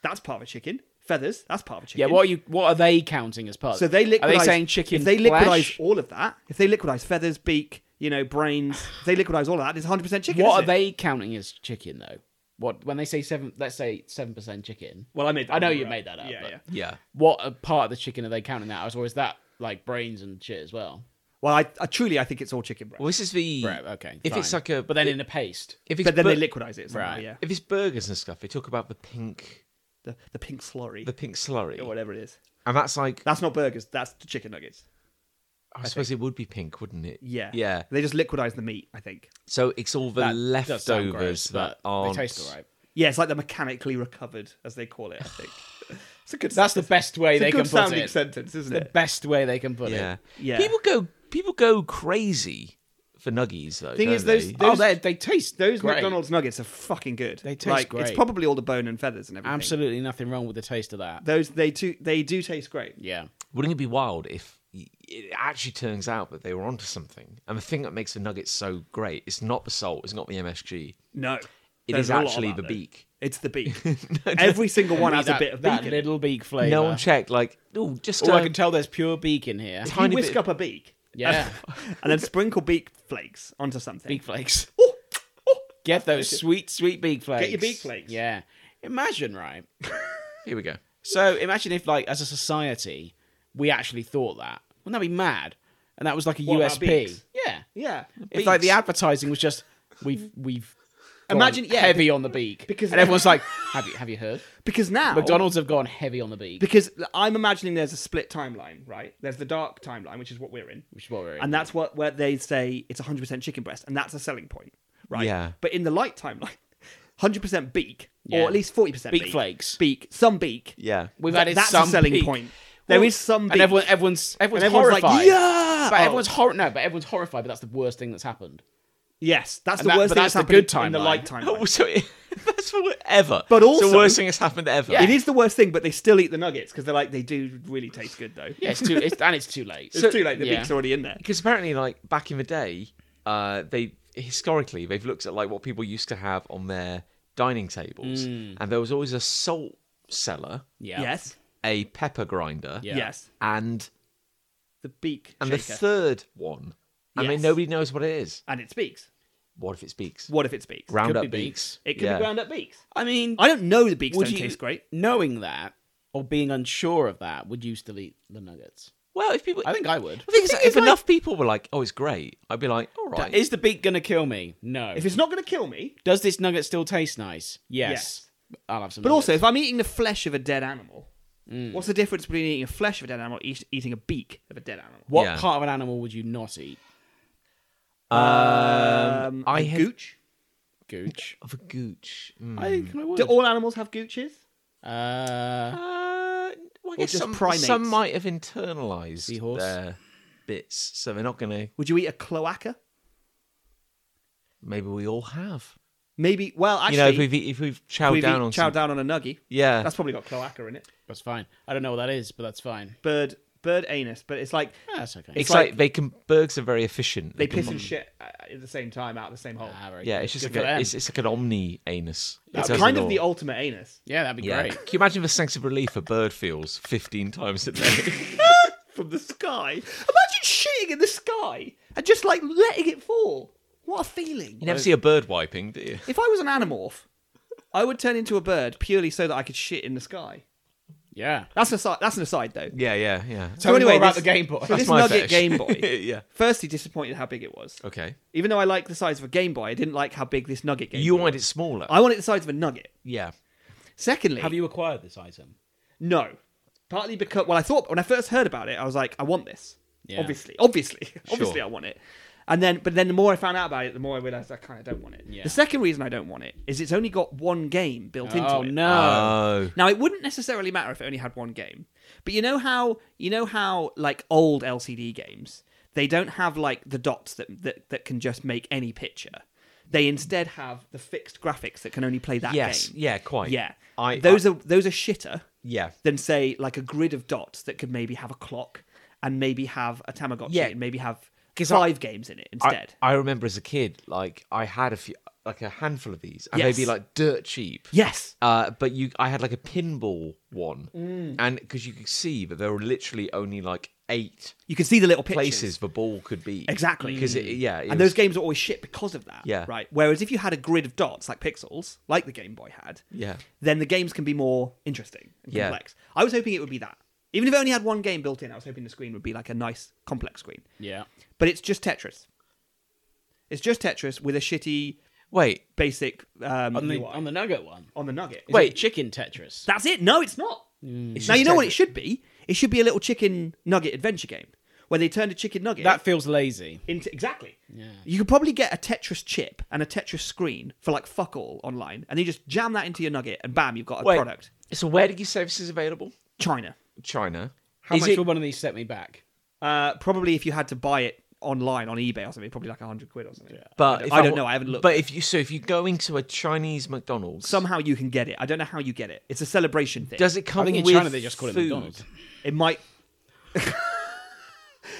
Speaker 3: that's part of a chicken. Feathers, that's part of a
Speaker 2: Yeah,
Speaker 3: chicken.
Speaker 2: what are you? What are they counting as part? of-
Speaker 3: so they liquidize.
Speaker 2: Are they saying chicken?
Speaker 3: If they liquidize
Speaker 2: flesh?
Speaker 3: all of that, if they liquidize feathers, beak, you know, brains, if they liquidize all of that, it's 100 percent chicken.
Speaker 2: What are
Speaker 3: isn't it?
Speaker 2: they counting as chicken though? What when they say seven? Let's say seven percent chicken.
Speaker 3: Well, I made. That
Speaker 2: I know
Speaker 3: number
Speaker 2: you
Speaker 3: up.
Speaker 2: made that up,
Speaker 3: Yeah,
Speaker 2: but-
Speaker 3: yeah.
Speaker 1: yeah.
Speaker 2: What a part of the chicken are they counting that as, or is that like brains and shit as well?
Speaker 3: Well, I, I truly I think it's all chicken breast,
Speaker 1: Well, this is the
Speaker 2: Right. Okay.
Speaker 1: If it's
Speaker 2: fine.
Speaker 1: like a-
Speaker 2: but then in a paste.
Speaker 1: if it's
Speaker 3: but then
Speaker 1: bur-
Speaker 3: they liquidize it. Somehow,
Speaker 2: Right.
Speaker 3: Yeah.
Speaker 1: if it's burgers and stuff, they talk about the pink
Speaker 3: The, the pink slurry
Speaker 1: the pink slurry,
Speaker 3: or whatever it is.
Speaker 1: and that's like
Speaker 3: That's not burgers. That's the chicken nuggets.
Speaker 1: I suppose it would be pink, wouldn't it?
Speaker 3: Yeah.
Speaker 1: yeah.
Speaker 3: They just liquidize the meat. I think.
Speaker 1: So it's all the
Speaker 2: That does sound
Speaker 1: leftovers
Speaker 2: gross,
Speaker 1: that
Speaker 2: but
Speaker 1: aren't.
Speaker 2: They taste alright.
Speaker 3: Yeah, it's like the mechanically recovered, as they call it. I think. it's a good.
Speaker 2: That's the best way
Speaker 3: It's
Speaker 2: they
Speaker 3: a
Speaker 2: can
Speaker 3: good
Speaker 2: put
Speaker 3: sounding
Speaker 2: it.
Speaker 3: sentence, isn't
Speaker 2: the
Speaker 3: it?
Speaker 2: best way they can put
Speaker 1: Yeah.
Speaker 2: it.
Speaker 3: Yeah.
Speaker 1: People go people go crazy for nuggies though.
Speaker 3: Thing
Speaker 1: don't
Speaker 3: is, those-
Speaker 1: they?
Speaker 3: those-
Speaker 2: oh, they they taste
Speaker 3: Those
Speaker 2: great.
Speaker 3: McDonald's nuggets are fucking good.
Speaker 2: They taste
Speaker 3: like, It's
Speaker 2: great.
Speaker 3: probably all the bone and feathers and everything.
Speaker 2: Absolutely nothing wrong with the taste of that.
Speaker 3: Those they do they do taste great.
Speaker 2: Yeah.
Speaker 1: wouldn't it be wild if y- it actually turns out that they were onto something? And the thing that makes the nuggets so great is not the salt, it's not the MSG.
Speaker 3: No,
Speaker 1: It is
Speaker 3: There's a lot
Speaker 1: actually
Speaker 3: of
Speaker 1: the
Speaker 3: that, though.
Speaker 1: beak.
Speaker 3: It's the beak. Every single one has
Speaker 2: that,
Speaker 3: a bit of
Speaker 2: that
Speaker 3: beak. in it.
Speaker 2: little beak flavor.
Speaker 1: No one checked. Like, oh, just
Speaker 2: Oh,
Speaker 1: uh,
Speaker 2: uh, I can tell there's pure beak in here.
Speaker 3: If
Speaker 1: tiny
Speaker 3: you whisk
Speaker 1: bit-
Speaker 3: up a beak,
Speaker 2: Yeah.
Speaker 3: and then sprinkle beak flakes onto something.
Speaker 2: beak flakes.
Speaker 3: Oh, oh.
Speaker 2: Get those sweet, sweet beak flakes.
Speaker 3: your beak flakes.
Speaker 2: Yeah. Imagine, right?
Speaker 1: here we go.
Speaker 2: So imagine if, like, as a society, we actually thought that. Wouldn't that be mad? And that was like a
Speaker 3: What, about
Speaker 2: USP.
Speaker 3: beaks?
Speaker 2: Yeah.
Speaker 3: Yeah,
Speaker 2: It's like the advertising was just we've we've gone
Speaker 3: Imagine- yeah,
Speaker 2: heavy on the beak
Speaker 3: because-
Speaker 2: and everyone's like, have you have you heard?
Speaker 3: because now
Speaker 2: McDonald's have gone heavy on the beak,
Speaker 3: Because I'm imagining there's a split timeline, right? There's the dark timeline, which is what we're in,
Speaker 2: which is what we're in.
Speaker 3: and that's what where they say it's 100% chicken breast, and that's a selling point, right?
Speaker 1: Yeah.
Speaker 3: But in the light timeline, 100% beak,
Speaker 2: Yeah.
Speaker 3: or at least 40%
Speaker 2: Beak flakes.
Speaker 3: beak, some beak.
Speaker 1: Yeah.
Speaker 2: we've
Speaker 3: Th-
Speaker 2: added
Speaker 3: that's
Speaker 2: some
Speaker 3: a selling
Speaker 2: beak.
Speaker 3: point. There
Speaker 2: Well,
Speaker 3: is some beak.
Speaker 2: and everyone everyone's everyone's,
Speaker 3: And everyone's like,
Speaker 2: horrified.
Speaker 3: "Yeah!"
Speaker 2: but
Speaker 3: Oh.
Speaker 2: everyone's hor- no, but everyone's horrified. But that's the worst thing that's happened.
Speaker 3: yes, that's the
Speaker 2: And that-
Speaker 3: worst
Speaker 2: but
Speaker 3: thing
Speaker 2: that's
Speaker 3: that's,
Speaker 2: the good
Speaker 3: happened in
Speaker 2: timeline.
Speaker 3: the light
Speaker 1: Oh,
Speaker 3: timeline.
Speaker 1: so it, that's for ever.
Speaker 3: But
Speaker 1: It's
Speaker 3: also-
Speaker 1: the worst thing that's happened ever.
Speaker 2: Yeah.
Speaker 3: It is the worst thing, but they still eat the nuggets because they're like they do really taste good though.
Speaker 2: Yeah, it's too it's, and it's too late.
Speaker 3: it's too late. The
Speaker 2: yeah.
Speaker 3: beak's already in there.
Speaker 1: because apparently like back in the day uh they historically they've looked at like what people used to have on their dining tables and there was always a salt cellar
Speaker 2: yeah.
Speaker 3: Yes,
Speaker 1: a pepper grinder
Speaker 2: Yeah.
Speaker 3: yes.
Speaker 1: and
Speaker 3: The beak
Speaker 1: and the
Speaker 3: shaker.
Speaker 1: third one and then
Speaker 3: Yes.
Speaker 1: nobody knows what it is
Speaker 3: and it speaks.
Speaker 1: what if it speaks
Speaker 3: What if it speaks?
Speaker 1: round
Speaker 2: Could
Speaker 1: up
Speaker 2: be
Speaker 1: beaks
Speaker 3: It could
Speaker 1: Yeah.
Speaker 3: be ground up beaks.
Speaker 2: I mean,
Speaker 3: I don't know the beaks
Speaker 2: would
Speaker 3: don't
Speaker 2: you
Speaker 3: taste great.
Speaker 2: knowing that or being unsure of that? Would you still eat the nuggets?
Speaker 1: well if people
Speaker 2: I think I would.
Speaker 1: the thing is, if enough people were like oh it's great i'd be like all right
Speaker 2: Is the beak gonna kill me? No.
Speaker 3: If it's not going to kill me,
Speaker 2: Does this nugget still taste nice? Yes. I'll have some.
Speaker 3: but
Speaker 2: nuggets.
Speaker 3: also if I'm eating the flesh of a dead animal,
Speaker 2: Mm.
Speaker 3: what's the difference between eating a flesh of a dead animal and eat- eating a beak of a dead animal?
Speaker 2: what
Speaker 1: Yeah.
Speaker 2: part of an animal would you not eat?
Speaker 3: Um,
Speaker 1: I
Speaker 3: a
Speaker 1: had-
Speaker 3: gooch.
Speaker 2: Gooch.
Speaker 1: of a gooch Mm.
Speaker 2: I think I would.
Speaker 3: Do all animals have gooches?
Speaker 2: uh,
Speaker 1: Uh, Well, I
Speaker 3: Or
Speaker 1: guess
Speaker 3: just
Speaker 1: some,
Speaker 3: primates.
Speaker 1: some might have internalized
Speaker 2: Seahorse.
Speaker 1: their bits, so they're not going to.
Speaker 3: Would you eat a cloaca?
Speaker 1: Maybe we all have.
Speaker 3: Maybe. Well, actually,
Speaker 1: you know, if we've e, if we've chowed
Speaker 3: we've
Speaker 1: down
Speaker 3: eat-
Speaker 1: on
Speaker 3: chowed
Speaker 1: some,
Speaker 3: down on a nuggy.
Speaker 1: yeah,
Speaker 3: That's probably got cloaca in it.
Speaker 2: That's fine. I don't know what that is, but that's fine.
Speaker 3: Bird, bird anus, but it's like
Speaker 2: Ah, that's okay.
Speaker 1: it's
Speaker 3: like-
Speaker 1: like, they can. Bergs are very efficient.
Speaker 3: they
Speaker 1: can
Speaker 3: piss
Speaker 1: mop-
Speaker 3: and shit uh, at the same time out of the same hole.
Speaker 2: Ah, very
Speaker 1: Yeah,
Speaker 2: good.
Speaker 1: it's just
Speaker 2: Good
Speaker 1: like
Speaker 2: for
Speaker 1: a,
Speaker 2: them.
Speaker 1: it's, it's like an omni anus.
Speaker 3: That's kind of the ultimate anus.
Speaker 2: yeah, that'd be
Speaker 1: Yeah.
Speaker 2: great.
Speaker 1: Can you imagine the sense of relief a bird feels 15 times a day?
Speaker 3: from the sky. Imagine shitting in the sky and just like letting it fall. What a feeling.
Speaker 1: You never see a bird wiping, do you?
Speaker 3: if I was an anamorph, I would turn into a bird purely so that I could shit in the sky.
Speaker 2: Yeah.
Speaker 3: That's an aside, that's an aside though.
Speaker 1: Yeah, yeah, yeah.
Speaker 2: Tell me more about
Speaker 3: this-
Speaker 2: the Game Boy.
Speaker 3: So
Speaker 1: That's
Speaker 3: this
Speaker 1: my
Speaker 3: Nugget
Speaker 1: fetish.
Speaker 3: Game Boy.
Speaker 1: yeah.
Speaker 3: Firstly, disappointed how big it was.
Speaker 1: Okay.
Speaker 3: Even though I like the size of a Game Boy, I didn't like how big this Nugget Game
Speaker 1: You
Speaker 3: Boy.
Speaker 1: want it smaller.
Speaker 3: I want it the size of a nugget.
Speaker 1: yeah.
Speaker 3: Secondly,
Speaker 2: Have you acquired this item?
Speaker 3: No. Partly because well, I thought when I first heard about it, I was like, I want this.
Speaker 2: Yeah.
Speaker 3: Obviously, obviously, obviously, I want it. And then, but then the more I found out about it, the more I realized I kind of don't want it.
Speaker 2: Yeah.
Speaker 3: The second reason I don't want it is it's only got one game built into
Speaker 2: Oh
Speaker 3: it.
Speaker 2: no.
Speaker 1: Oh.
Speaker 3: Now it wouldn't necessarily matter if it only had one game, but you know how you know how like old LCD games they don't have like the dots that that, that can just make any picture. They instead have the fixed graphics that can only play that
Speaker 1: Yes.
Speaker 3: game.
Speaker 1: Yeah, quite.
Speaker 3: Yeah,
Speaker 1: I,
Speaker 3: those
Speaker 1: I-
Speaker 3: are those are shitter
Speaker 1: Yeah.
Speaker 3: than say like a grid of dots that could maybe have a clock and maybe have a Tamagotchi
Speaker 1: Yeah.
Speaker 3: and maybe have
Speaker 1: 'Cause I-
Speaker 3: five games in it
Speaker 1: I,
Speaker 3: instead.
Speaker 1: I remember as a kid, like, I had a few, like a handful of these, and
Speaker 3: Yes.
Speaker 1: they'd be like dirt cheap.
Speaker 3: yes.
Speaker 1: Uh, but you, I had like a pinball one,
Speaker 3: Mm.
Speaker 1: and because you could see that there were literally only like eight
Speaker 3: You can see the little pictures.
Speaker 1: places the ball could be.
Speaker 3: Exactly. Mm.
Speaker 1: Because it, yeah, it
Speaker 3: and
Speaker 1: was-
Speaker 3: those games are always shit because of that.
Speaker 1: Yeah.
Speaker 3: Right. Whereas if you had a grid of dots like pixels, like the Game Boy had,
Speaker 1: Yeah.
Speaker 3: then the games can be more interesting and
Speaker 1: Yeah.
Speaker 3: complex. I was hoping it would be that. Even if it only had one game built in, I was hoping the screen would be like a nice complex screen.
Speaker 2: Yeah.
Speaker 3: But it's just Tetris. It's just Tetris with a shitty
Speaker 1: Wait,
Speaker 3: basic um,
Speaker 2: On the,
Speaker 3: UI.
Speaker 2: on the nugget one.
Speaker 3: on the nugget.
Speaker 2: Is
Speaker 1: Wait.
Speaker 2: it chicken Tetris.
Speaker 3: That's it. No, it's not.
Speaker 2: Mm.
Speaker 1: It's
Speaker 3: now
Speaker 1: just
Speaker 3: you know what
Speaker 1: Tetris.
Speaker 3: it should be. It should be a little chicken nugget adventure game where they turned a chicken nugget
Speaker 2: That feels lazy.
Speaker 3: into exactly.
Speaker 2: Yeah.
Speaker 3: You could probably get a Tetris chip and a Tetris screen for like fuck all online, and you just jam that into your nugget, and bam, you've got a
Speaker 1: Wait,
Speaker 3: product.
Speaker 1: So where did your services available?
Speaker 3: China.
Speaker 1: China.
Speaker 2: How
Speaker 1: Is
Speaker 2: much
Speaker 1: it-
Speaker 2: would one of these set me back?
Speaker 3: Uh, probably if you had to buy it online on eBay or something, probably like hundred quid or something.
Speaker 1: but
Speaker 3: I
Speaker 1: if
Speaker 3: don't, I don't
Speaker 1: wa-
Speaker 3: know. I haven't looked.
Speaker 1: But if you so if you're going to a Chinese McDonald's,
Speaker 3: somehow you can get it, I don't know how you get it. It's a celebration thing.
Speaker 1: does it come
Speaker 2: I think in
Speaker 1: with
Speaker 2: China they just call it
Speaker 1: food?
Speaker 2: McDonald's.
Speaker 3: it might?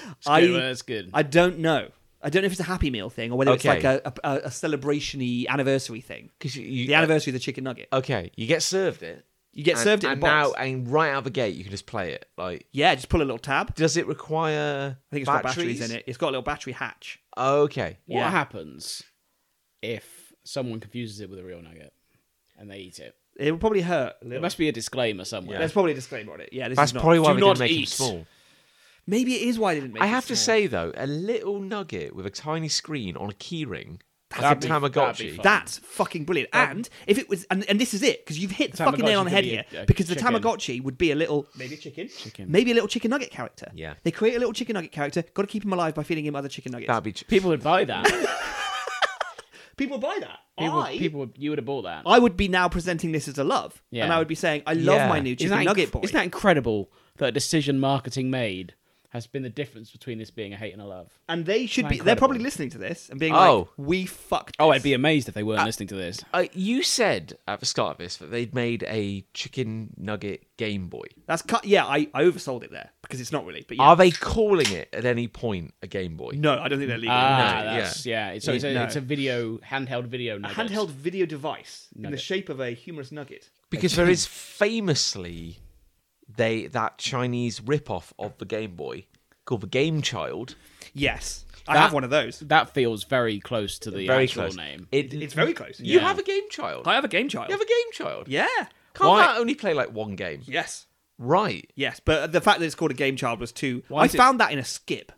Speaker 2: It's good, well, that's good.
Speaker 3: I don't know. I don't know if it's a Happy Meal thing or whether
Speaker 1: Okay.
Speaker 3: it's like a, a, a celebration-y anniversary thing.
Speaker 1: 'Cause you- you-
Speaker 3: The anniversary of the chicken nugget.
Speaker 1: Okay, you get served it.
Speaker 3: You get
Speaker 1: and-
Speaker 3: served it in
Speaker 1: and
Speaker 3: a box.
Speaker 1: now and right out of the gate you can just play it. Like,
Speaker 3: yeah, just pull a little tab.
Speaker 1: does it require?
Speaker 3: I think it's got batteries in it. It's got a little battery hatch.
Speaker 1: Okay.
Speaker 2: what
Speaker 3: yeah.
Speaker 2: happens if someone confuses it with a real nugget and they eat it?
Speaker 3: It will probably hurt. A
Speaker 2: There
Speaker 3: little.
Speaker 2: must be a disclaimer somewhere.
Speaker 3: There's probably a disclaimer on it. Yeah, this
Speaker 1: That's
Speaker 3: is not.
Speaker 1: probably why
Speaker 2: do
Speaker 1: we
Speaker 2: not
Speaker 1: didn't make them
Speaker 2: eat.
Speaker 1: small.
Speaker 3: Maybe it is why they didn't make.
Speaker 1: I
Speaker 3: it
Speaker 1: have to
Speaker 3: small.
Speaker 1: say though, a little nugget with a tiny screen on a keyring, like a
Speaker 2: That'd be- that'd be
Speaker 1: Tamagotchi.
Speaker 2: fun.
Speaker 3: that's fucking brilliant. And if it was, and, and this is it because you've hit the fucking nail on the
Speaker 2: Tamagotchi
Speaker 3: head
Speaker 2: could be
Speaker 3: here.
Speaker 2: a- a
Speaker 3: because the
Speaker 2: chicken.
Speaker 3: Tamagotchi would be a little maybe a chicken,
Speaker 2: Chicken.
Speaker 3: maybe a little chicken nugget character.
Speaker 1: Yeah.
Speaker 3: they create a little chicken nugget character. Got to keep him alive by feeding him other chicken nuggets.
Speaker 1: That'd be ch-
Speaker 2: People would buy that.
Speaker 3: people buy that.
Speaker 2: people,
Speaker 3: I,
Speaker 2: people would, you would have bought that.
Speaker 3: I would be now presenting this as a love,
Speaker 2: Yeah.
Speaker 3: and I would be saying, I love
Speaker 1: Yeah.
Speaker 3: my new
Speaker 2: Isn't
Speaker 3: chicken
Speaker 2: that
Speaker 3: nugget
Speaker 2: inc-
Speaker 3: boy.
Speaker 2: Isn't that incredible that a decision marketing made has been the difference between this being a hate and a love?
Speaker 3: and they should
Speaker 2: Isn't that
Speaker 3: be. They're probably
Speaker 2: incredible?
Speaker 3: listening to this and being like,
Speaker 1: Oh.
Speaker 3: "We fucked."
Speaker 2: Oh,
Speaker 3: this."
Speaker 2: I'd be amazed if they weren't listening to this.
Speaker 1: Uh, you said at the start of this that they'd made a chicken nugget Game Boy.
Speaker 3: That's cut. Yeah, I, I oversold it there because it's not really. But yeah,
Speaker 1: Are they calling it at any point a Game Boy?
Speaker 3: no, I don't think they're legal.
Speaker 2: Ah,
Speaker 1: No,
Speaker 2: that's, yeah. It's, so it's, a,
Speaker 3: No.
Speaker 2: it's a video, handheld video. Nugget.
Speaker 3: handheld video device in the
Speaker 2: Nugget.
Speaker 3: shape of a humorous nugget.
Speaker 1: Because there is famously they that Chinese rip-off of the Game Boy called the Game Child.
Speaker 3: Yes, I
Speaker 2: That-
Speaker 3: have one of those.
Speaker 2: That feels very close to the
Speaker 1: Very
Speaker 2: actual
Speaker 1: close.
Speaker 2: name.
Speaker 1: It,
Speaker 3: It's very close.
Speaker 1: you
Speaker 2: Yeah.
Speaker 1: have a Game Child.
Speaker 3: I have a game child.
Speaker 1: You have a Game Child.
Speaker 3: yeah.
Speaker 1: Can't
Speaker 2: Why-
Speaker 1: that only play like one game?
Speaker 3: Yes.
Speaker 1: Right.
Speaker 3: Yes, but the fact that it's called a game child was too.
Speaker 2: Why
Speaker 3: I
Speaker 2: is it-
Speaker 3: found that in a skip.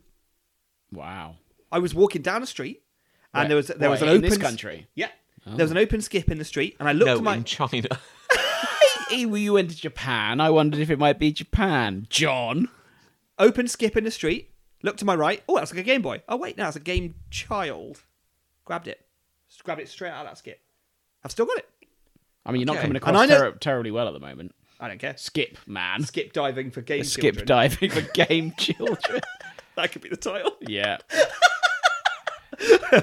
Speaker 2: Wow.
Speaker 3: I was walking down a street, and
Speaker 2: Where-
Speaker 3: there was there was an
Speaker 2: where, in
Speaker 3: open
Speaker 2: this country? Oh.
Speaker 3: Yeah, there was an open skip in the street, and I looked
Speaker 1: No,
Speaker 3: at my.
Speaker 1: in China.
Speaker 2: Hey, well, you went to Japan. I wondered if it might be Japan. John.
Speaker 3: open skip in the street. Look to my right. Oh, that's like a Game Boy. Oh wait, no, that's a Game Child. Grabbed it. Just grabbed it straight out of that skip. I've still got it.
Speaker 2: I mean, you're not
Speaker 1: Okay.
Speaker 2: coming
Speaker 1: And
Speaker 2: across
Speaker 3: I know-
Speaker 2: terri terribly well at the moment.
Speaker 3: I don't care.
Speaker 2: Skip man.
Speaker 3: Skip diving for game
Speaker 2: Skip
Speaker 3: children.
Speaker 2: diving for game children.
Speaker 3: That could be the title.
Speaker 2: yeah.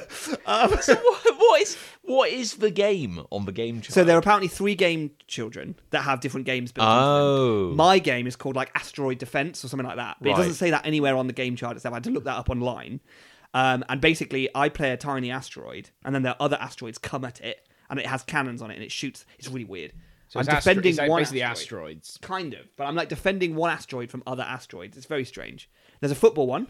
Speaker 1: So what, what is what is the game on the game chart?
Speaker 3: So there are apparently three game children that have different games built. into them.
Speaker 1: oh,
Speaker 3: My game is called like Asteroid Defense or something like that. But
Speaker 1: Right.
Speaker 3: it doesn't say that anywhere on the game chart itself. I had to look that up online. Um, and basically, I play a tiny asteroid, and then there are other asteroids come at it, and it has cannons on it, and it shoots. It's really weird.
Speaker 2: So
Speaker 3: I'm
Speaker 2: it's astro-
Speaker 3: defending
Speaker 2: it's like
Speaker 3: one
Speaker 2: basically
Speaker 3: asteroid.
Speaker 2: asteroids.
Speaker 3: Kind of, but I'm like defending one asteroid from other asteroids. It's very strange. There's a football one,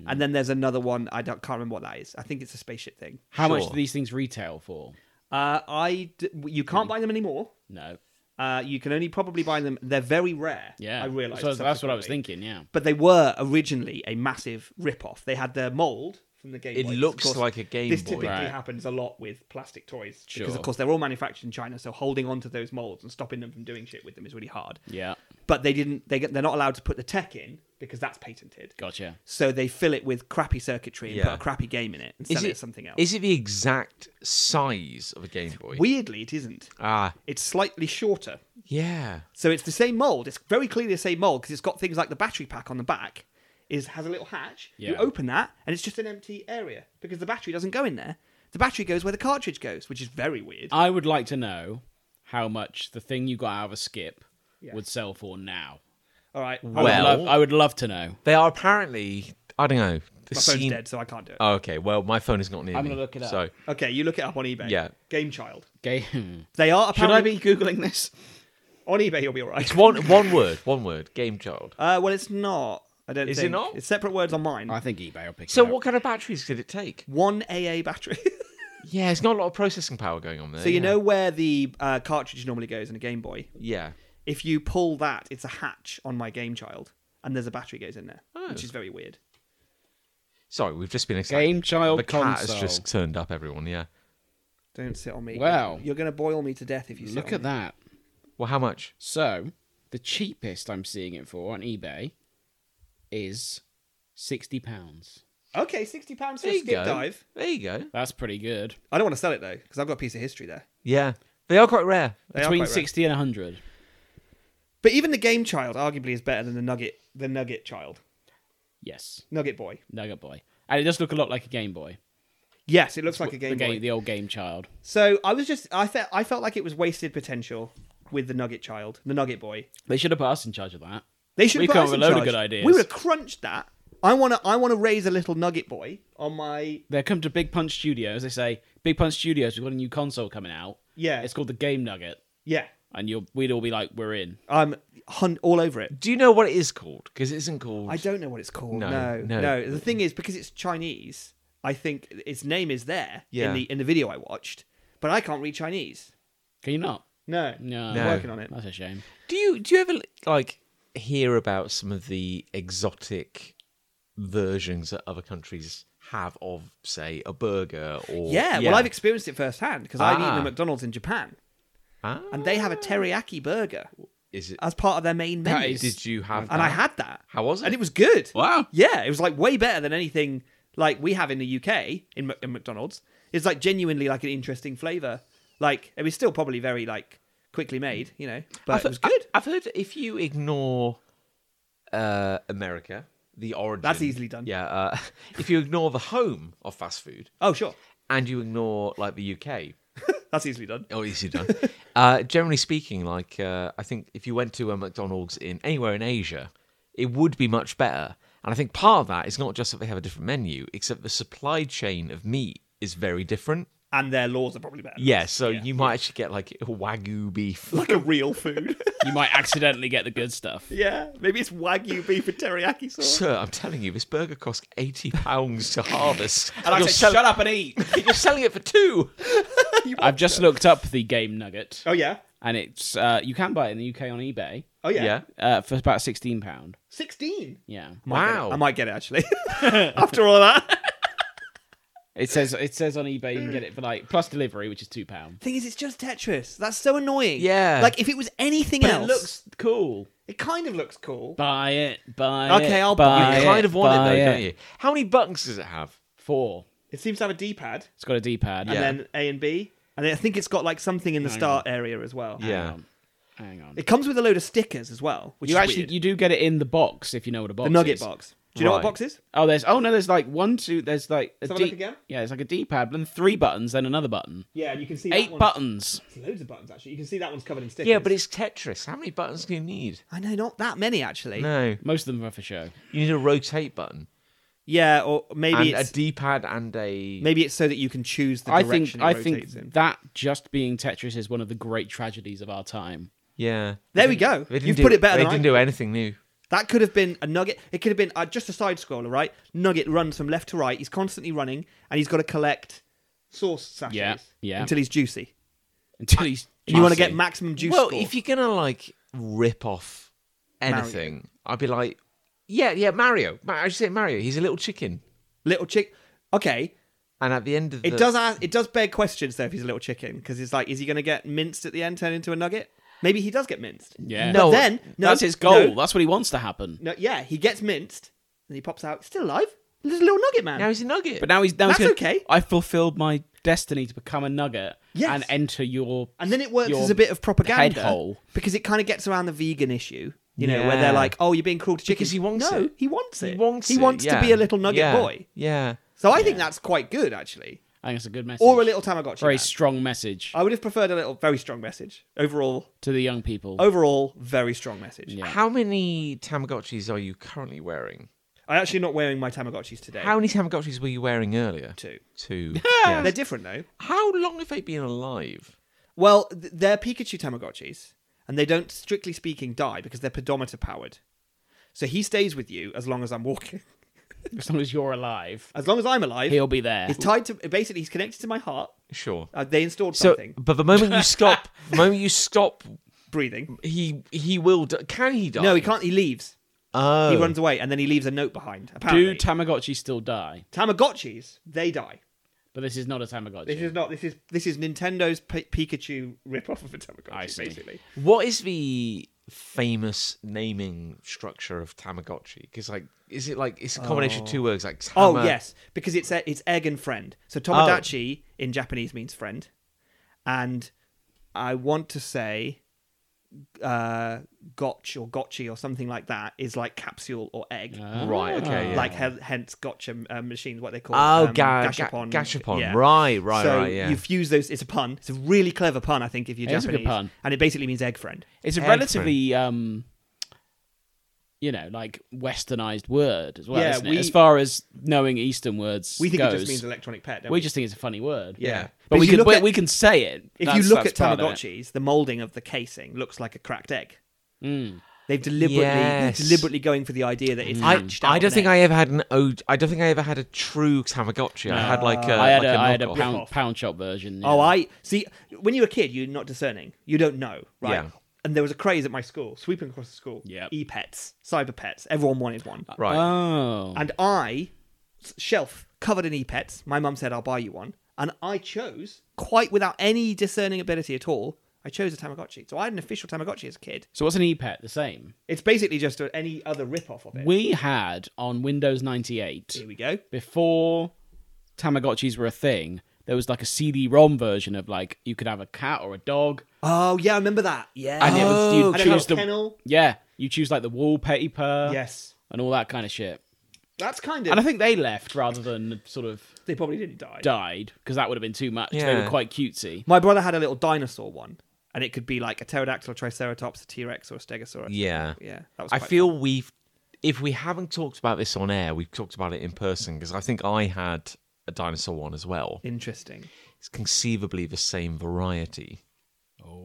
Speaker 2: Hmm.
Speaker 3: and then there's another one. I don't, can't remember what that is. I think it's a spaceship thing.
Speaker 2: How much
Speaker 1: Sure.
Speaker 2: do these things retail for?
Speaker 3: Uh, I d- you can't
Speaker 2: Hmm.
Speaker 3: buy them anymore.
Speaker 2: No.
Speaker 3: Uh, you can only probably buy them. They're very rare.
Speaker 2: Yeah.
Speaker 3: I realized
Speaker 2: So that's what I was
Speaker 3: subsequently.
Speaker 2: thinking. Yeah.
Speaker 3: But they were originally a massive rip-off. They had their mold from the Game
Speaker 1: It
Speaker 3: Boy.
Speaker 1: looks
Speaker 3: Of course,
Speaker 1: like a Game
Speaker 3: This
Speaker 1: Boy.
Speaker 3: typically
Speaker 2: Right.
Speaker 3: happens a lot with plastic toys because,
Speaker 2: Sure.
Speaker 3: of course, they're all manufactured in China. So holding onto those molds and stopping them from doing shit with them is really hard.
Speaker 2: Yeah.
Speaker 3: But they didn't. They get, they're not allowed to put the tech in because that's patented.
Speaker 2: Gotcha.
Speaker 3: So they fill it with crappy circuitry and put
Speaker 1: Yeah.
Speaker 3: a crappy game in it and
Speaker 1: is
Speaker 3: sell it,
Speaker 1: it
Speaker 3: as something else.
Speaker 1: Is it the exact size of a Game Boy?
Speaker 3: Weirdly, it isn't.
Speaker 1: ah,
Speaker 3: It's slightly shorter.
Speaker 1: yeah.
Speaker 3: So it's the same mold. It's very clearly the same mold because it's got things like the battery pack on the back. Is has a little hatch. You
Speaker 2: Yeah.
Speaker 3: open that, and it's just an empty area because the battery doesn't go in there. The battery goes where the cartridge goes, which is very weird.
Speaker 2: I would like to know how much the thing you got out of a skip
Speaker 3: Yeah.
Speaker 2: would sell for now.
Speaker 3: All right.
Speaker 2: I would,
Speaker 1: Well-
Speaker 2: love, I would love to know.
Speaker 1: They are apparently. I don't know. The
Speaker 3: my phone's dead, so I can't do it.
Speaker 2: uh,
Speaker 1: Oh, okay. Well, my phone is not near
Speaker 2: I'm
Speaker 1: me,
Speaker 2: gonna look it up.
Speaker 1: So
Speaker 3: okay, you look it up on eBay.
Speaker 1: Yeah.
Speaker 3: Game Child.
Speaker 2: Game.
Speaker 3: They are
Speaker 2: Should I
Speaker 3: apparently
Speaker 2: be googling this?
Speaker 3: on eBay. You'll be all right.
Speaker 1: it's one one word. One word. Game child.
Speaker 3: Uh, well, it's not. I don't.
Speaker 1: Is it
Speaker 3: think.
Speaker 1: not?
Speaker 3: It's separate words on mine.
Speaker 2: I think eBay will pick
Speaker 1: So
Speaker 2: it up.
Speaker 1: what kind of batteries could it take?
Speaker 3: One AA battery.
Speaker 1: Yeah, it's not a lot of processing power going on there.
Speaker 3: so you
Speaker 1: yeah.
Speaker 3: know where the uh, cartridge normally goes in a Game Boy.
Speaker 1: Yeah.
Speaker 3: If you pull that, it's a hatch on my Game Child, and there's a battery goes in there,
Speaker 2: Oh.
Speaker 3: which is very weird.
Speaker 1: Sorry, we've just been excited.
Speaker 2: Game child
Speaker 1: the cat
Speaker 2: console.
Speaker 1: has just turned up. Everyone. Yeah.
Speaker 3: Don't sit on me.
Speaker 2: Wow.
Speaker 3: You're going to boil me to death if you sit
Speaker 2: Look
Speaker 3: on
Speaker 2: at
Speaker 3: me.
Speaker 2: that.
Speaker 1: Well, how much?
Speaker 2: So the cheapest I'm seeing it for on eBay is sixty pounds.
Speaker 3: Okay, sixty pounds for
Speaker 1: There
Speaker 3: a
Speaker 1: you
Speaker 3: skip
Speaker 1: go.
Speaker 3: dive.
Speaker 1: There you go.
Speaker 2: That's pretty good.
Speaker 3: I don't want to sell it though because I've got a piece of history there.
Speaker 1: Yeah, they are quite rare.
Speaker 3: They are
Speaker 2: Between
Speaker 3: quite rare.
Speaker 2: sixty and hundred.
Speaker 3: But even the Game Child arguably is better than the Nugget, the Nugget Child,
Speaker 2: Yes,
Speaker 3: Nugget Boy.
Speaker 2: Nugget Boy, and it does look a lot like a Game Boy.
Speaker 3: Yes, it looks like a Game
Speaker 2: the,
Speaker 3: Boy.
Speaker 2: the old Game Child.
Speaker 3: So I was just, I felt, I felt like it was wasted potential with the Nugget Child, the Nugget Boy.
Speaker 2: They should have put us in charge of that.
Speaker 3: They should
Speaker 2: We
Speaker 3: put
Speaker 2: come
Speaker 3: us
Speaker 2: up with
Speaker 3: in
Speaker 2: a load of
Speaker 3: charge.
Speaker 2: good ideas.
Speaker 3: We would have crunched that. I want to, I want to raise a little Nugget Boy on my.
Speaker 2: They come to Big Punch Studios. They say Big Punch Studios, we've got a new console coming out.
Speaker 3: Yeah.
Speaker 2: it's called the Game Nugget,
Speaker 3: Yeah,
Speaker 2: and you'll we'd all be like, we're in.
Speaker 3: I'm hun- all over it.
Speaker 1: Do you know what it is called? Because it isn't called.
Speaker 3: I don't know what it's called.
Speaker 1: No,
Speaker 3: No, no.
Speaker 1: no.
Speaker 3: The thing is, because it's Chinese, I think its name is there
Speaker 1: Yeah.
Speaker 3: in the in the video I watched, but I can't read Chinese.
Speaker 2: Can you not?
Speaker 3: No,
Speaker 2: No.
Speaker 3: I'm working on it.
Speaker 2: That's a shame.
Speaker 1: Do you do you ever like hear about some of the exotic versions that other countries have of, say, a burger or?
Speaker 3: Yeah, well, I've experienced it firsthand because I've eaten
Speaker 1: Ah.
Speaker 3: at McDonald's in Japan,
Speaker 1: Ah,
Speaker 3: and they have a teriyaki burger
Speaker 1: is it?
Speaker 3: as part of their main
Speaker 2: That
Speaker 3: menu.
Speaker 2: is-
Speaker 1: Did you have? that?
Speaker 3: and I had that.
Speaker 1: How was it?
Speaker 3: And it was good.
Speaker 1: Wow.
Speaker 3: Yeah, it was like way better than anything like we have in the UK in, Mc- in McDonald's. It's like genuinely like an interesting flavor. Like it was still probably very like quickly made, you know, but
Speaker 1: I've,
Speaker 3: it was good.
Speaker 1: I've heard if you ignore uh, America, the origin.
Speaker 3: That's easily done.
Speaker 1: Yeah. Uh, if you ignore the home of fast food
Speaker 3: oh sure,
Speaker 1: and you ignore like the UK,
Speaker 3: that's easily done.
Speaker 1: Oh, easy done. uh, generally speaking, like uh, I think if you went to a McDonald's in anywhere in Asia, it would be much better. And I think part of that is not just that they have a different menu, except the supply chain of meat is very different.
Speaker 3: And their laws are probably better.
Speaker 1: Yeah, so you might actually get like a wagyu beef.
Speaker 3: like a real food.
Speaker 2: You might accidentally get the good stuff.
Speaker 3: yeah, maybe it's wagyu beef with teriyaki sauce.
Speaker 1: Sir, I'm telling you, this burger costs eighty pounds to harvest, and,
Speaker 2: I
Speaker 1: you're,
Speaker 2: said,
Speaker 1: sell-
Speaker 2: shut up and eat.
Speaker 1: you're selling it for two.
Speaker 2: I've just looked up the game nugget,
Speaker 3: oh yeah,
Speaker 2: and it's uh, you can buy it in the UK on eBay
Speaker 3: oh yeah,
Speaker 1: Yeah.
Speaker 2: uh, for about sixteen pound.
Speaker 3: sixteen.
Speaker 2: Yeah,
Speaker 1: Wow.
Speaker 3: I might get it actually. After all that,
Speaker 2: it says it says on eBay you can get it for like plus delivery, which is two pound.
Speaker 3: thing is, it's just Tetris. That's so annoying.
Speaker 1: Yeah.
Speaker 3: like if it was anything
Speaker 2: But
Speaker 3: else,
Speaker 2: it looks cool.
Speaker 3: It kind of looks cool.
Speaker 2: Buy it, buy it.
Speaker 3: Okay, I'll
Speaker 2: buy
Speaker 3: buy
Speaker 1: you
Speaker 2: it,
Speaker 1: kind of want
Speaker 2: buy
Speaker 1: it though, don't you? How many buttons does it have?
Speaker 2: Four.
Speaker 3: It seems to have a D-pad
Speaker 2: It's got a D pad.
Speaker 1: Yeah.
Speaker 3: and then A and B, and I think it's got like something in the
Speaker 2: Hang
Speaker 3: start area as well.
Speaker 1: Yeah.
Speaker 2: on. Hang on.
Speaker 3: It comes with a load of stickers as well, which
Speaker 2: you
Speaker 3: is
Speaker 2: actually
Speaker 3: weird.
Speaker 2: you do get it in the box if you know what a box
Speaker 3: the nugget
Speaker 2: is.
Speaker 3: box. Do you know what
Speaker 1: Right.
Speaker 3: box is?
Speaker 2: Oh, there's oh no, there's like one, two, there's like a
Speaker 3: Let's have a
Speaker 2: D-
Speaker 3: look again.
Speaker 2: Yeah, it's like a D-pad, then three buttons, then another button.
Speaker 3: Yeah, and you can see
Speaker 2: Eight buttons.
Speaker 3: Loads of buttons actually. You can see that one's covered in stickers.
Speaker 1: Yeah, but it's Tetris. How many buttons do you need?
Speaker 3: I know not that many actually.
Speaker 1: No,
Speaker 2: Most of them are for show.
Speaker 1: you need a rotate button
Speaker 3: Yeah, or maybe
Speaker 1: and a
Speaker 3: it's,
Speaker 1: D-pad and a.
Speaker 3: maybe it's so that you can choose the
Speaker 2: I
Speaker 3: direction
Speaker 2: think
Speaker 3: it
Speaker 2: I
Speaker 3: rotates
Speaker 2: think
Speaker 3: in.
Speaker 2: that just being Tetris is one of the great tragedies of our time.
Speaker 1: Yeah,
Speaker 3: There we go.
Speaker 1: They didn't
Speaker 3: You've
Speaker 1: do-
Speaker 3: put it better
Speaker 1: They
Speaker 3: than I
Speaker 1: didn't do anything new.
Speaker 3: That could have been a nugget. It could have been uh, just a side scroller, right? Nugget runs from left to right. He's constantly running, and he's got to collect sauce sachets
Speaker 2: Yeah, yeah.
Speaker 3: until he's juicy.
Speaker 2: Until he's
Speaker 3: And you want to
Speaker 2: juicy.
Speaker 3: get maximum juice.
Speaker 1: well,
Speaker 3: score.
Speaker 1: if you're gonna like rip off anything, I'd be like, yeah, yeah, Mario. Ma- I should say Mario. He's a little chicken,
Speaker 3: little chick, okay,
Speaker 1: and at the end of
Speaker 3: it
Speaker 1: the,
Speaker 3: does ask, it does beg questions though. If he's a little chicken, because it's like, is he going to get minced at the end, turned into a nugget? Maybe he does get minced.
Speaker 2: Yeah.
Speaker 1: No,
Speaker 3: But then no,
Speaker 2: That's his goal.
Speaker 3: No,
Speaker 2: That's what he wants to happen.
Speaker 3: no, yeah, he gets minced, and he pops out still alive. There's a little nugget man.
Speaker 1: Now he's a nugget.
Speaker 2: But now he's now he's
Speaker 3: That's
Speaker 2: gonna-
Speaker 3: okay.
Speaker 2: I fulfilled my destiny to become a nugget
Speaker 3: Yes.
Speaker 2: and enter your
Speaker 3: And then it works
Speaker 2: your
Speaker 3: as a bit of propaganda
Speaker 2: head hole.
Speaker 3: because it kind of gets around the vegan issue, you know, where they're
Speaker 1: Yeah.
Speaker 3: like, "Oh, you're being cruel to chickens."
Speaker 1: Because he wants
Speaker 3: no,
Speaker 1: it.
Speaker 3: he wants it.
Speaker 1: he wants.
Speaker 3: He
Speaker 1: it,
Speaker 3: wants
Speaker 1: yeah.
Speaker 3: to be a little nugget
Speaker 1: Yeah,
Speaker 3: boy.
Speaker 1: Yeah.
Speaker 3: So I think that's quite good, actually,
Speaker 2: I think it's a good message.
Speaker 3: or a little Uh, Tamagotchi.
Speaker 2: very
Speaker 3: man.
Speaker 2: strong message
Speaker 3: I would have preferred a little, very strong message overall.
Speaker 2: to the young people.
Speaker 3: Overall, very strong message.
Speaker 2: Yeah.
Speaker 1: How many Tamagotchis are you currently wearing?
Speaker 3: I'm actually not wearing my Tamagotchis today.
Speaker 1: How many Tamagotchis were you wearing earlier?
Speaker 3: Two.
Speaker 1: Two. yeah.
Speaker 3: They're different though.
Speaker 1: How long have they been alive?
Speaker 3: Well, th- they're Pikachu Tamagotchis, and they don't, strictly speaking, die because they're pedometer powered. So he stays with you as long as I'm walking.
Speaker 2: as long as you're alive,
Speaker 3: As long as I'm alive,
Speaker 2: he'll be there.
Speaker 3: He's tied to basically he's connected to my heart.
Speaker 1: Sure.
Speaker 3: Uh, they installed
Speaker 1: So,
Speaker 3: something
Speaker 1: but the moment you stop, the moment you stop,
Speaker 3: breathing.
Speaker 1: he he will. d Can he die?
Speaker 3: No, he can't. He leaves.
Speaker 1: Oh.
Speaker 3: He runs away and then he leaves a note behind. Apparently,
Speaker 2: Do Tamagotchi still die?
Speaker 3: Tamagotchis they die.
Speaker 2: But this is not a Tamagotchi.
Speaker 3: This is not. This is this is Nintendo's P- Pikachu ripoff of a Tamagotchi.
Speaker 2: I see.
Speaker 3: Basically,
Speaker 1: What is the famous naming structure of Tamagotchi? Because like, is it like it's a combination of two words like
Speaker 3: oh
Speaker 1: tama?
Speaker 3: yes, because it's e- it's egg and friend. So Tomodachi
Speaker 1: Oh.
Speaker 3: in Japanese means friend, and I want to say uh gotch or gotchi or something like that is like capsule or egg
Speaker 1: Ah. Right. Okay. Yeah.
Speaker 3: like he- hence gotcha uh, machines what they call
Speaker 1: oh,
Speaker 3: um,
Speaker 1: ga- ga-
Speaker 3: gashapon
Speaker 1: gashapon.
Speaker 3: Yeah.
Speaker 1: Right. Right.
Speaker 3: so
Speaker 1: right. Yeah.
Speaker 3: you fuse those it's a pun it's a really clever pun i think if you're
Speaker 2: It is
Speaker 3: japanese
Speaker 2: a good pun.
Speaker 3: and it basically means egg friend
Speaker 2: It's a
Speaker 1: Egg
Speaker 2: relatively, um, you know, like westernized word as well.
Speaker 3: Yeah,
Speaker 2: isn't it?
Speaker 3: we-
Speaker 2: as far as knowing Eastern words,
Speaker 3: we think
Speaker 2: goes,
Speaker 3: it just means electronic pet don't
Speaker 2: we just think it's a funny word.
Speaker 3: yeah
Speaker 2: but
Speaker 3: if
Speaker 2: we
Speaker 3: you
Speaker 2: can
Speaker 3: look
Speaker 2: we,
Speaker 3: at-
Speaker 2: we can say it.
Speaker 3: if you
Speaker 2: That's-
Speaker 3: look at
Speaker 2: that's part of it.
Speaker 3: tamagotchis the molding of the casing looks like a cracked egg they've deliberately
Speaker 1: Yes.
Speaker 3: they're deliberately going for the idea that it's
Speaker 1: Hmm. I,
Speaker 3: hatched out
Speaker 1: I
Speaker 3: of
Speaker 1: don't
Speaker 3: an
Speaker 1: think
Speaker 3: egg.
Speaker 1: I ever had an ode. I don't think I ever had a true Tamagotchi. I had like a
Speaker 3: uh,
Speaker 2: I had
Speaker 1: like
Speaker 2: a,
Speaker 1: a
Speaker 2: I had a
Speaker 1: knockoff.
Speaker 2: pound,
Speaker 3: Rip-off.
Speaker 2: pound shop version.
Speaker 3: Oh,
Speaker 2: yeah.
Speaker 3: I see. When you're a kid, you're not discerning. You don't know, right?
Speaker 1: Yeah.
Speaker 3: And there was a craze at my school, sweeping across the school.
Speaker 2: Yep.
Speaker 3: E-pets, cyber pets. Everyone wanted one.
Speaker 1: Right.
Speaker 2: Oh,
Speaker 3: And I, s- shelf covered in e-pets. My mum said, "I'll buy you one," and I chose, quite without any discerning ability at all. I chose a Tamagotchi. So I had an official Tamagotchi as a kid.
Speaker 2: so what's an E e-pet? The same.
Speaker 3: It's basically just a, any other rip-off of it.
Speaker 2: We had on Windows ninety eight
Speaker 3: Here we go.
Speaker 2: before Tamagotchis were a thing. There was like a CD-ROM version of like you could have a cat or a dog,
Speaker 3: Oh yeah, I remember that. Yeah.
Speaker 2: and it was
Speaker 1: Oh,
Speaker 2: you
Speaker 3: And it had
Speaker 2: choose
Speaker 3: a
Speaker 2: the
Speaker 3: kennel.
Speaker 2: yeah you choose like the wallpaper
Speaker 3: Yes.
Speaker 2: and all that kind of shit.
Speaker 3: That's kind of.
Speaker 2: And I think they left rather than sort of
Speaker 3: they probably didn't die.
Speaker 2: died because that would have been too much. They
Speaker 1: Yeah.
Speaker 2: were quite cutesy.
Speaker 3: My brother had a little dinosaur one, and it could be like a pterodactyl, a triceratops, a T Rex, or a stegosaurus.
Speaker 1: Yeah.
Speaker 3: yeah. That was
Speaker 1: I
Speaker 3: quite
Speaker 1: feel we've, if we haven't talked about this on air, we've talked about it in person because I think I had a dinosaur one as well.
Speaker 3: interesting.
Speaker 1: It's conceivably the same variety.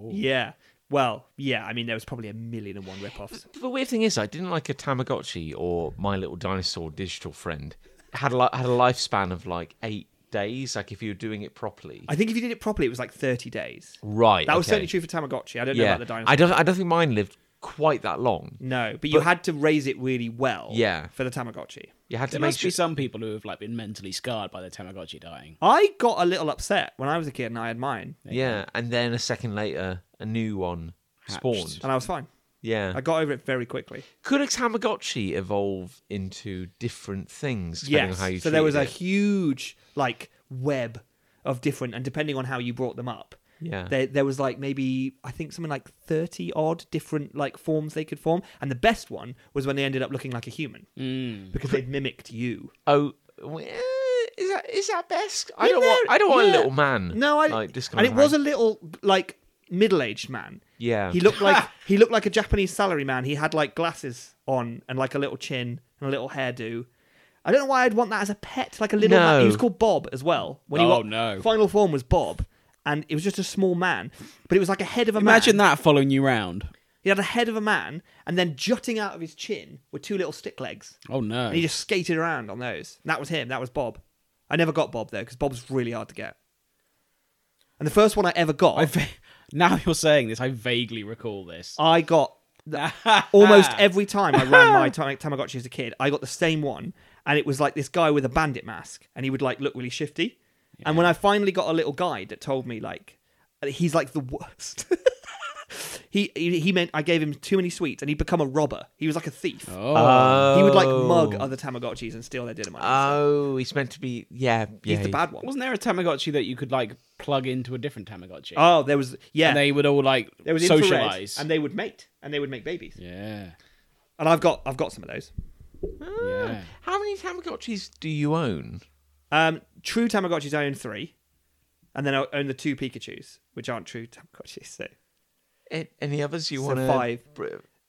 Speaker 3: Yeah. Well, yeah. I mean, there was probably a million and one rip-offs.
Speaker 1: The weird thing is, I didn't like a Tamagotchi or My Little Dinosaur digital friend. It had a, li- had a lifespan of like eight days, like if you were doing it properly.
Speaker 3: I think if you did it properly, it was like thirty days.
Speaker 1: right.
Speaker 3: That was
Speaker 1: okay.
Speaker 3: certainly true for Tamagotchi. I don't know
Speaker 1: Yeah.
Speaker 3: about the dinosaur.
Speaker 1: I don't. I don't think mine lived quite that long.
Speaker 3: No, but you had to raise it really well.
Speaker 1: Yeah.
Speaker 3: For the Tamagotchi,
Speaker 1: You had to
Speaker 2: There
Speaker 1: make
Speaker 2: must
Speaker 1: sure.
Speaker 2: be some people who have like been mentally scarred by their Tamagotchi dying.
Speaker 3: I got a little upset when I was a kid and I had mine,
Speaker 1: Yeah, and then a second later, a new one spawned.
Speaker 3: and I was fine.
Speaker 1: Yeah.
Speaker 3: I got over it very quickly.
Speaker 1: could a Tamagotchi evolve into different things depending
Speaker 3: Yes.
Speaker 1: on how you
Speaker 3: so there
Speaker 1: treated
Speaker 3: was a
Speaker 1: it?
Speaker 3: huge like web of different, and depending on how you brought them up,
Speaker 1: Yeah.
Speaker 3: There, there was like maybe I think something like thirty odd different like forms they could form, and the best one was when they ended up looking like a human because they mimicked you.
Speaker 1: Oh, well, is that is that best? I
Speaker 3: Yeah,
Speaker 1: don't want.
Speaker 3: no,
Speaker 1: I don't want
Speaker 3: yeah.
Speaker 1: a little man.
Speaker 3: No, I
Speaker 1: like just kind
Speaker 3: and
Speaker 1: of
Speaker 3: it was a little like middle-aged man.
Speaker 1: Yeah.
Speaker 3: he looked like he looked like a Japanese salaryman. He had like glasses on and like a little chin and a little hairdo. I don't know why I'd want that as a pet, like a little.
Speaker 1: No.
Speaker 3: man. He was called Bob as well. When he
Speaker 2: Oh,
Speaker 3: got,
Speaker 2: no.
Speaker 3: Final form was Bob, and it was just a small man, but it was like a head of a man.
Speaker 2: Imagine that following you round.
Speaker 3: He had a head of a man, and then jutting out of his chin were two little stick legs.
Speaker 2: Oh no.
Speaker 3: And he just skated around on those. And that was him. That was Bob. I never got Bob though, because Bob's really hard to get. And the first one I ever got,
Speaker 2: I va- now you're saying this, I vaguely recall this.
Speaker 3: I got almost
Speaker 1: Ah.
Speaker 3: every time I ran my Tam- Tamagotchi as a kid, I got the same one, and it was like this guy with a bandit mask, and he would like look really shifty. And when I finally got a little guide that told me like he's like the worst. he, he he meant I gave him too many sweets, and he'd become a robber. He was like a thief.
Speaker 2: Oh.
Speaker 3: He would like mug
Speaker 1: Oh.
Speaker 3: other Tamagotchis and steal their dinner money.
Speaker 1: Oh, he's meant to be. Yeah, yeah.
Speaker 3: he's the bad one.
Speaker 2: Wasn't there a Tamagotchi that you could like plug into a different Tamagotchi?
Speaker 3: Oh, there was yeah.
Speaker 2: And they would all like
Speaker 3: there was infrared,
Speaker 2: socialize.
Speaker 3: and they would mate, and they would make babies.
Speaker 2: yeah.
Speaker 3: And I've got I've got some of those.
Speaker 2: Yeah.
Speaker 1: How many Tamagotchis do you own?
Speaker 3: Um, true Tamagotchis, I own three, and then I own the two Pikachu's, which aren't true Tamagotchis. So
Speaker 1: A- Any others you uh,
Speaker 3: So
Speaker 1: want to?
Speaker 3: five.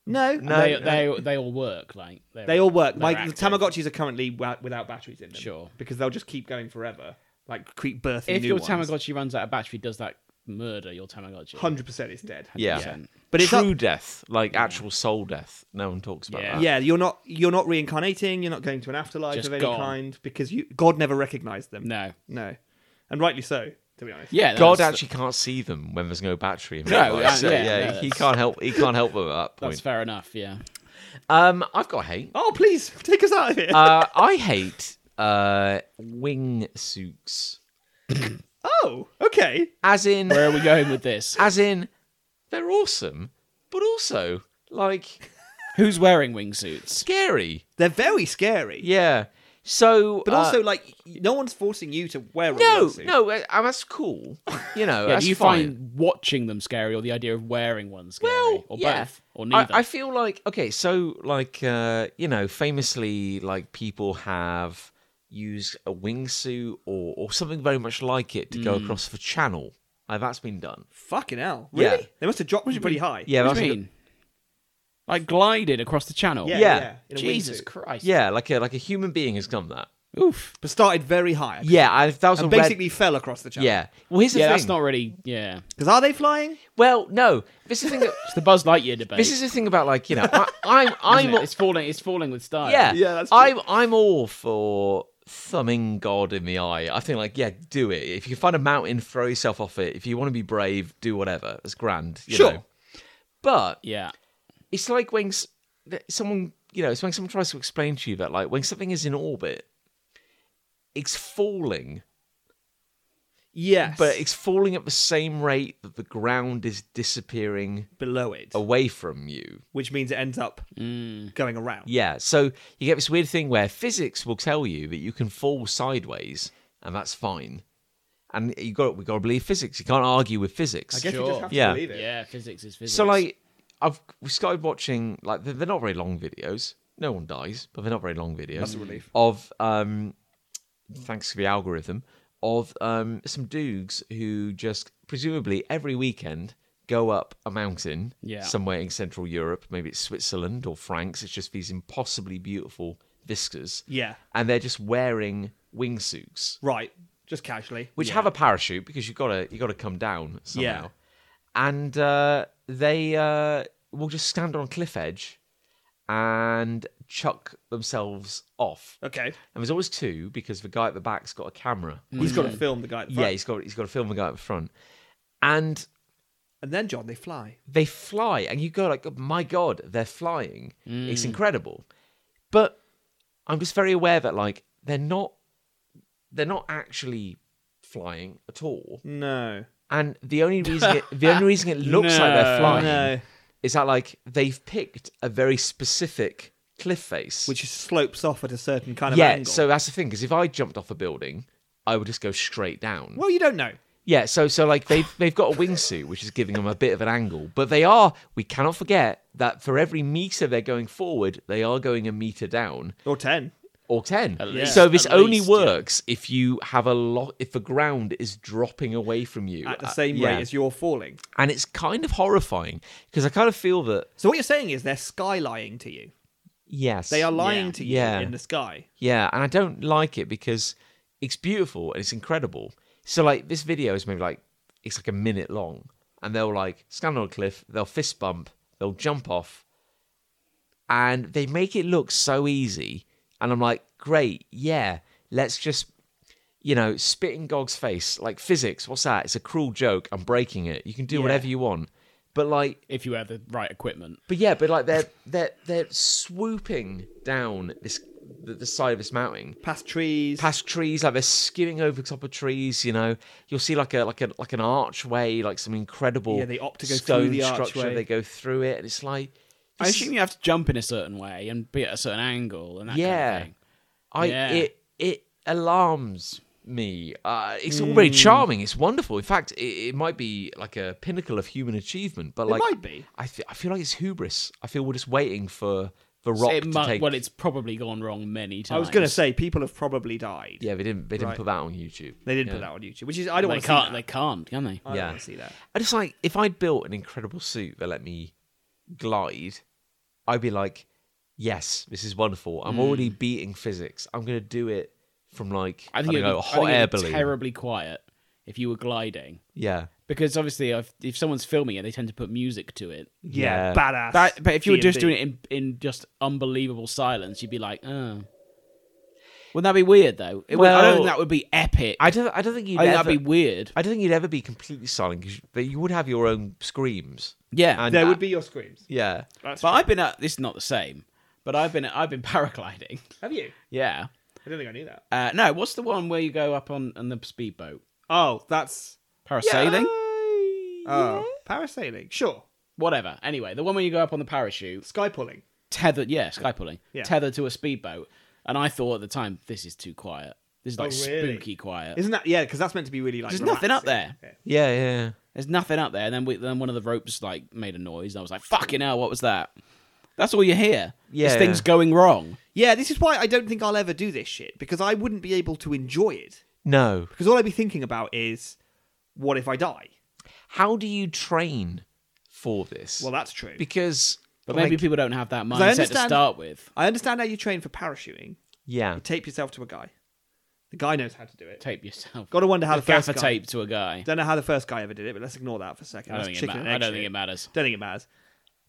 Speaker 3: no,
Speaker 1: No.
Speaker 2: They, they they all work like they're-
Speaker 3: they all work. My
Speaker 2: they're
Speaker 3: the
Speaker 2: active.
Speaker 3: Tamagotchis are currently wa- without batteries in them.
Speaker 2: Sure.
Speaker 3: because they'll just keep going forever, like keep birthing
Speaker 2: If
Speaker 3: new
Speaker 2: your
Speaker 3: ones.
Speaker 2: Tamagotchi runs out of battery, does that murder your Tamagotchi?
Speaker 3: hundred percent is dead.
Speaker 1: Yeah.
Speaker 2: Yeah.
Speaker 3: But it's
Speaker 1: True
Speaker 3: up-
Speaker 1: death, like actual soul death. No one talks about
Speaker 2: Yeah.
Speaker 1: that.
Speaker 3: Yeah, you're not you're not reincarnating. You're not going to an afterlife
Speaker 2: Just
Speaker 3: of any
Speaker 2: gone.
Speaker 3: kind because you God never recognized them.
Speaker 2: No.
Speaker 3: no, and rightly so, to be honest.
Speaker 2: Yeah.
Speaker 1: God
Speaker 2: that's-
Speaker 1: actually can't see them when there's no battery. In
Speaker 2: No,
Speaker 1: real life,
Speaker 2: uh,
Speaker 1: so,
Speaker 2: yeah,
Speaker 1: yeah,
Speaker 2: no,
Speaker 1: he
Speaker 2: that's-
Speaker 1: can't help. He can't help them at that
Speaker 2: That's
Speaker 1: point.
Speaker 2: fair enough. Yeah.
Speaker 1: Um, I've got hate.
Speaker 3: Oh, please take us out of here.
Speaker 1: Uh, I hate uh wing suits.
Speaker 3: oh, okay.
Speaker 1: As in,
Speaker 2: Where are we going with this?
Speaker 1: as in, they're awesome, but also like
Speaker 2: Who's wearing wingsuits?
Speaker 1: scary.
Speaker 3: They're very scary.
Speaker 1: Yeah. So,
Speaker 3: But
Speaker 1: uh,
Speaker 3: also, like, no one's forcing you to wear a
Speaker 1: no,
Speaker 3: wetsuit.
Speaker 1: no, uh, uh, that's cool. You know,
Speaker 2: Yeah,
Speaker 1: that's
Speaker 2: do you
Speaker 1: fine.
Speaker 2: find watching them scary or the idea of wearing one scary?
Speaker 1: well,
Speaker 2: or
Speaker 1: yeah.
Speaker 2: both? Or neither?
Speaker 1: I, I feel like okay, so like uh, you know, famously, like people have used a wingsuit or or something very much like it to
Speaker 2: Mm.
Speaker 1: go across the channel. Uh, that's been done.
Speaker 3: Fucking hell.
Speaker 1: Yeah.
Speaker 3: Really? They must have dropped you pretty high.
Speaker 1: Yeah,
Speaker 2: What
Speaker 1: that's
Speaker 2: do you mean? Like glided across the channel.
Speaker 3: Yeah.
Speaker 1: Yeah.
Speaker 3: in a
Speaker 2: Jesus
Speaker 3: wingsuit.
Speaker 2: Christ.
Speaker 1: yeah, like a like a human being has done that.
Speaker 2: Oof.
Speaker 3: But started very high.
Speaker 1: Yeah, I, that was
Speaker 3: And
Speaker 1: a red-
Speaker 3: basically fell across the channel.
Speaker 1: Yeah. Well, here's the
Speaker 2: Yeah,
Speaker 1: thing.
Speaker 2: that's not really. Yeah.
Speaker 3: Because are they flying?
Speaker 1: Well, no. This is the thing.
Speaker 2: It's the Buzz Lightyear debate.
Speaker 1: this is the thing about like you know, I, I'm I'm
Speaker 2: isn't it? It's falling. It's falling with style.
Speaker 1: yeah,
Speaker 3: Yeah, that's true.
Speaker 1: I'm I'm all for thumbing God in the eye. I think like yeah, do it. If you can find a mountain, throw yourself off it. If you want to be brave, do whatever. It's grand. You
Speaker 3: Sure.
Speaker 1: Know. But
Speaker 2: Yeah.
Speaker 1: it's like when s- that someone you know, it's when someone tries to explain to you that like when something is in orbit, it's falling,
Speaker 3: Yes.
Speaker 1: but it's falling at the same rate that the ground is disappearing
Speaker 3: below it,
Speaker 1: away from you.
Speaker 3: which means it ends up going around.
Speaker 1: Mm. Yeah, so you get this weird thing where physics will tell you that you can fall sideways, and that's fine. And you got we got to believe physics. You can't argue with physics.
Speaker 3: I guess you
Speaker 2: Sure.
Speaker 3: just have to
Speaker 1: Yeah.
Speaker 3: believe it.
Speaker 2: Yeah. Physics is physics.
Speaker 1: so like I've we started watching like they're, they're not very long videos. No one dies, but they're not very long videos. That's a
Speaker 3: relief.
Speaker 1: Of um, thanks to the algorithm of um some dudes who just presumably every weekend go up a mountain
Speaker 2: Yeah.
Speaker 1: somewhere in central Europe. Maybe it's Switzerland or France. It's just these impossibly beautiful vistas.
Speaker 3: Yeah.
Speaker 1: and they're just wearing wingsuits
Speaker 3: Right. Just casually.
Speaker 1: which have a parachute because you've got to you got to come down somehow.
Speaker 3: Yeah.
Speaker 1: And uh, they uh, will just stand on a cliff edge and chuck themselves off.
Speaker 3: Okay.
Speaker 1: And there's always two because the guy at the back's got a camera.
Speaker 3: He's got to film the guy at the
Speaker 1: Yeah,
Speaker 3: front.
Speaker 1: he's got he's got to film the guy at the front. And
Speaker 3: And then, John, they fly.
Speaker 1: they fly and you go like oh, my god they're flying it's incredible but i'm just very aware that like they're not they're not actually flying at all
Speaker 3: No.
Speaker 1: and the only reason it, the only reason it looks like they're
Speaker 2: No,
Speaker 1: flying
Speaker 3: no.
Speaker 1: is that like they've picked a very specific cliff face
Speaker 3: Which slopes off at a certain kind of
Speaker 1: yeah
Speaker 3: angle.
Speaker 1: so that's the thing because if i jumped off a building i would just go straight down
Speaker 3: Well, you don't know.
Speaker 1: Yeah, so so like they've they've got a wingsuit, which is giving them a bit of an angle. But they are we cannot forget that for every meter they're going forward, they are going a meter down
Speaker 3: Or 10.
Speaker 1: or ten.
Speaker 2: least,
Speaker 1: so this
Speaker 2: at
Speaker 1: only
Speaker 2: least, yeah.
Speaker 1: works if you have a lot if the ground is dropping away from you
Speaker 3: At the
Speaker 1: Uh,
Speaker 3: same
Speaker 1: yeah.
Speaker 3: rate as you're falling.
Speaker 1: And it's kind of horrifying because I kind of feel that
Speaker 3: So what you're saying is they're sky lying to you.
Speaker 1: yes,
Speaker 3: They are lying
Speaker 2: Yeah.
Speaker 3: to you
Speaker 1: Yeah.
Speaker 3: in the sky.
Speaker 1: Yeah, and I don't like it because it's beautiful and it's incredible. So like this video is maybe like it's like a minute long, and they'll like stand on a cliff, they'll fist bump, they'll jump off, and they make it look so easy. And I'm like, great, yeah, let's just you know spit in Gog's face like physics. What's that? It's a cruel joke. I'm breaking it. You can do whatever you want, but like
Speaker 2: if you have the right equipment.
Speaker 1: but yeah, but like they're they're they're swooping down this the, the side of this mountain
Speaker 3: Past trees.
Speaker 1: past trees, like they're skimming over top of trees. You know, you'll see like a like a like an archway, like some incredible
Speaker 3: Yeah, they opt to go through
Speaker 1: stone
Speaker 3: the
Speaker 1: structure.
Speaker 3: archway.
Speaker 1: They go through it, and it's like
Speaker 2: I
Speaker 1: this-
Speaker 2: assume you have to jump in a certain way and be at a certain angle and that
Speaker 1: yeah,
Speaker 2: kind of thing.
Speaker 1: I
Speaker 2: Yeah.
Speaker 1: it it alarms me. Uh, it's already
Speaker 2: Hmm.
Speaker 1: charming. It's wonderful. In fact, it, it might be like a pinnacle of human achievement. But like,
Speaker 3: might be.
Speaker 1: I fe- I feel like it's hubris. I feel we're just waiting for the rock
Speaker 2: it
Speaker 1: to
Speaker 2: mu-
Speaker 1: take.
Speaker 2: Well, it's probably gone wrong many times.
Speaker 3: I was going to say people have probably died.
Speaker 1: yeah, they didn't. They didn't
Speaker 3: Right.
Speaker 1: put that on YouTube.
Speaker 3: They didn't
Speaker 1: Yeah.
Speaker 3: put that on YouTube, which is I don't
Speaker 2: they
Speaker 3: want to see that.
Speaker 2: can't. They can't, can they?
Speaker 3: I don't
Speaker 1: Yeah.
Speaker 3: want to see that.
Speaker 1: I just like if I'd built an incredible suit that let me glide, I'd be like, yes, this is wonderful.
Speaker 2: Mm.
Speaker 1: I'm already beating physics. I'm gonna do it from like I,
Speaker 2: it'd
Speaker 1: don't know, a
Speaker 2: be- I
Speaker 1: hot
Speaker 2: think
Speaker 1: air
Speaker 2: it'd be
Speaker 1: balloon.
Speaker 2: Terribly quiet if you were gliding,
Speaker 1: yeah,
Speaker 2: because obviously, if, if someone's filming it, they tend to put music to it.
Speaker 1: Yeah.
Speaker 3: Yeah, badass.
Speaker 2: But, but if you were just
Speaker 3: D&D.
Speaker 2: doing it in, in just unbelievable silence, you'd be like, oh. Wouldn't that be weird though? It would, I
Speaker 1: Well-
Speaker 2: don't think that would be epic.
Speaker 1: I don't. I don't think you'd
Speaker 2: I think
Speaker 1: ever.
Speaker 2: that'd be weird.
Speaker 1: I don't think you'd ever be completely silent because you, you would have your own screams.
Speaker 2: Yeah,
Speaker 1: And-
Speaker 3: there
Speaker 1: that-
Speaker 3: would be your screams.
Speaker 1: Yeah,
Speaker 3: That's
Speaker 2: but
Speaker 3: true.
Speaker 2: I've been at this is not the same. But I've been I've been paragliding.
Speaker 3: have you?
Speaker 2: Yeah.
Speaker 3: I don't think I knew that.
Speaker 2: Uh, no, what's the one where you go up on, on the speedboat?
Speaker 3: Oh, that's
Speaker 2: Parasailing?
Speaker 3: oh parasailing. Sure,
Speaker 2: Whatever. Anyway, the one where you go up on the parachute,
Speaker 3: sky pulling.
Speaker 2: tethered, yeah, sky pulling,
Speaker 3: Yeah.
Speaker 2: tethered to a speedboat. And I thought at the time, this is too quiet. This is like
Speaker 3: Oh, really?
Speaker 2: spooky quiet.
Speaker 3: Isn't that yeah? Because that's meant to be really like.
Speaker 2: There's nothing up there.
Speaker 1: Yeah, yeah.
Speaker 2: There's nothing up there. And then we, then one of the ropes like made a noise. And I was like, fucking hell, what was that? That's all you hear.
Speaker 1: Yeah,
Speaker 2: This
Speaker 1: yeah.
Speaker 2: thing's going wrong.
Speaker 3: Yeah, this is why I don't think I'll ever do this shit because I wouldn't be able to enjoy it
Speaker 1: No.
Speaker 3: because all I'd be thinking about is, what if I die?
Speaker 1: How do you train for this?
Speaker 3: Well, that's true.
Speaker 1: because
Speaker 2: But maybe
Speaker 1: like,
Speaker 2: people don't have that
Speaker 3: I
Speaker 2: mindset to
Speaker 3: understand-
Speaker 2: start with.
Speaker 3: I understand how you train for parachuting.
Speaker 1: yeah,
Speaker 3: You tape yourself to a guy. The guy knows how to do it.
Speaker 2: Tape yourself.
Speaker 3: Got to wonder how the first
Speaker 2: Gaffer
Speaker 3: guy.
Speaker 2: tape to a guy.
Speaker 3: Don't know how the first guy ever did it, but let's ignore that for a second.
Speaker 2: I don't, think
Speaker 3: That's
Speaker 2: it,
Speaker 3: chicken
Speaker 2: ma-
Speaker 3: and egg
Speaker 2: I don't
Speaker 3: shit.
Speaker 2: think it matters.
Speaker 3: Don't think it matters.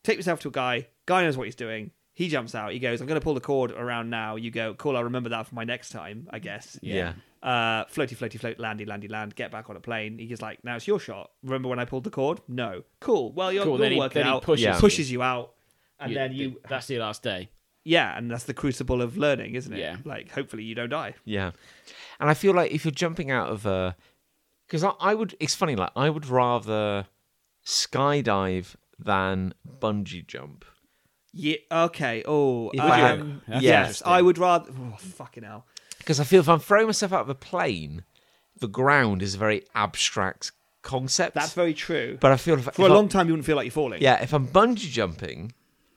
Speaker 3: Take yourself to a guy. Guy knows what he's doing. He jumps out. He goes, "I'm going to pull the cord around now." You go, "Cool, I'll remember that for my next time, I guess."
Speaker 1: Yeah.
Speaker 3: Uh, floaty, floaty, float, landy, landy, land. Get back on a plane. He's like, "Now it's your shot." Remember when I pulled the cord? No. Cool. Well, you're,
Speaker 2: Cool,
Speaker 3: you're
Speaker 2: then he-
Speaker 3: working
Speaker 2: then he
Speaker 3: out.
Speaker 2: pushes
Speaker 1: Yeah.
Speaker 3: pushes you out, and
Speaker 2: You-
Speaker 3: then you,
Speaker 2: That's the last day.
Speaker 3: yeah, and that's the crucible of learning, isn't it?
Speaker 2: Yeah.
Speaker 3: Like, hopefully, you don't die.
Speaker 1: Yeah, and I feel like if you're jumping out of a, because I, I would, it's funny. Like I would rather skydive than bungee jump.
Speaker 3: Yeah. Okay. Oh.
Speaker 1: If I had-
Speaker 3: um,
Speaker 1: That's
Speaker 3: yes.
Speaker 1: interesting.
Speaker 3: I would rather. Oh, fucking hell.
Speaker 1: Because I feel if I'm throwing myself out of a plane, the ground is a very abstract concept.
Speaker 3: That's very true.
Speaker 1: But I feel if,
Speaker 3: for
Speaker 1: if
Speaker 3: a
Speaker 1: I-
Speaker 3: long time, you wouldn't feel like you're falling.
Speaker 1: yeah, if I'm bungee jumping,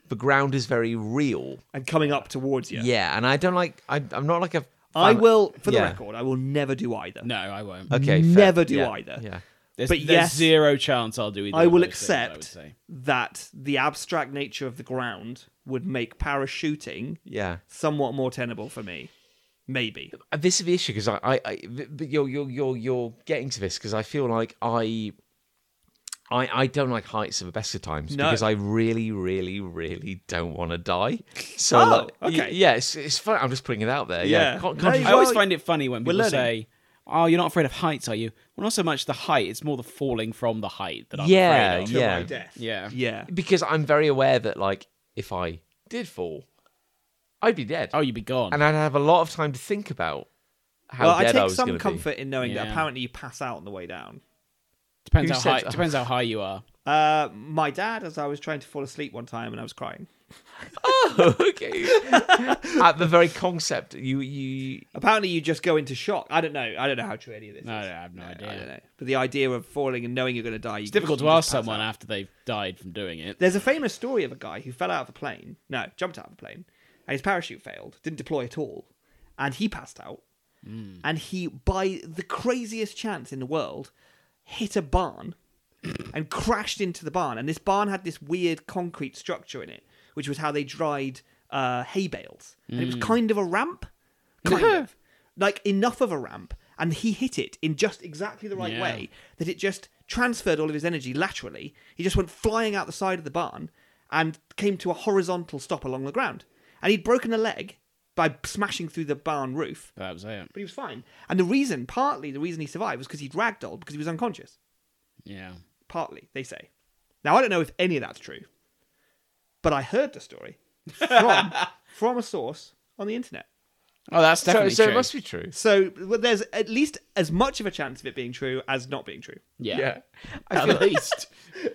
Speaker 1: the ground is very real.
Speaker 3: And coming up towards you.
Speaker 1: Yeah, and I don't like. I, I'm not like a.
Speaker 3: I
Speaker 1: fan-
Speaker 3: will, for the
Speaker 1: Yeah.
Speaker 3: record, I will never do either.
Speaker 2: No, I won't. Mm.
Speaker 1: Okay, fair.
Speaker 3: never do
Speaker 1: Yeah,
Speaker 3: either.
Speaker 1: Yeah.
Speaker 2: There's,
Speaker 3: But
Speaker 2: there's
Speaker 3: yes,
Speaker 2: zero chance I'll do either.
Speaker 3: I
Speaker 2: of
Speaker 3: will
Speaker 2: those things, I would
Speaker 3: accept
Speaker 2: say.
Speaker 3: that the abstract nature of the ground would make parachuting
Speaker 1: Yeah.
Speaker 3: somewhat more tenable for me. Maybe.
Speaker 1: Uh, this is the issue because I, I, I, but you're, you're, you're, you're getting to this because I feel like I, I, I don't like heights at the best of times
Speaker 3: No.
Speaker 1: because I really, really, really don't want to die. So,
Speaker 3: Oh,
Speaker 1: like, y-
Speaker 3: okay.
Speaker 1: yeah, it's, it's fun. I'm just putting it out there. Yeah,
Speaker 3: Yeah.
Speaker 1: Con-
Speaker 3: No,
Speaker 1: con-
Speaker 3: you-
Speaker 2: I always
Speaker 3: Well,
Speaker 2: find it funny when
Speaker 3: we're
Speaker 2: people
Speaker 3: learning.
Speaker 2: say, "Oh, you're not afraid of heights, are you?" Well, not so much the height; it's more the falling from the height that I'm
Speaker 1: Yeah,
Speaker 2: afraid of.
Speaker 1: Uh, yeah.
Speaker 3: death.
Speaker 2: Yeah.
Speaker 3: Yeah.
Speaker 1: because I'm very aware that like if I did fall, I'd be dead,
Speaker 2: Oh, you'd be gone.
Speaker 1: and I'd have a lot of time to think about how
Speaker 3: well, I
Speaker 1: dead
Speaker 3: take
Speaker 1: I was
Speaker 3: some
Speaker 1: gonna be.
Speaker 3: comfort in knowing that
Speaker 2: Yeah.
Speaker 3: apparently you pass out on the way down.
Speaker 2: depends
Speaker 1: who
Speaker 2: how
Speaker 1: said
Speaker 2: high.
Speaker 1: that?
Speaker 2: Depends how high you are.
Speaker 3: Uh, my dad, as I was trying to fall asleep one time and I was crying.
Speaker 1: Oh, okay. At the very concept, you you
Speaker 3: Apparently, you just go into shock. I don't know. I don't know how true any of this
Speaker 2: No,
Speaker 3: is.
Speaker 2: no, I have no idea.
Speaker 3: I don't know. But the idea of falling and knowing you're going to die.
Speaker 2: It's difficult to ask someone after they've died from doing it.
Speaker 3: There's a famous story of a guy who fell out of a plane. No, jumped out of a plane, and his parachute failed, didn't deploy at all, and he passed out. And he, by the craziest chance in the world, hit a barn and crashed into the barn. And this barn had this weird concrete structure in it, which was how they dried uh, hay bales. And it was kind of a ramp, Hmm. kind of like enough of a ramp. And he hit it in just exactly the right
Speaker 2: Yeah.
Speaker 3: way that it just transferred all of his energy laterally. He just went flying out the side of the barn and came to a horizontal stop along the ground. And he'd broken a leg by smashing through the barn roof,
Speaker 2: That was it.
Speaker 3: but he was fine. And the reason, partly the reason he survived, was because he'd ragdolled because he was unconscious.
Speaker 2: Yeah.
Speaker 3: Partly, they say. Now, I don't know if any of that's true, but I heard the story from, from a source on the internet.
Speaker 2: Oh, that's
Speaker 1: so,
Speaker 2: definitely
Speaker 1: so
Speaker 2: true.
Speaker 1: it must be true.
Speaker 3: So well, there's at least as much of a chance of it being true as not being true.
Speaker 2: yeah.
Speaker 1: At least.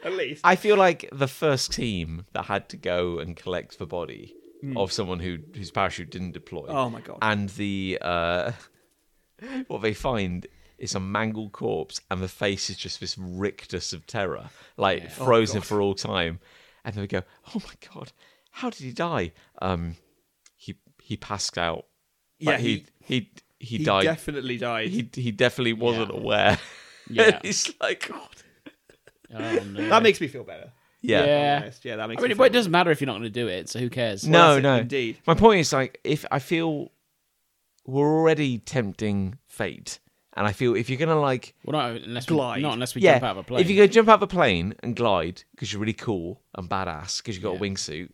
Speaker 3: At least.
Speaker 1: I feel like the first team that had to go and collect the body of someone who whose parachute didn't deploy.
Speaker 3: Oh my God.
Speaker 1: And the uh, what they find is a mangled corpse, and the face is just this rictus of terror, like
Speaker 2: Oh,
Speaker 1: frozen for all time. And they go, "Oh my god, how did he die? Um, he he passed out. Like,
Speaker 3: Yeah, he-
Speaker 1: he he he,
Speaker 3: he
Speaker 1: died.
Speaker 3: definitely died.
Speaker 1: he he definitely wasn't
Speaker 2: Yeah.
Speaker 1: aware.
Speaker 2: Yeah.
Speaker 1: it's like God.
Speaker 2: Oh, no.
Speaker 3: that makes me feel better.
Speaker 1: Yeah.
Speaker 2: Yeah.
Speaker 3: Honest. Yeah, that makes
Speaker 2: I mean,
Speaker 3: me
Speaker 2: it,
Speaker 3: feel
Speaker 2: but it doesn't matter if you're not going to do it, so who cares?
Speaker 1: No,
Speaker 3: that's it,
Speaker 1: no.
Speaker 3: indeed.
Speaker 1: My point is like if I feel we're already tempting fate, and I feel if you're gonna like
Speaker 2: Well, not unless we,
Speaker 3: Glide.
Speaker 2: not unless we
Speaker 1: yeah,
Speaker 2: jump out of a plane.
Speaker 1: if you go jump out of a plane and glide because you're really cool and badass because you got a wingsuit,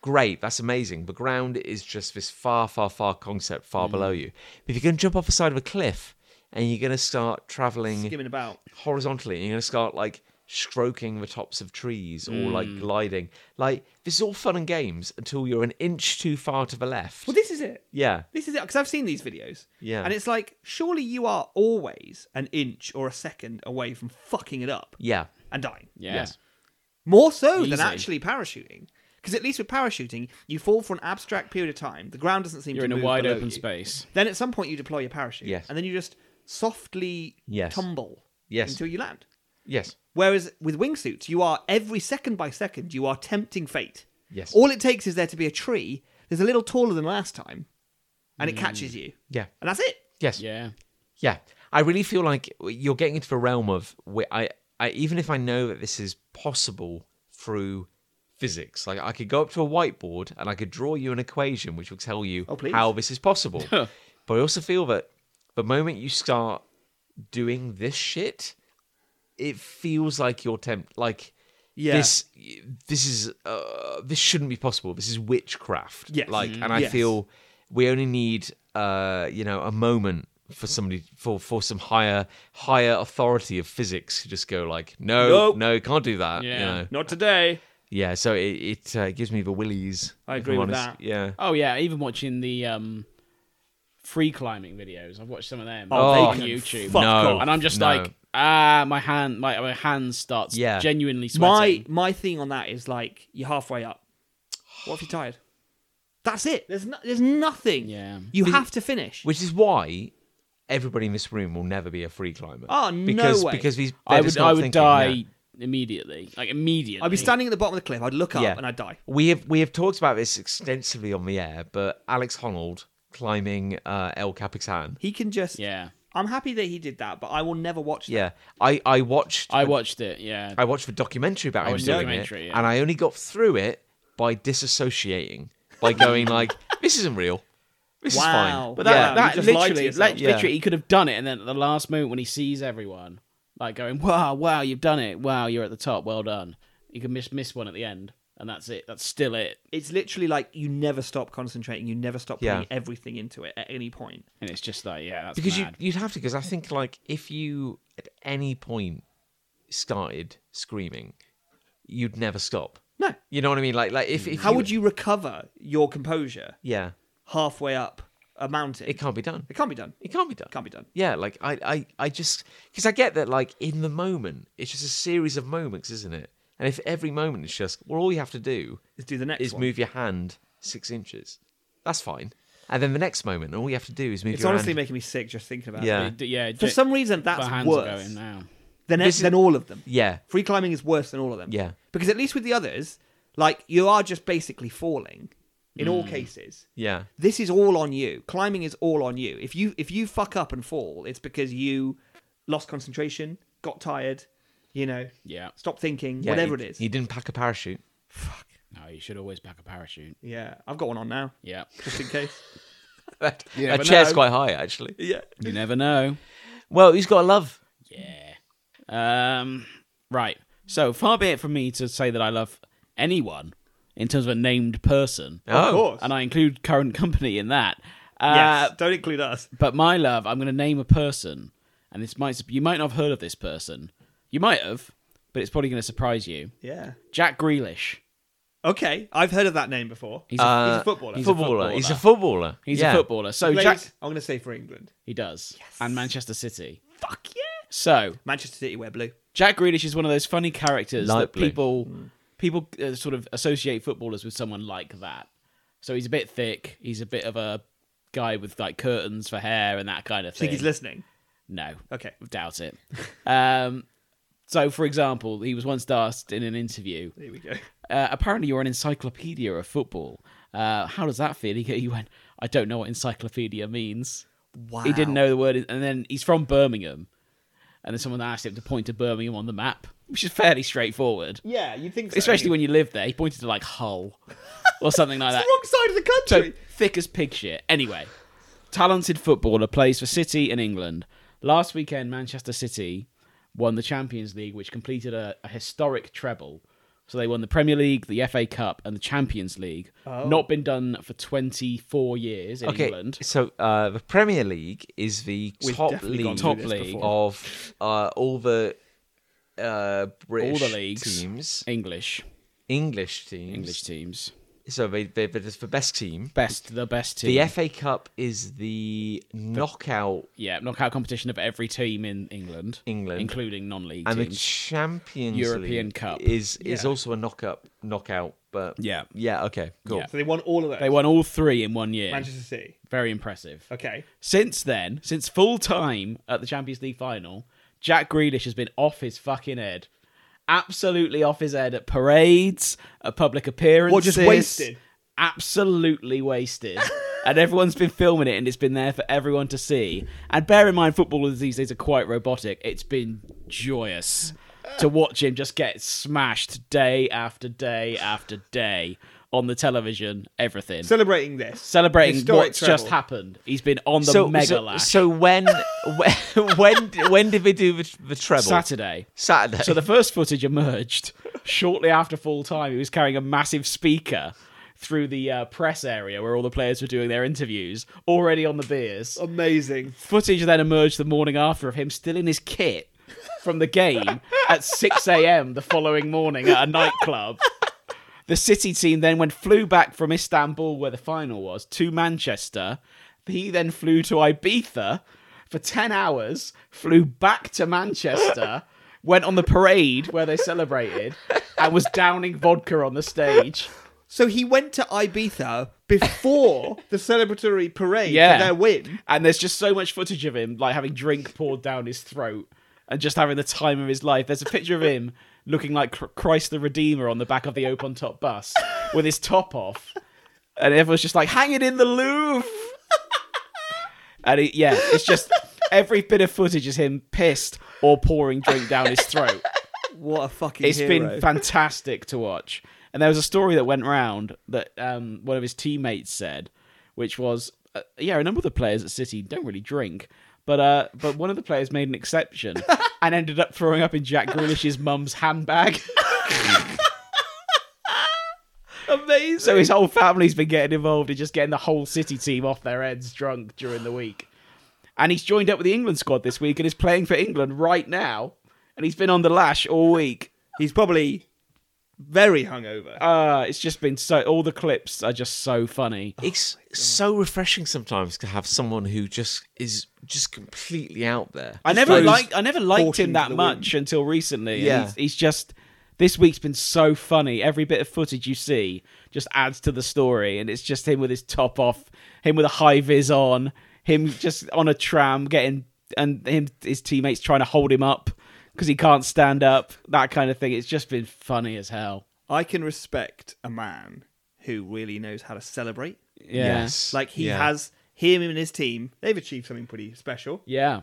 Speaker 1: great, that's amazing. But ground is just this far, far, far concept
Speaker 2: Mm-hmm.
Speaker 1: far below you. But if you're gonna jump off the side of a cliff and you're gonna start traveling
Speaker 3: skimming about.
Speaker 1: horizontally and you're going to start like stroking the tops of trees or like
Speaker 3: Hmm.
Speaker 1: gliding like this is all fun and games until you're an inch too far to the left
Speaker 3: Well, this is it.
Speaker 1: yeah
Speaker 3: This is it because I've seen these videos.
Speaker 1: Yeah.
Speaker 3: and it's like surely you are always an inch or a second away from fucking it up
Speaker 1: yeah
Speaker 3: and dying.
Speaker 2: yeah.
Speaker 1: Yes.
Speaker 3: More so than
Speaker 2: Easy.
Speaker 3: actually parachuting. Because at least with parachuting, you fall for an abstract period of time. The ground doesn't seem
Speaker 2: You're in
Speaker 3: to
Speaker 2: a
Speaker 3: move
Speaker 2: wide
Speaker 3: below
Speaker 2: open
Speaker 3: you.
Speaker 2: space.
Speaker 3: Then at some point you deploy your parachute.
Speaker 1: Yes.
Speaker 3: And then you just softly
Speaker 1: Yes.
Speaker 3: tumble
Speaker 1: Yes.
Speaker 3: until you land.
Speaker 1: yes
Speaker 3: Whereas with wingsuits, you are every second by second, you are tempting fate.
Speaker 1: Yes.
Speaker 3: All it takes is there to be a tree that's a little taller than last time, and it catches you.
Speaker 1: yeah
Speaker 3: And that's it.
Speaker 1: yes
Speaker 2: Yeah.
Speaker 1: Yeah, I really feel like you're getting into the realm of where I, I even if I know that this is possible through physics, like I could go up to a whiteboard and I could draw you an equation which will tell you
Speaker 3: Oh, please.
Speaker 1: how this is possible. but I also feel that the moment you start doing this shit, it feels like you're tempt like
Speaker 3: Yeah.
Speaker 1: this this is uh, this shouldn't be possible. This is witchcraft.
Speaker 3: Yes.
Speaker 1: Like and I
Speaker 3: Yes.
Speaker 1: feel we only need uh, you know, a moment for somebody for for some higher higher authority of physics to just go like, No,
Speaker 3: Nope.
Speaker 1: no, you can't do that.
Speaker 2: Yeah.
Speaker 1: You know?
Speaker 3: Not today.
Speaker 1: Yeah, so it, it uh, gives me the willies.
Speaker 3: I
Speaker 1: if
Speaker 3: agree
Speaker 1: I'm
Speaker 3: with
Speaker 1: honest.
Speaker 3: that.
Speaker 1: Yeah.
Speaker 2: Oh yeah. Even watching the um, free climbing videos, I've watched some of them
Speaker 3: Oh,
Speaker 2: on
Speaker 3: they can
Speaker 2: YouTube,
Speaker 3: fuck
Speaker 1: No.
Speaker 3: off.
Speaker 2: and I'm just
Speaker 1: No.
Speaker 2: like, ah, my hand, my my hand starts
Speaker 1: Yeah.
Speaker 2: genuinely
Speaker 3: My
Speaker 2: sweating.
Speaker 3: my thing on that is like you're halfway up. What if you're tired? That's it. There's no, there's nothing.
Speaker 2: Yeah.
Speaker 3: You have to finish.
Speaker 1: Which is why everybody in this room will never be a free climber.
Speaker 3: Oh, no
Speaker 1: because,
Speaker 3: way.
Speaker 1: Because these
Speaker 2: I would I would die immediately, like immediately.
Speaker 3: I'd be standing at the bottom of the cliff. I'd look up
Speaker 1: Yeah.
Speaker 3: and I'd die.
Speaker 1: We have we have talked about this extensively on the air, but Alex Honnold climbing uh, El Capitan.
Speaker 3: He can just.
Speaker 2: Yeah.
Speaker 3: I'm happy that he did that, but I will never watch that.
Speaker 1: Yeah, I I watched
Speaker 2: I watched it. Yeah.
Speaker 1: I watched the documentary
Speaker 3: Oh,
Speaker 1: about him
Speaker 2: watched the
Speaker 1: doing it,
Speaker 2: documentary, yeah.
Speaker 1: and I only got through it by disassociating, by going like, "This isn't real. This is
Speaker 3: Wow.
Speaker 1: fine."
Speaker 3: But
Speaker 1: yeah.
Speaker 3: that-
Speaker 2: that
Speaker 3: you just lied to
Speaker 2: literally,
Speaker 3: yourself.
Speaker 2: like,
Speaker 1: Yeah.
Speaker 2: literally, he could have done it, and then at the last moment when he sees everyone, like going, "Wow, wow, you've done it! Wow, you're at the top. Well done." You can miss miss one at the end, and that's it. That's still it,
Speaker 3: It's literally like you never stop concentrating. You never stop
Speaker 1: Yeah.
Speaker 3: putting everything into it at any point.
Speaker 2: and it's just like, yeah, that's
Speaker 1: because you
Speaker 2: mad.
Speaker 1: you'd have to because I think like if you at any point started screaming, you'd never stop.
Speaker 3: No.
Speaker 1: You know what I mean? Like like if, if
Speaker 3: How would you recover your composure
Speaker 1: Yeah,
Speaker 3: halfway up a mountain?
Speaker 1: it can't be done.
Speaker 3: It can't be done.
Speaker 1: It can't be done.
Speaker 3: Can't be done.
Speaker 1: Yeah, like I, I, I just because I get that like in the moment, it's just a series of moments, isn't it? And if every moment is just, well, all you have to do
Speaker 3: Let's do the next
Speaker 1: is
Speaker 3: one.
Speaker 1: move your hand six inches, that's fine. And then the next moment, all you have to do is move
Speaker 3: It's
Speaker 1: your
Speaker 3: honestly
Speaker 1: hand.
Speaker 3: making me sick just thinking about
Speaker 1: Yeah.
Speaker 3: it.
Speaker 2: D- yeah,
Speaker 3: For
Speaker 2: j-
Speaker 3: some reason,
Speaker 2: the
Speaker 3: that's
Speaker 2: hands are
Speaker 3: worse
Speaker 2: going now.
Speaker 3: than,
Speaker 1: This is-
Speaker 3: than all of them.
Speaker 1: yeah,
Speaker 3: Free climbing is worse than all of them.
Speaker 1: Yeah.
Speaker 3: Because at least with the others, like, you are just basically falling in all cases.
Speaker 1: yeah,
Speaker 3: This is all on you. Climbing is all on you. If you if you fuck up and fall, it's because you lost concentration, got tired, you know,
Speaker 2: Yeah.
Speaker 3: stopped thinking,
Speaker 1: yeah.
Speaker 3: whatever
Speaker 1: he-
Speaker 3: it is.
Speaker 1: He didn't pack a parachute.
Speaker 2: No, you should always pack a parachute.
Speaker 3: Yeah, I've got one on now,
Speaker 2: Yeah.
Speaker 3: just in case.
Speaker 1: That,
Speaker 2: Yeah,
Speaker 1: that
Speaker 2: but
Speaker 1: chair's
Speaker 2: no.
Speaker 1: quite high, actually.
Speaker 3: yeah.
Speaker 2: You never know.
Speaker 1: Well, he's got a love.
Speaker 2: Yeah. Um. Right. So far be it from me to say that I love anyone in terms of a named person,
Speaker 1: oh,
Speaker 3: Of course.
Speaker 2: and I include current company in that. Uh,
Speaker 3: yes, don't include us.
Speaker 2: But my love, I'm going to name a person, and this might you might not have heard of this person. You might have, but it's probably going to surprise you.
Speaker 3: Yeah.
Speaker 2: Jack Grealish.
Speaker 3: Okay, I've heard of that name before.
Speaker 2: He's a,
Speaker 1: Uh,
Speaker 3: He's a footballer.
Speaker 2: he's a
Speaker 1: footballer. He's a footballer.
Speaker 2: he's
Speaker 1: Yeah.
Speaker 2: a footballer. So
Speaker 3: Plays-
Speaker 2: Jack,
Speaker 3: I'm going to say for England.
Speaker 2: he does, and Manchester City.
Speaker 3: Fuck yeah.
Speaker 2: So
Speaker 3: Manchester City wear blue.
Speaker 2: Jack Grealish is one of those funny characters
Speaker 1: Light
Speaker 2: that
Speaker 1: blue.
Speaker 2: people
Speaker 3: Hmm.
Speaker 2: people uh, sort of associate footballers with someone like that. So he's a bit thick. He's a bit of a guy with like curtains for hair and that kind of
Speaker 3: Think
Speaker 2: thing.
Speaker 3: he's listening.
Speaker 2: no,
Speaker 3: Okay.
Speaker 2: doubt it. um, so, for example, he was once asked in an interview,
Speaker 3: There we go.
Speaker 2: uh, apparently you're an encyclopedia of football. Uh, how does that feel? He, he went, I don't know what encyclopedia means.
Speaker 3: Wow.
Speaker 2: He didn't know the word. And then he's from Birmingham. And then someone asked him to point to Birmingham on the map, which is fairly straightforward.
Speaker 3: Yeah, you'd think so.
Speaker 2: Especially when you live there. He pointed to like Hull or something like that.
Speaker 3: wrong side of the
Speaker 2: So
Speaker 3: country.
Speaker 2: thick as pig shit. Anyway, talented footballer plays for City and England. Last weekend, Manchester City won the Champions League, which completed a, a historic treble. So they won the Premier League, the FA Cup, and the Champions League. Not been done for 24 years in
Speaker 1: Oh. Okay,
Speaker 2: England.
Speaker 1: so uh, the Premier League is the
Speaker 3: We've
Speaker 1: top
Speaker 3: definitely
Speaker 1: league,
Speaker 3: gone
Speaker 2: through
Speaker 1: top
Speaker 2: this
Speaker 1: league
Speaker 2: before.
Speaker 1: of uh, all the uh, British
Speaker 2: leagues.
Speaker 1: teams,
Speaker 2: English,
Speaker 1: English teams.
Speaker 2: English teams,
Speaker 1: So they they they're the best team.
Speaker 2: best the best team.
Speaker 1: The FA Cup is the knockout,
Speaker 2: yeah, knockout competition of every team in England,
Speaker 1: England.
Speaker 2: including non-league
Speaker 1: and the
Speaker 2: teams.
Speaker 1: Champions
Speaker 2: European
Speaker 1: League
Speaker 2: Cup.
Speaker 1: is is
Speaker 3: Yeah.
Speaker 1: also a knockup knockout. But
Speaker 2: Yeah.
Speaker 1: yeah, okay, cool.
Speaker 2: Yeah.
Speaker 3: So they won all of those.
Speaker 2: they won all three in one year.
Speaker 3: Manchester City.
Speaker 2: Very impressive.
Speaker 3: Okay.
Speaker 2: Since then, since full time at the Champions League final, Jack Grealish has been off his fucking head. Absolutely off his head at parades, at public appearances.
Speaker 3: What, just wasted?
Speaker 2: Absolutely wasted. and everyone's been filming it and it's been there for everyone to see. And bear in mind, footballers these days are quite robotic. It's been joyous to watch him just get smashed day after day after day on the television, everything.
Speaker 3: Celebrating this.
Speaker 2: Celebrating
Speaker 3: Historic
Speaker 2: what's
Speaker 3: treble.
Speaker 2: just happened. He's been on the
Speaker 1: So,
Speaker 2: mega
Speaker 1: so,
Speaker 2: lash.
Speaker 1: so when when when when did they do the, the treble?
Speaker 2: Saturday.
Speaker 1: Saturday.
Speaker 2: So the first footage emerged shortly after full time. He was carrying a massive speaker through the uh, press area where all the players were doing their interviews, already on the beers.
Speaker 3: Amazing.
Speaker 2: Footage then emerged the morning after of him still in his kit from the game at 6 a.m. the following morning at a nightclub. The City team then went flew back from Istanbul, where the final was, to Manchester. He then flew to Ibiza for 10 hours, flew back to Manchester, went on the parade where they celebrated, and was downing vodka on the stage.
Speaker 3: So he went to Ibiza before the celebratory parade
Speaker 2: Yeah.
Speaker 3: for their win.
Speaker 2: And there's just so much footage of him, like having drink poured down his throat and just having the time of his life. There's a picture of him looking like Cr- Christ the Redeemer on the back of the open top bus with his top off. And everyone's just like, hanging in the Louvre. And it, yeah, it's just every bit of footage is him pissed or pouring drink down his throat.
Speaker 3: What a fucking
Speaker 2: It's
Speaker 3: hero.
Speaker 2: been fantastic to watch. And there was a story that went round that um, one of his teammates said, which was, uh, yeah, a number of the players at City don't really drink, but uh, but one of the players made an exception and ended up throwing up in Jack Grealish's mum's handbag.
Speaker 3: amazing.
Speaker 2: so his whole family's been getting involved in just getting the whole City team off their heads drunk during the week. And he's joined up with the England squad this week and is playing for England right now. And he's been on the lash all week.
Speaker 3: He's probably very hungover.
Speaker 2: Uh, it's just been so. All the clips are just so funny.
Speaker 1: it's so refreshing sometimes to have someone who just is just completely out there.
Speaker 2: I never
Speaker 1: Those-
Speaker 2: liked. I never liked
Speaker 3: fortune
Speaker 2: him that
Speaker 3: to the
Speaker 2: much until recently. and
Speaker 1: Yeah.
Speaker 2: he's, he's just This week's been so funny. Every bit of footage you see just adds to the story, and it's just him with his top off, him with a high vis on, him just on a tram getting, and him his teammates trying to hold him up because he can't stand up. That kind of thing. It's just been funny as hell.
Speaker 3: I can respect a man who really knows how to celebrate.
Speaker 2: Yeah.
Speaker 1: Yes.
Speaker 3: Like he
Speaker 1: Yeah.
Speaker 3: has him and his team. They've achieved something pretty special.
Speaker 2: Yeah.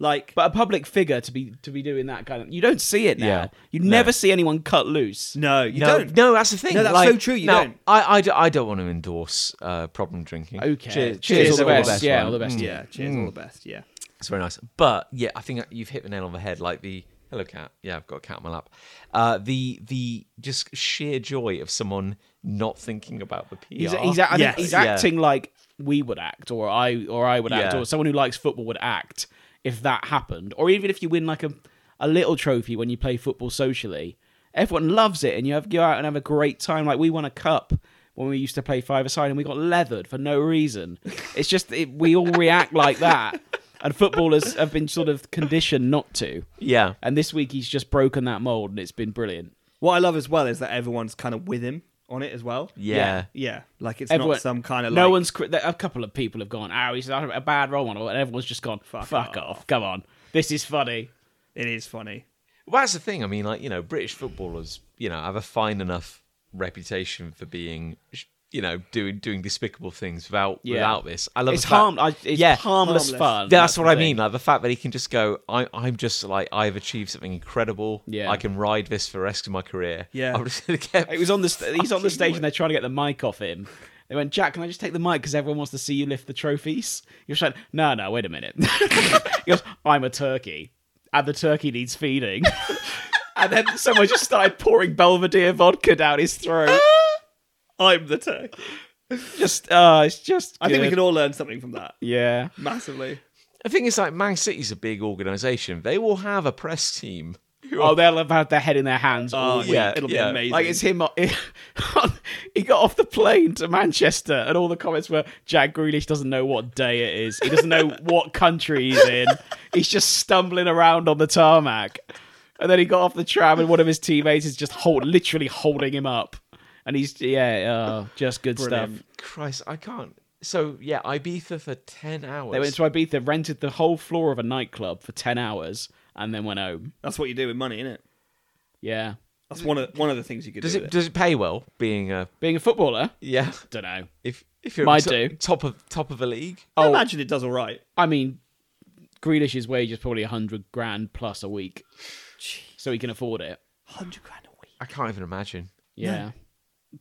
Speaker 3: Like
Speaker 2: But a public figure to be to be doing that kind of you don't see it now.
Speaker 1: Yeah.
Speaker 2: You
Speaker 1: No.
Speaker 2: never see anyone cut loose.
Speaker 3: no, you
Speaker 1: no,
Speaker 3: don't.
Speaker 1: no, that's the thing.
Speaker 3: No, that's
Speaker 1: like,
Speaker 3: so true, you
Speaker 1: no,
Speaker 3: don't.
Speaker 1: I, I, d- I don't want to endorse uh, problem drinking.
Speaker 2: Okay.
Speaker 1: Cheer- Cheers,
Speaker 2: Cheers, all the
Speaker 1: everyone.
Speaker 2: best. Mm. Yeah,
Speaker 1: one.
Speaker 2: all the best.
Speaker 3: Yeah, cheers, all the best. Yeah.
Speaker 1: It's very nice. But yeah, I think you've hit the nail on the head. Like the hello cat. Yeah, I've got a cat on my lap. Uh, the the just sheer joy of someone not thinking about the PR.
Speaker 2: He's, he's, act- I think
Speaker 3: Yes.
Speaker 2: he's
Speaker 1: Yeah.
Speaker 2: acting like we would act, or I or I would act,
Speaker 1: Yeah.
Speaker 2: or someone who likes football would act if that happened, or even if you win like a a little trophy when you play football socially. Everyone loves it, and you have go out and have a great time. Like we won a cup when we used to play five aside, and we got leathered for no reason. It's just it, we all react like that, and footballers have been sort of conditioned not to.
Speaker 1: yeah.
Speaker 2: And this week he's just broken that mold, and it's been brilliant.
Speaker 3: What I love as well is that everyone's kind of with him on it as well.
Speaker 1: yeah,
Speaker 3: Yeah. Like it's
Speaker 2: Everyone-
Speaker 3: not some kind of like,
Speaker 2: no one's. cri- A couple of people have gone. Oh, he's a bad role model, and everyone's just gone. Fuck, off. Come on, this is funny.
Speaker 3: It is funny.
Speaker 1: Well, that's the thing. I mean, like you know, British footballers, you know, have a fine enough reputation for being, you know, doing doing despicable things without
Speaker 2: Yeah.
Speaker 1: without this. I love
Speaker 2: It's
Speaker 1: the fact-
Speaker 2: harm. I, it's
Speaker 1: Yeah.
Speaker 2: harmless,
Speaker 3: Harmless.
Speaker 2: fun.
Speaker 1: Yeah, that's
Speaker 2: the
Speaker 1: what I
Speaker 2: thing.
Speaker 1: mean. Like the fact that he can just go, I, I'm just like I've achieved something incredible.
Speaker 2: Yeah.
Speaker 1: I can ride this for the rest of my career.
Speaker 3: Yeah.
Speaker 1: I'm just gonna get.
Speaker 2: It was on the. St- he's on the stage, and they're trying to get the mic off him. They went, Jack, can I just take the mic because everyone wants to see you lift the trophies? You're like, no, no, wait a minute. he goes, I'm a turkey, and the turkey needs feeding. and then someone just started pouring Belvedere vodka down his throat.
Speaker 3: I'm the turkey.
Speaker 2: Just, uh, it's just.
Speaker 3: I think we
Speaker 2: good.
Speaker 3: can all learn something from that.
Speaker 2: Yeah.
Speaker 3: Massively.
Speaker 1: The thing is, like Man City's a big organisation. They will have a press team. who
Speaker 2: Oh,
Speaker 1: are-
Speaker 2: they'll have had their head in their hands. all
Speaker 3: Oh,
Speaker 2: week.
Speaker 1: yeah,
Speaker 3: yeah, it'll
Speaker 1: yeah.
Speaker 3: be amazing.
Speaker 2: Like it's him. he got off the plane to Manchester, and all the comments were Jack Grealish doesn't know what day it is. He doesn't know what country he's in. He's just stumbling around on the tarmac. And then he got off the tram, and one of his teammates is just hold, literally holding him up. And he's yeah, uh, just good stuff.
Speaker 3: Brilliant.
Speaker 1: Christ, I can't. So yeah, Ibiza for ten hours.
Speaker 2: They went to Ibiza, rented the whole floor of a nightclub for ten hours, and then went home.
Speaker 3: That's what you do with money, isn't it?
Speaker 2: Yeah,
Speaker 3: That's one of one of the things you could
Speaker 1: does
Speaker 3: do.
Speaker 1: it,
Speaker 3: with
Speaker 1: does it pay well? Being a
Speaker 2: being a footballer,
Speaker 1: yeah,
Speaker 2: don't know.
Speaker 1: if if you're
Speaker 2: Might
Speaker 1: to-
Speaker 2: do.
Speaker 1: top of top of the league.
Speaker 3: I
Speaker 2: oh.
Speaker 3: imagine it does all right.
Speaker 2: I mean, Grealish's wage is probably hundred grand plus a week, so he can afford it.
Speaker 3: Hundred grand a week.
Speaker 1: I can't even imagine.
Speaker 2: Yeah,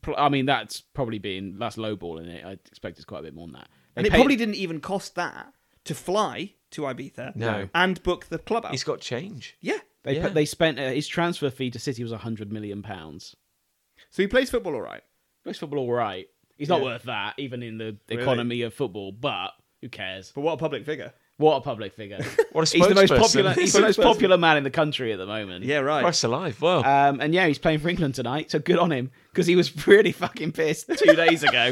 Speaker 2: Pro- I mean that's probably being that's lowballing it. I expect it's quite a bit more than that. They
Speaker 3: And it
Speaker 2: pay-
Speaker 3: probably didn't even cost that to fly to Ibiza.
Speaker 1: No.
Speaker 3: And book the club out.
Speaker 1: He's got change.
Speaker 3: yeah.
Speaker 2: they pa-
Speaker 1: yeah.
Speaker 2: they spent uh, his transfer fee to City was hundred million pounds.
Speaker 3: So he plays football all right.
Speaker 2: Most football, all right. He's not worth that, even in the economy of football. But who cares?
Speaker 3: But what a public figure.
Speaker 2: What a public figure!
Speaker 1: What a
Speaker 2: he's the most
Speaker 1: spokesperson.
Speaker 2: popular. He's the most
Speaker 3: Spokesperson.
Speaker 2: popular man in the country at the moment.
Speaker 3: Yeah, right.
Speaker 1: Christ alive. Well,
Speaker 2: Um, and yeah, he's playing for England tonight, so good on him because he was really fucking pissed two days ago.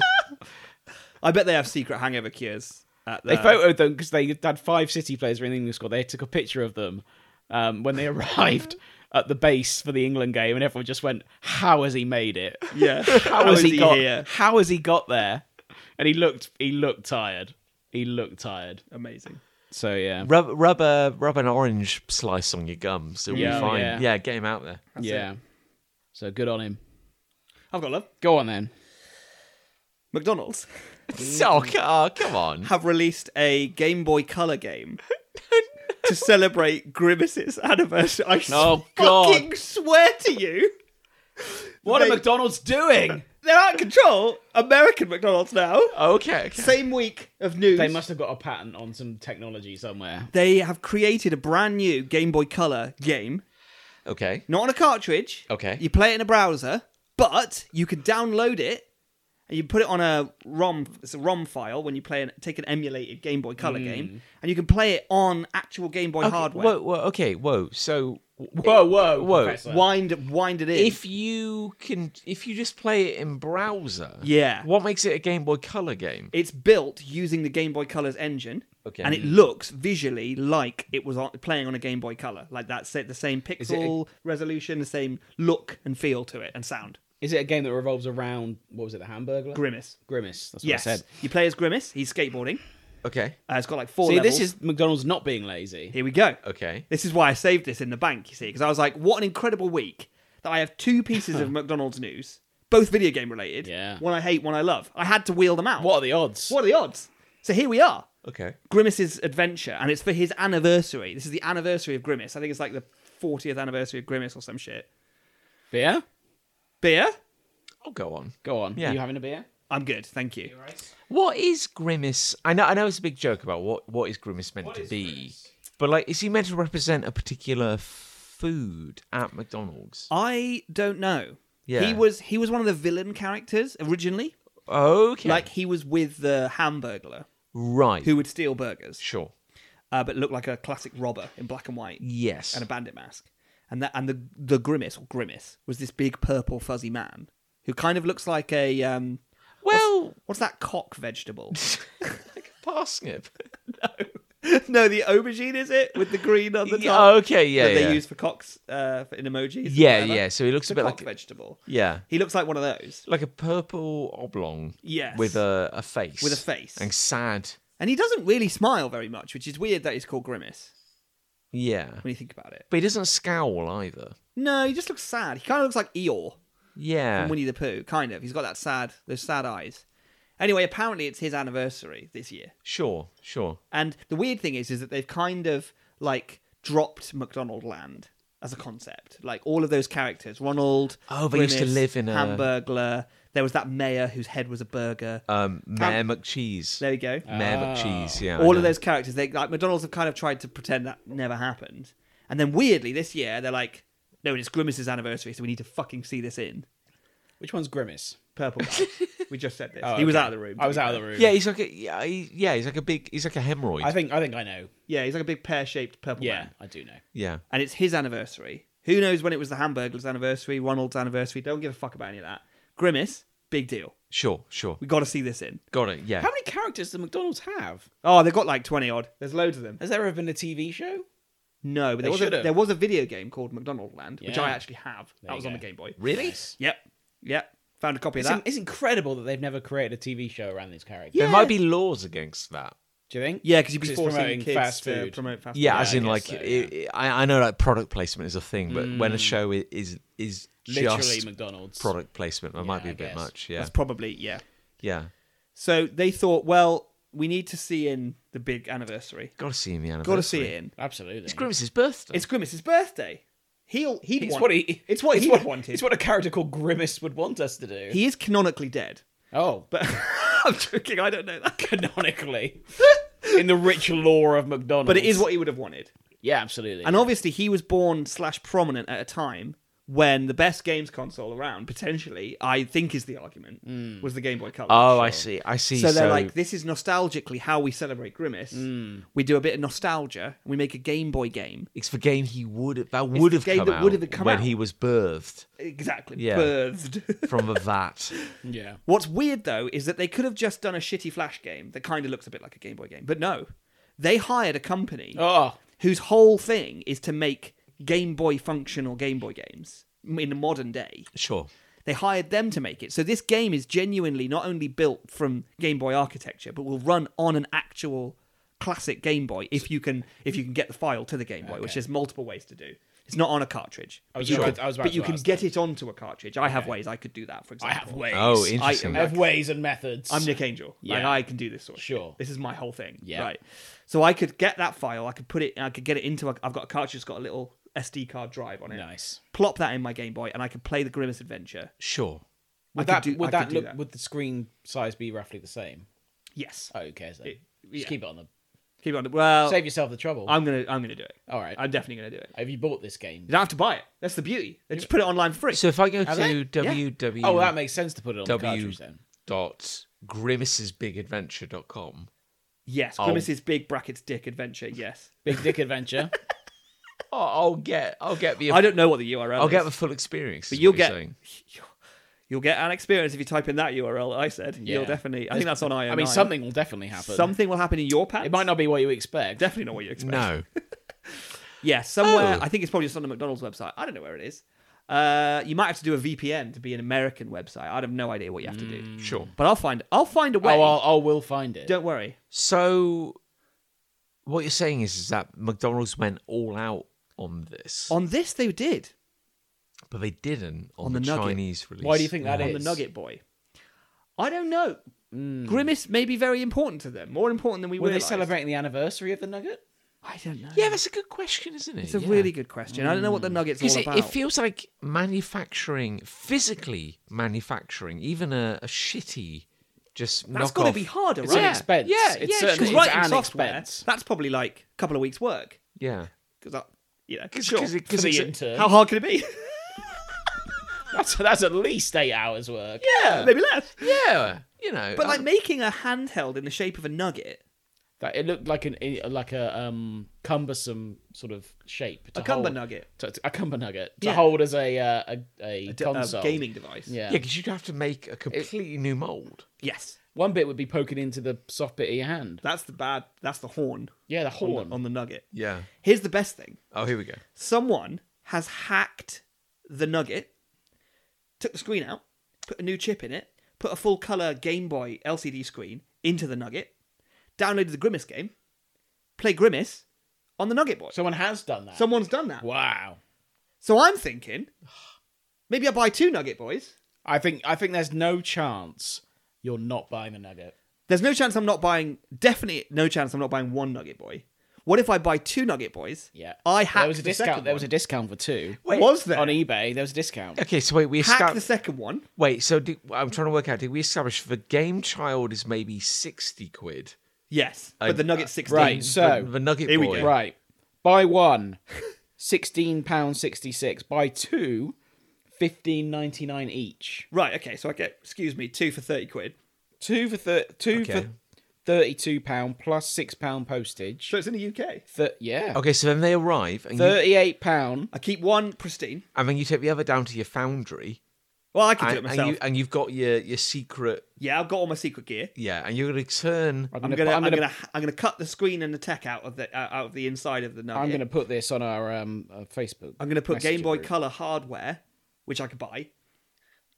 Speaker 3: I bet they have secret hangover cures. At the,
Speaker 2: They photoed them because they had five City players were in the England squad. They took a picture of them um, when they arrived at the base for the England game, and everyone just went, "How has he made it?
Speaker 3: Yeah.
Speaker 2: How, has he, got?
Speaker 3: here?
Speaker 2: How has he got there?" And he looked, he looked tired. He looked tired.
Speaker 3: Amazing.
Speaker 2: So yeah,
Speaker 1: Rub, rub a rub an orange slice on your gums. It'll
Speaker 2: Yeah. oh,
Speaker 1: be fine.
Speaker 2: Yeah.
Speaker 1: Yeah. get him out there.
Speaker 2: yeah. So good on him.
Speaker 3: I've got love.
Speaker 2: Go on then.
Speaker 3: McDonald's
Speaker 1: Oh, c- oh, come on.
Speaker 3: have released a Game Boy Color game to celebrate Grimace's anniversary. I
Speaker 1: Oh,
Speaker 3: fucking
Speaker 1: God.
Speaker 3: swear to you.
Speaker 2: What
Speaker 3: They-
Speaker 2: are McDonald's doing?
Speaker 3: They're out of control. American McDonald's now.
Speaker 1: Okay. okay.
Speaker 3: Same week of news.
Speaker 2: Oh. They must have got a patent on some technology somewhere.
Speaker 3: They have created a brand new Game Boy Color game.
Speaker 1: Okay.
Speaker 3: Not on a cartridge.
Speaker 1: Okay.
Speaker 3: You play it in a browser, but you can download it and you put it on a ROM. It's a ROM file when you play an, take an emulated Game Boy Color game, and you can play it on actual Game Boy
Speaker 1: Okay,
Speaker 3: hardware.
Speaker 1: Whoa, whoa, okay. Whoa. So
Speaker 2: Whoa, whoa,
Speaker 1: Whoa.
Speaker 2: Professor.
Speaker 3: Wind, wind it in.
Speaker 1: If you can, if you just play it in browser,
Speaker 3: Yeah.
Speaker 1: what makes it a Game Boy Color game?
Speaker 3: It's built using the Game Boy Color's engine,
Speaker 1: Okay.
Speaker 3: and it looks visually like it was on, playing on a Game Boy Color. Like that's it, the same
Speaker 1: it a-
Speaker 3: pixel resolution, the same look and feel to it, and sound.
Speaker 2: Is it a game that revolves around what was it, the Hamburglar?
Speaker 3: Grimace.
Speaker 2: Grimace. That's what
Speaker 3: Yes,
Speaker 2: I said.
Speaker 3: you play as Grimace. He's skateboarding.
Speaker 1: Okay,
Speaker 3: Uh, it's got like four.
Speaker 2: See,
Speaker 3: levels.
Speaker 2: this is McDonald's not being lazy.
Speaker 3: here we go.
Speaker 1: okay.
Speaker 3: This is why I saved this in the bank, you see, because I was like, what an incredible week that I have two pieces of McDonald's news, both video game related.
Speaker 2: Yeah.
Speaker 3: One I hate, one I love. I had to wheel them out.
Speaker 2: What are the odds?
Speaker 3: What are the odds? So here we are.
Speaker 1: Okay.
Speaker 3: Grimace's adventure, and it's for his anniversary. This is the anniversary of Grimace. I think it's like the 40th anniversary of Grimace or some shit.
Speaker 2: Beer?
Speaker 3: Beer?
Speaker 1: I'll go on.
Speaker 2: Go on.
Speaker 1: Yeah.
Speaker 2: Are you having a beer?
Speaker 3: I'm good, thank you.
Speaker 1: What is Grimace? I know, I know, it's a big joke about what what is Grimace meant to be, but like, is he meant to represent a particular food at McDonald's?
Speaker 3: I don't know.
Speaker 1: Yeah.
Speaker 3: He was he was one of the villain characters originally.
Speaker 1: Okay,
Speaker 3: Like he was with the Hamburglar
Speaker 1: right.
Speaker 3: who would steal burgers,
Speaker 1: Sure.
Speaker 3: uh, but looked like a classic robber in black and white.
Speaker 1: Yes.
Speaker 3: and a bandit mask. And that and the the grimace or grimace was this big purple fuzzy man who kind of looks like a um
Speaker 1: well,
Speaker 3: what's that cock vegetable?
Speaker 1: like a parsnip.
Speaker 3: no, the aubergine is it with the green on the
Speaker 1: Yeah,
Speaker 3: top?
Speaker 1: okay, yeah,
Speaker 3: that
Speaker 1: yeah.
Speaker 3: they use for cocks uh, for- in emojis. and
Speaker 1: Yeah,
Speaker 3: whatever.
Speaker 1: yeah. So he looks a
Speaker 3: The
Speaker 1: bit
Speaker 3: cock
Speaker 1: like
Speaker 3: vegetable.
Speaker 1: yeah,
Speaker 3: He looks like one of those,
Speaker 1: like a purple oblong.
Speaker 3: Yes.
Speaker 1: With a, a face.
Speaker 3: With a face.
Speaker 1: And sad.
Speaker 3: and he doesn't really smile very much, which is weird that he's called grimace
Speaker 1: Yeah.
Speaker 3: when you think about it.
Speaker 1: But he doesn't scowl either.
Speaker 3: No, he just looks sad. He kind of looks like Eeyore.
Speaker 1: Yeah.
Speaker 3: from Winnie the Pooh, kind of. He's got that sad, those sad eyes. Anyway, apparently it's his anniversary this year,
Speaker 1: Sure. Sure.
Speaker 3: and the weird thing is, is that they've kind of like dropped McDonald Land as a concept. Like all of those characters, Ronald.
Speaker 1: Oh, they used to
Speaker 3: Grimace,
Speaker 1: live in a-
Speaker 3: Hamburglar. There was that mayor whose head was a burger.
Speaker 1: Um, Mayor McCheese.
Speaker 3: there you go.
Speaker 1: Mayor
Speaker 2: Ah.
Speaker 1: McCheese. Yeah. I
Speaker 3: all
Speaker 1: know.
Speaker 3: of those characters, they like McDonald's have kind of tried to pretend that never happened, and then weirdly this year they're like, no, it's Grimace's anniversary, so we need to fucking see this in.
Speaker 2: Which one's Grimace?
Speaker 3: Purple. guy. we just said this.
Speaker 2: Oh,
Speaker 3: he was
Speaker 2: okay.
Speaker 3: out of the room.
Speaker 2: I was
Speaker 3: to be
Speaker 2: out of
Speaker 3: fair.
Speaker 2: the room.
Speaker 1: Yeah, he's like a yeah, he, yeah, he's like a big he's like a hemorrhoid.
Speaker 2: I think I think I know.
Speaker 3: Yeah, he's like a big pear shaped purple
Speaker 2: Yeah,
Speaker 3: man.
Speaker 2: I do know.
Speaker 1: yeah.
Speaker 3: And it's his anniversary. Who knows when it was the Hamburglar's anniversary, Ronald's anniversary? Don't give a fuck about any of that. Grimace, big deal.
Speaker 1: Sure. Sure.
Speaker 3: We got to see this in.
Speaker 1: Got it. Yeah.
Speaker 2: How many characters does McDonald's have?
Speaker 3: Oh, they've got like 20 odd. There's loads of them.
Speaker 2: Has there ever been a TV show?
Speaker 3: No, but there, was a,
Speaker 2: should've.
Speaker 3: there was a video game called McDonald Land, which
Speaker 2: Yeah.
Speaker 3: I actually have. that
Speaker 2: you
Speaker 3: was on
Speaker 2: go.
Speaker 3: the Game Boy.
Speaker 1: Really?
Speaker 3: Yep. Yep. Found a copy of
Speaker 2: It's,
Speaker 3: that.
Speaker 2: in- it's incredible that they've never created a TV show around these characters.
Speaker 1: There might be laws against that.
Speaker 2: Do you think?
Speaker 3: Yeah, because you'd be
Speaker 2: it's
Speaker 3: forcing
Speaker 2: promoting
Speaker 3: kids
Speaker 2: fast
Speaker 3: to
Speaker 2: food.
Speaker 3: promote fast
Speaker 1: Yeah,
Speaker 3: food.
Speaker 1: as
Speaker 2: I
Speaker 1: in
Speaker 2: guess
Speaker 1: like
Speaker 2: so, Mm.
Speaker 1: it, I, I know like product placement is a thing, but when a show i- is is
Speaker 2: Literally
Speaker 1: just
Speaker 2: McDonald's.
Speaker 1: product placement, that might be
Speaker 2: I
Speaker 1: a bit
Speaker 2: guess.
Speaker 1: much. Yeah,
Speaker 3: That's probably, yeah.
Speaker 1: yeah.
Speaker 3: So they thought, well, we need to see in the big anniversary.
Speaker 1: Got to see him. The
Speaker 3: Got to see it in.
Speaker 2: Absolutely.
Speaker 1: It's Grimace's birthday.
Speaker 3: It's Grimace's birthday. He'll he'd
Speaker 2: It's
Speaker 3: want-
Speaker 2: what he.
Speaker 3: It's what he wanted.
Speaker 2: It's what a character called Grimace would want us to do.
Speaker 3: he is canonically dead.
Speaker 2: oh, but
Speaker 3: But I'm joking. I don't know that.
Speaker 2: canonically, in the rich lore of McDonald's.
Speaker 3: But it is what he would have wanted.
Speaker 2: Yeah, absolutely.
Speaker 3: And obviously, he was born slash prominent at a time when the best games console around, potentially, I think is the argument, was the Game Boy Color.
Speaker 1: oh, I see. I see.
Speaker 3: So they're like, this is nostalgically how we celebrate Grimace. We do a bit of nostalgia. We make a Game Boy game.
Speaker 1: it's the game he would that would have
Speaker 3: game
Speaker 1: come
Speaker 3: that
Speaker 1: out
Speaker 3: would have come
Speaker 1: when
Speaker 3: out.
Speaker 1: he was birthed
Speaker 3: Exactly.
Speaker 1: Yeah.
Speaker 3: Birthed.
Speaker 1: from a vat.
Speaker 2: yeah.
Speaker 3: What's weird though is that they could have just done a shitty Flash game that kind of looks a bit like a Game Boy game, but no, they hired a company
Speaker 2: Oh,
Speaker 3: whose whole thing is to make Game Boy functional Game Boy games in the modern day.
Speaker 1: sure.
Speaker 3: They hired them to make it, so this game is genuinely not only built from Game Boy architecture, but will run on an actual classic Game Boy if you can if you can get the file to the Game Boy, which there's multiple ways to do. It's not on a cartridge,
Speaker 2: I was
Speaker 3: but you
Speaker 2: about-
Speaker 3: can,
Speaker 2: I was about
Speaker 3: but
Speaker 2: to
Speaker 3: you can
Speaker 2: ask
Speaker 3: get it onto a cartridge. I have ways I could do that. For
Speaker 2: I
Speaker 3: example,
Speaker 2: have ways.
Speaker 1: Oh,
Speaker 2: I
Speaker 1: interesting.
Speaker 3: I-
Speaker 2: have ways and methods.
Speaker 3: I'm Nick Angel. Like
Speaker 2: Yeah.
Speaker 3: I can do this sort of shit.
Speaker 2: Sure.
Speaker 3: This is my whole thing.
Speaker 2: Yeah.
Speaker 3: Right. So I could get that file. I could put it. I could get it into. A, I've got a cartridge. that's got a little SD card drive on it.
Speaker 2: nice.
Speaker 3: Plop that in my Game Boy, and I could play the Grimace Adventure.
Speaker 1: Sure.
Speaker 3: I
Speaker 2: Would
Speaker 3: could
Speaker 2: that
Speaker 3: do-
Speaker 2: would
Speaker 3: I
Speaker 2: that
Speaker 3: could do
Speaker 2: look
Speaker 3: that.
Speaker 2: would the screen size be roughly the same?
Speaker 3: Yes.
Speaker 2: Oh, who cares then?
Speaker 3: yeah.
Speaker 2: Just keep it on the
Speaker 3: Keep on. Well,
Speaker 2: save yourself the trouble.
Speaker 3: Oh. I'm gonna. I'm gonna do it.
Speaker 2: All right.
Speaker 3: I'm definitely gonna do it.
Speaker 2: have you bought this
Speaker 3: You
Speaker 2: game?
Speaker 3: don't have to buy it. That's the beauty. They just put it online for free.
Speaker 1: So if I go
Speaker 2: they? Yeah.
Speaker 1: to www.
Speaker 2: Oh, well, that makes sense to put it on the
Speaker 1: w
Speaker 2: cartridge then.
Speaker 1: dot grimacesbigadventure.com.
Speaker 3: yes. Grimace's big brackets dick adventure. Yes.
Speaker 2: Big Dick Adventure.
Speaker 1: Oh, I'll get, I'll get the,
Speaker 3: I don't know what the URL
Speaker 1: I'll
Speaker 3: is.
Speaker 1: get the full experience.
Speaker 3: but
Speaker 1: is
Speaker 3: you'll
Speaker 1: what you're
Speaker 3: get
Speaker 1: saying.
Speaker 3: you'll get an experience if you type in that URL that I said. You'll
Speaker 2: Yeah.
Speaker 3: definitely. I think that's on IO.
Speaker 2: I mean, something will definitely happen.
Speaker 3: something will happen in your patch.
Speaker 2: It might not be what you expect.
Speaker 3: definitely not what you expect.
Speaker 1: no.
Speaker 3: Yeah, somewhere.
Speaker 1: Oh.
Speaker 3: I think it's probably just on the McDonald's website. I don't know where it is. Uh, you might have to do a VPN to be an American website. I have no idea what you have to do.
Speaker 1: Sure.
Speaker 3: But I'll find. I'll find a way.
Speaker 2: Mm. Oh, I'll, I'll will find it.
Speaker 3: don't worry.
Speaker 1: So, what you're saying is, is that McDonald's went all out on this,
Speaker 3: On this, they did.
Speaker 1: but they didn't on,
Speaker 3: on
Speaker 1: the,
Speaker 3: the nugget.
Speaker 1: Chinese release.
Speaker 2: Why do you think that is?
Speaker 3: on the Nugget Boy. I don't know. Grimace may be very important to them, more important than we
Speaker 2: Were they
Speaker 3: realised.
Speaker 2: celebrating the anniversary of the Nugget?
Speaker 3: I don't know.
Speaker 1: Yeah, that's a good question, isn't it?
Speaker 3: it's a really good question. I don't know what the
Speaker 2: Mm.
Speaker 3: Nugget's
Speaker 1: because
Speaker 3: all
Speaker 1: it,
Speaker 3: about.
Speaker 1: it feels like manufacturing, physically manufacturing, even a, a shitty, just
Speaker 3: That's
Speaker 1: knock
Speaker 3: got to
Speaker 1: off-
Speaker 3: be harder,
Speaker 2: It's
Speaker 3: right?
Speaker 2: an expense.
Speaker 3: Yeah,
Speaker 2: It's
Speaker 3: yeah.
Speaker 2: certainly-
Speaker 3: Because
Speaker 2: it's
Speaker 3: writing
Speaker 2: an
Speaker 3: software,
Speaker 2: expense.
Speaker 3: that's probably like a couple of weeks' work.
Speaker 1: Yeah,
Speaker 3: Because you know,
Speaker 1: 'Cause-
Speaker 3: sure.
Speaker 1: 'cause it-
Speaker 2: For
Speaker 1: 'cause
Speaker 2: the
Speaker 1: it's a-
Speaker 2: intern.
Speaker 3: How hard can it be?
Speaker 2: That's that's at least eight hours work.
Speaker 3: yeah, maybe less.
Speaker 1: yeah, you know,
Speaker 3: But
Speaker 1: I-
Speaker 3: like making a handheld in the shape of a nugget,
Speaker 2: That it looked like an like a um cumbersome sort of shape. To
Speaker 3: a cumber
Speaker 2: hold-
Speaker 3: nugget,
Speaker 2: To, to- a cumber nugget to
Speaker 3: Yeah.
Speaker 2: hold as a uh, a, a,
Speaker 3: d- a
Speaker 2: console.
Speaker 3: gaming device.
Speaker 2: Yeah.
Speaker 1: yeah, because you'd have to make a completely new mold.
Speaker 3: Yes,
Speaker 2: One bit would be poking into the soft bit of your hand.
Speaker 3: that's the bad. That's the horn
Speaker 2: Yeah, the
Speaker 3: on the-
Speaker 2: horn.
Speaker 3: on the nugget.
Speaker 1: Yeah.
Speaker 3: Here's the best thing.
Speaker 1: Oh, here we go.
Speaker 3: someone has hacked the nugget, took the screen out, put a new chip in it, put a full color Game Boy LCD screen into the nugget, downloaded the Grimace game, play Grimace on the Nugget Boy.
Speaker 2: Someone has done that.
Speaker 3: Someone's done that.
Speaker 2: wow.
Speaker 3: So I'm thinking, maybe I buy two Nugget Boys.
Speaker 2: I think I think there's no chance you're not buying the nugget.
Speaker 3: There's no chance I'm not buying. Definitely no chance I'm not buying one Nugget Boy. What if I buy two Nugget Boys?
Speaker 2: Yeah.
Speaker 3: I hacked
Speaker 2: There was a
Speaker 3: the
Speaker 2: discount.
Speaker 3: second
Speaker 2: There was a
Speaker 3: one.
Speaker 2: discount for two.
Speaker 3: Wait, was there?
Speaker 2: On eBay, there was a discount.
Speaker 1: Okay, so wait, we
Speaker 3: Hacked
Speaker 1: established.
Speaker 3: the second one.
Speaker 1: Wait, so did, I'm trying to work out. Did we establish the game child is maybe sixty quid?
Speaker 3: Yes,
Speaker 1: I-
Speaker 3: but the Nugget's 16.
Speaker 2: uh, Right. So
Speaker 1: the, the Nugget
Speaker 3: here we
Speaker 1: Boy.
Speaker 3: go.
Speaker 2: Right. Buy one, sixteen pound sixty six. Buy two, fifteen ninety nine each.
Speaker 3: Right, okay, so I get, excuse me, two for 30 quid.
Speaker 2: Two for thir- two
Speaker 1: Okay.
Speaker 2: for thirty two pound plus six pound postage.
Speaker 3: So it's in the UK.
Speaker 2: Th- yeah.
Speaker 1: Okay, so then they arrive, and, you,
Speaker 2: Thirty eight pound.
Speaker 3: I keep one pristine.
Speaker 1: and then you take the other down to your foundry,
Speaker 3: Well, I can do it
Speaker 1: and, and
Speaker 3: myself.
Speaker 1: you and you've got your your secret.
Speaker 3: Yeah, I've got all my secret gear.
Speaker 1: Yeah, and you're gonna turn.
Speaker 3: I'm gonna, I'm gonna, I'm gonna cut the screen and the tech out of the uh, out of the inside of the nugget.
Speaker 2: I'm gonna put this on our um uh, Facebook.
Speaker 3: I'm gonna put
Speaker 2: messenger
Speaker 3: Game Boy
Speaker 2: group.
Speaker 3: Color hardware, which I could buy,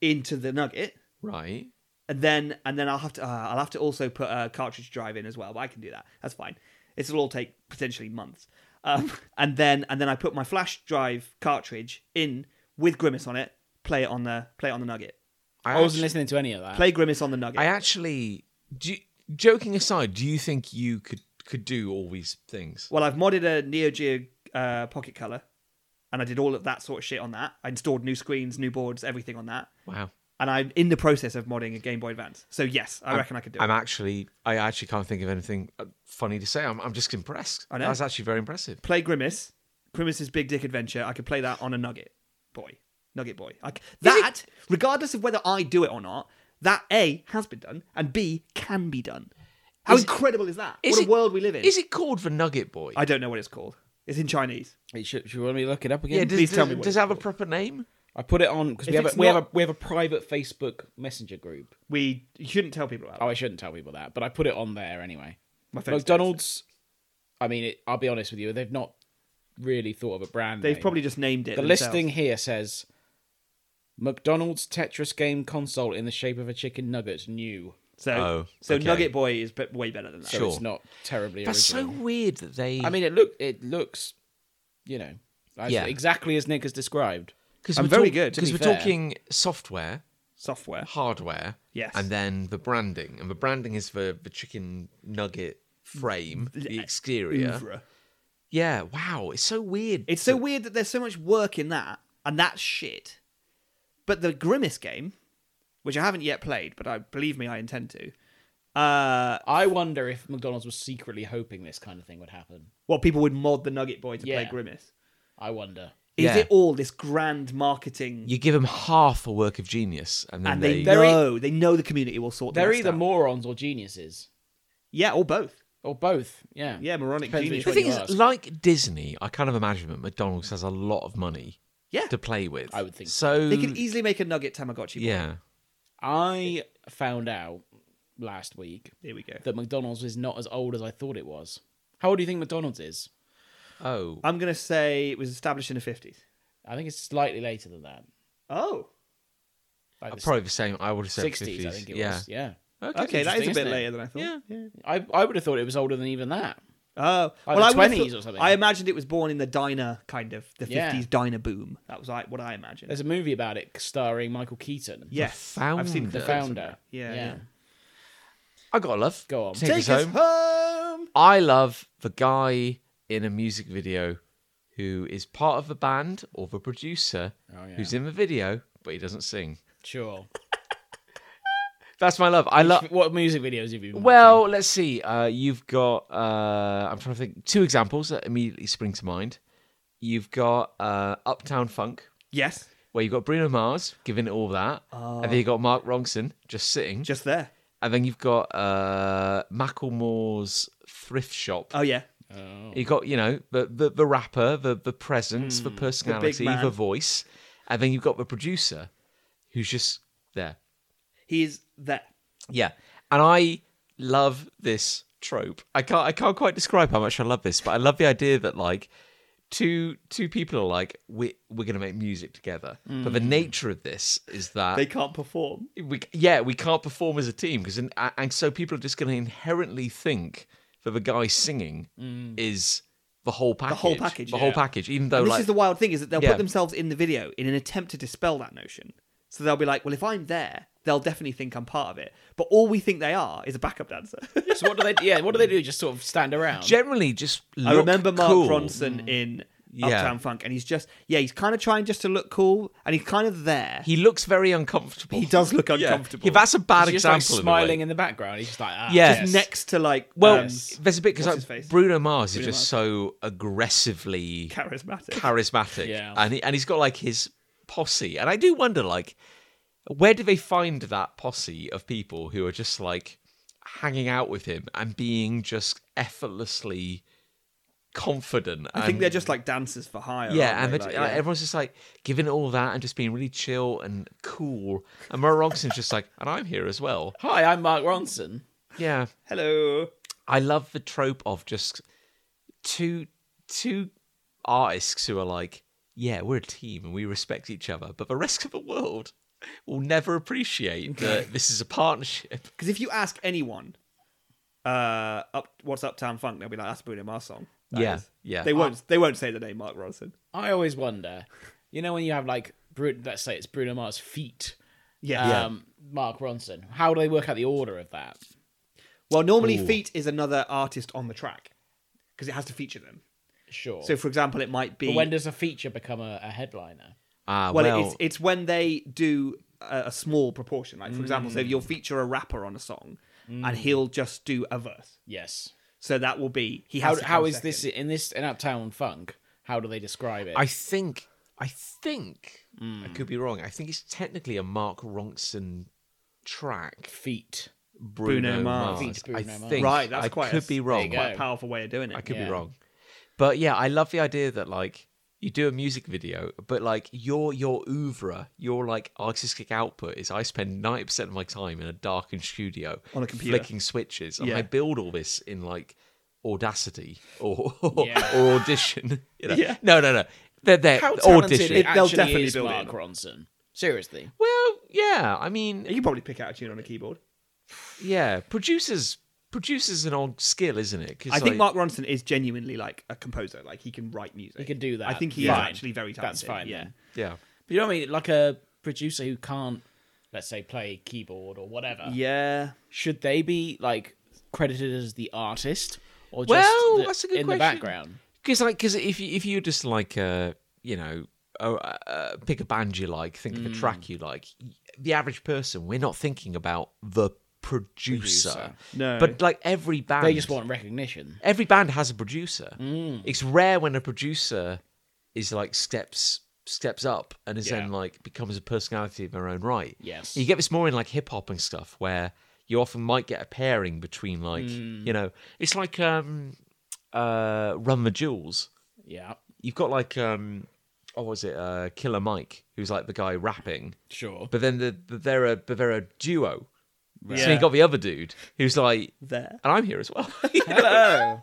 Speaker 3: into the nugget,
Speaker 1: Right.
Speaker 3: and then and then I'll have to uh, I'll have to also put a cartridge drive in as well. But I can do that. That's fine. This will all take potentially months. Um, and then and then I put my flash drive cartridge in with Grimace on it. Play it on the play it on the nugget.
Speaker 1: I,
Speaker 2: I wasn't
Speaker 1: actually,
Speaker 2: listening to any of that.
Speaker 3: Play Grimace on the nugget.
Speaker 1: I actually. Do you- joking aside, do you think you could could do all these things?
Speaker 3: Well, I've modded a Neo Geo uh, Pocket Color, and I did all of that sort of shit on that. I installed new screens, new boards, everything on that,
Speaker 1: Wow.
Speaker 3: and I'm in the process of modding a Game Boy Advance. So yes, I reckon I could do
Speaker 1: I'm
Speaker 3: it.
Speaker 1: actually, I actually can't think of anything uh, funny to say. I'm, I'm just impressed.
Speaker 3: I know.
Speaker 1: That's actually very impressive.
Speaker 3: Play Grimace, Grimace's Big Dick Adventure. I could play that on a Nugget Boy, Nugget Boy. I c that, regardless of whether I do it or not, that A has been done and B can be done. How
Speaker 1: Is it-
Speaker 3: incredible is that?
Speaker 1: is
Speaker 3: what
Speaker 1: it-
Speaker 3: a world we live in.
Speaker 1: Is it called the Nugget Boy?
Speaker 3: I don't know what it's called. It's in Chinese.
Speaker 2: Hey, Should, should we want me to look it up again?
Speaker 1: yeah, does,
Speaker 3: please tell
Speaker 1: does-
Speaker 3: me what
Speaker 1: does
Speaker 3: it's
Speaker 1: it have a proper name?
Speaker 2: I put it on because we
Speaker 3: If
Speaker 2: have a,
Speaker 3: it's
Speaker 2: we have a
Speaker 3: not-
Speaker 2: we have a private Facebook messenger group.
Speaker 3: We you shouldn't tell people about.
Speaker 2: Oh, I shouldn't tell people that, but I put it on there anyway.
Speaker 3: My friends do.
Speaker 2: McDonald's. I mean, it, I'll be honest with you, they've not really thought of a brand.
Speaker 3: They've
Speaker 2: name.
Speaker 3: probably just named it.
Speaker 2: the
Speaker 3: themselves.
Speaker 2: listing here says McDonald's Tetris game console in the shape of a chicken nugget, new.
Speaker 3: So,
Speaker 1: Oh,
Speaker 3: so
Speaker 1: okay.
Speaker 3: Nugget Boy is be- way better than that.
Speaker 2: So
Speaker 1: Sure.
Speaker 2: it's not terribly
Speaker 1: That's so
Speaker 2: original.
Speaker 1: weird that they.
Speaker 2: I mean, it look it looks, you know, as-
Speaker 1: Yeah.
Speaker 2: exactly as Nick has described.
Speaker 1: because
Speaker 3: I'm very good, to
Speaker 1: Because
Speaker 3: be
Speaker 1: we're
Speaker 2: fair.
Speaker 1: talking software,
Speaker 3: Software.
Speaker 1: hardware,
Speaker 3: Yes.
Speaker 1: and then the branding, and the branding is the the chicken nugget frame, the exterior.
Speaker 3: Mm, Oeuvre.
Speaker 1: Yeah. Wow. It's so weird.
Speaker 3: It's so weird that there's so much work in that, and that's shit. But the Grimace game, which I haven't yet played, but I believe me, I intend to. Uh,
Speaker 2: I wonder if McDonald's was secretly hoping this kind of thing would happen.
Speaker 3: well, people would mod the Nugget Boy to play
Speaker 2: Yeah.
Speaker 3: Grimace.
Speaker 2: I wonder.
Speaker 3: Is
Speaker 1: Yeah.
Speaker 3: it all this grand marketing?
Speaker 1: You give them half a work of genius, and then
Speaker 3: and they
Speaker 2: They're e-
Speaker 3: know, they know the community will sort. the
Speaker 2: They're
Speaker 3: rest
Speaker 2: either
Speaker 3: out.
Speaker 2: morons or geniuses.
Speaker 3: yeah, or both.
Speaker 2: or both. Yeah.
Speaker 3: Yeah, moronic
Speaker 2: Depends
Speaker 3: genius.
Speaker 2: which
Speaker 1: The
Speaker 3: But
Speaker 1: thing
Speaker 2: one
Speaker 1: is,
Speaker 2: you ask.
Speaker 1: like Disney, I kind of imagine that McDonald's has a lot of money
Speaker 3: Yeah.
Speaker 1: to play with.
Speaker 2: I would think
Speaker 1: so.
Speaker 3: They can easily make a nugget Tamagotchi. board.
Speaker 1: yeah.
Speaker 2: I found out last week
Speaker 3: Here we go.
Speaker 2: that McDonald's is not as old as I thought it was. How old do you think McDonald's is?
Speaker 1: Oh.
Speaker 3: I'm going to say it was established in the 50s.
Speaker 2: I think it's slightly later than that.
Speaker 3: Oh.
Speaker 2: Like the
Speaker 1: Probably the same. I would have said
Speaker 2: 60s,
Speaker 1: 50s.
Speaker 2: I think it
Speaker 1: yeah.
Speaker 2: was. Yeah.
Speaker 1: Okay.
Speaker 3: Okay, that is a
Speaker 2: interesting,
Speaker 3: bit
Speaker 2: isn't it?
Speaker 3: later than I thought.
Speaker 1: Yeah.
Speaker 2: I, I would have thought it was older than even that.
Speaker 3: Oh,
Speaker 2: Like
Speaker 3: well, I
Speaker 2: the
Speaker 3: would've
Speaker 2: 20s
Speaker 3: thought-
Speaker 2: or something.
Speaker 3: I imagined it was born in the diner kind of the 50s
Speaker 2: Yeah.
Speaker 3: diner boom. That was like what I imagined.
Speaker 2: There's a movie about it starring Michael Keaton.
Speaker 3: yes,
Speaker 1: The
Speaker 3: I've
Speaker 1: founder.
Speaker 3: seen
Speaker 2: The
Speaker 1: Yeah.
Speaker 3: photos of
Speaker 2: founder.
Speaker 3: that. Yeah, yeah.
Speaker 1: I got a love.
Speaker 2: Go on.
Speaker 1: Take,
Speaker 3: Take
Speaker 1: us home.
Speaker 3: home.
Speaker 1: I love the guy in a music video who is part of the band or the producer
Speaker 2: Oh, yeah.
Speaker 1: who's in the video, but he doesn't sing.
Speaker 2: Sure.
Speaker 1: That's my love. I love.
Speaker 2: what music videos have you been
Speaker 1: Well, let's see. Uh, you've got. Uh, I'm trying to think. Two examples that immediately spring to mind. You've got uh, Uptown Funk,
Speaker 3: Yes,
Speaker 1: where you've got Bruno Mars giving it all that,
Speaker 3: Oh.
Speaker 1: and then you've got Mark Ronson just sitting,
Speaker 3: just there.
Speaker 1: and then you've got uh, Macklemore's thrift shop.
Speaker 3: Oh yeah,
Speaker 2: watching?
Speaker 1: You got, you know, the the, the rapper, the the presence, the personality, the,
Speaker 3: man.
Speaker 1: voice, and then you've got the producer, who's just there.
Speaker 3: he is there.
Speaker 1: Yeah, and I love this trope. I can't I can't quite describe how much I love this, but I love the idea that like two two people are like we we're gonna make music together, but the nature of this is that
Speaker 3: Mm. They can't perform.
Speaker 1: we yeah we can't perform as a team because and, and so people are just going to inherently think that the guy singing is the whole package
Speaker 3: Mm. whole package,
Speaker 1: the
Speaker 3: yeah.
Speaker 1: whole package even though
Speaker 3: And this
Speaker 1: like
Speaker 3: is the wild thing is that they'll
Speaker 1: Yeah.
Speaker 3: put themselves in the video in an attempt to dispel that notion. So they'll be like, well, if I'm there, they'll definitely think I'm part of it. But all we think they are is a backup dancer.
Speaker 2: so what do they? Yeah, what do they do? Just sort of stand around.
Speaker 1: generally just
Speaker 3: I
Speaker 1: look
Speaker 3: remember Mark
Speaker 1: cool.
Speaker 3: Ronson in
Speaker 1: Mm. Yeah.
Speaker 3: Uptown Funk, and he's just yeah, he's kind of trying just to look cool, and he's kind of there.
Speaker 1: he looks very uncomfortable
Speaker 3: He does look
Speaker 1: Yeah.
Speaker 3: uncomfortable.
Speaker 1: Yeah, that's a bad
Speaker 2: He's just
Speaker 1: example
Speaker 2: like
Speaker 1: of the
Speaker 2: smiling
Speaker 1: way.
Speaker 2: in the background. He's just like, ah,
Speaker 1: Yeah.
Speaker 2: yes.
Speaker 3: next to like
Speaker 1: well
Speaker 3: um,
Speaker 1: there's a bit
Speaker 3: what's his
Speaker 1: because
Speaker 3: face?
Speaker 1: Bruno Mars is
Speaker 3: Bruno
Speaker 1: just so aggressively
Speaker 3: charismatic.
Speaker 1: charismatic
Speaker 2: Yeah.
Speaker 1: and he, and he's got like his posse and I do wonder like where do they find that posse of people who are just like hanging out with him and being just effortlessly confident
Speaker 3: I think they're just like dancers for hire.
Speaker 1: um, yeah, and
Speaker 3: aren't they?
Speaker 1: they're-
Speaker 3: Like,
Speaker 1: like, everyone's just like giving it all that and just being really chill and cool. And Murray Robinson's just like, and I'm here as well.
Speaker 2: Hi, I'm Mark Ronson.
Speaker 1: Yeah,
Speaker 3: hello.
Speaker 1: I love the trope of just two two artists who are like, yeah, we're a team and we respect each other, but the rest of the world will never appreciate that this is a partnership.
Speaker 3: Because if you ask anyone, uh, up what's Uptown Funk, they'll be like, "That's a Bruno Mars song." That
Speaker 1: Yeah,
Speaker 3: is.
Speaker 1: yeah.
Speaker 3: They won't. They won't say the name Mark Ronson.
Speaker 2: I always wonder, you know, when you have like, Bru- let's say it's Bruno Mars' feet,
Speaker 3: Yeah.
Speaker 2: um, Mark Ronson. How do they work out the order of that?
Speaker 3: Well, normally feat is another artist on the track because it has to feature them.
Speaker 2: Sure.
Speaker 3: So, for example, it might be
Speaker 2: but when does a feature become a, a headliner?
Speaker 1: Ah,
Speaker 3: well,
Speaker 1: well,
Speaker 3: it's it's when they do a, a small proportion. Like for example,
Speaker 1: Mm.
Speaker 3: so if you'll feature a rapper on a song, and he'll just do a verse.
Speaker 2: Yes.
Speaker 3: So that will be he
Speaker 2: How
Speaker 3: has. to
Speaker 2: how
Speaker 3: come
Speaker 2: is
Speaker 3: second.
Speaker 2: this in this in Uptown Funk? How do they describe it?
Speaker 1: I think, I think, I could be wrong. I think it's technically a Mark Ronson track.
Speaker 2: feet.
Speaker 1: Bruno, Mars.
Speaker 3: Mars.
Speaker 1: I
Speaker 2: Bruno Mars.
Speaker 1: think.
Speaker 3: Right, that's
Speaker 1: I
Speaker 3: quite a-
Speaker 1: could be
Speaker 3: there you
Speaker 1: wrong.
Speaker 2: go.
Speaker 3: Quite a powerful way of doing it?
Speaker 1: I could
Speaker 2: Yeah.
Speaker 1: be wrong. But yeah, I love the idea that like you do a music video, but like your your oeuvre, your like artistic output is I spend ninety percent of my time in a darkened studio
Speaker 3: On a computer.
Speaker 1: flicking switches, and
Speaker 3: Yeah.
Speaker 1: I build all this in like Audacity or or,
Speaker 2: Yeah.
Speaker 1: or Audition. you know?
Speaker 3: Yeah.
Speaker 1: No, no, no. They're there.
Speaker 2: How talented
Speaker 1: audition.
Speaker 2: it
Speaker 3: It- they'll
Speaker 2: actually
Speaker 3: definitely
Speaker 2: is
Speaker 3: build it
Speaker 2: Mark
Speaker 3: in.
Speaker 2: Ronson. Seriously.
Speaker 1: well, yeah. I mean,
Speaker 3: You can probably pick out a tune on a keyboard.
Speaker 1: yeah. Producers, producers, an odd skill, isn't it? 'Cause,
Speaker 3: I think
Speaker 1: like-
Speaker 3: Mark Ronson is genuinely like a composer. Like he can write music.
Speaker 2: He can do that.
Speaker 3: I think he
Speaker 2: Fine.
Speaker 3: is actually very talented.
Speaker 2: That's fine.
Speaker 3: Yeah.
Speaker 2: then.
Speaker 1: Yeah.
Speaker 2: But you know what I mean? Like a producer who can't, let's say, play keyboard or whatever.
Speaker 3: Yeah.
Speaker 2: Should they be like credited as the artist or just
Speaker 1: Well,
Speaker 2: the-
Speaker 1: that's a good
Speaker 2: in
Speaker 1: question.
Speaker 2: the background?
Speaker 1: Because like, because if you, if you just like, uh, you know, uh, uh, pick a band you like, think of a track you like, y- the average person, we're not thinking about the producer.
Speaker 2: Producer.
Speaker 3: No.
Speaker 1: but like every band,
Speaker 2: They just want recognition.
Speaker 1: every band has a producer.
Speaker 2: Mm.
Speaker 1: It's rare when a producer is like steps steps up and is
Speaker 2: Yeah.
Speaker 1: then like becomes a personality of their own right.
Speaker 2: Yes.
Speaker 1: You get this more in like hip hop and stuff where you often might get a pairing between like
Speaker 2: Mm.
Speaker 1: you know it's like um uh Run the Jewels.
Speaker 2: Yeah,
Speaker 1: You've got like um oh what was it uh Killer Mike who's like the guy rapping,
Speaker 2: sure.
Speaker 1: but then the, the they're a but they're a duo. So
Speaker 3: Yeah.
Speaker 1: you got the other dude who's like
Speaker 3: There.
Speaker 1: and I'm here as well. Hello.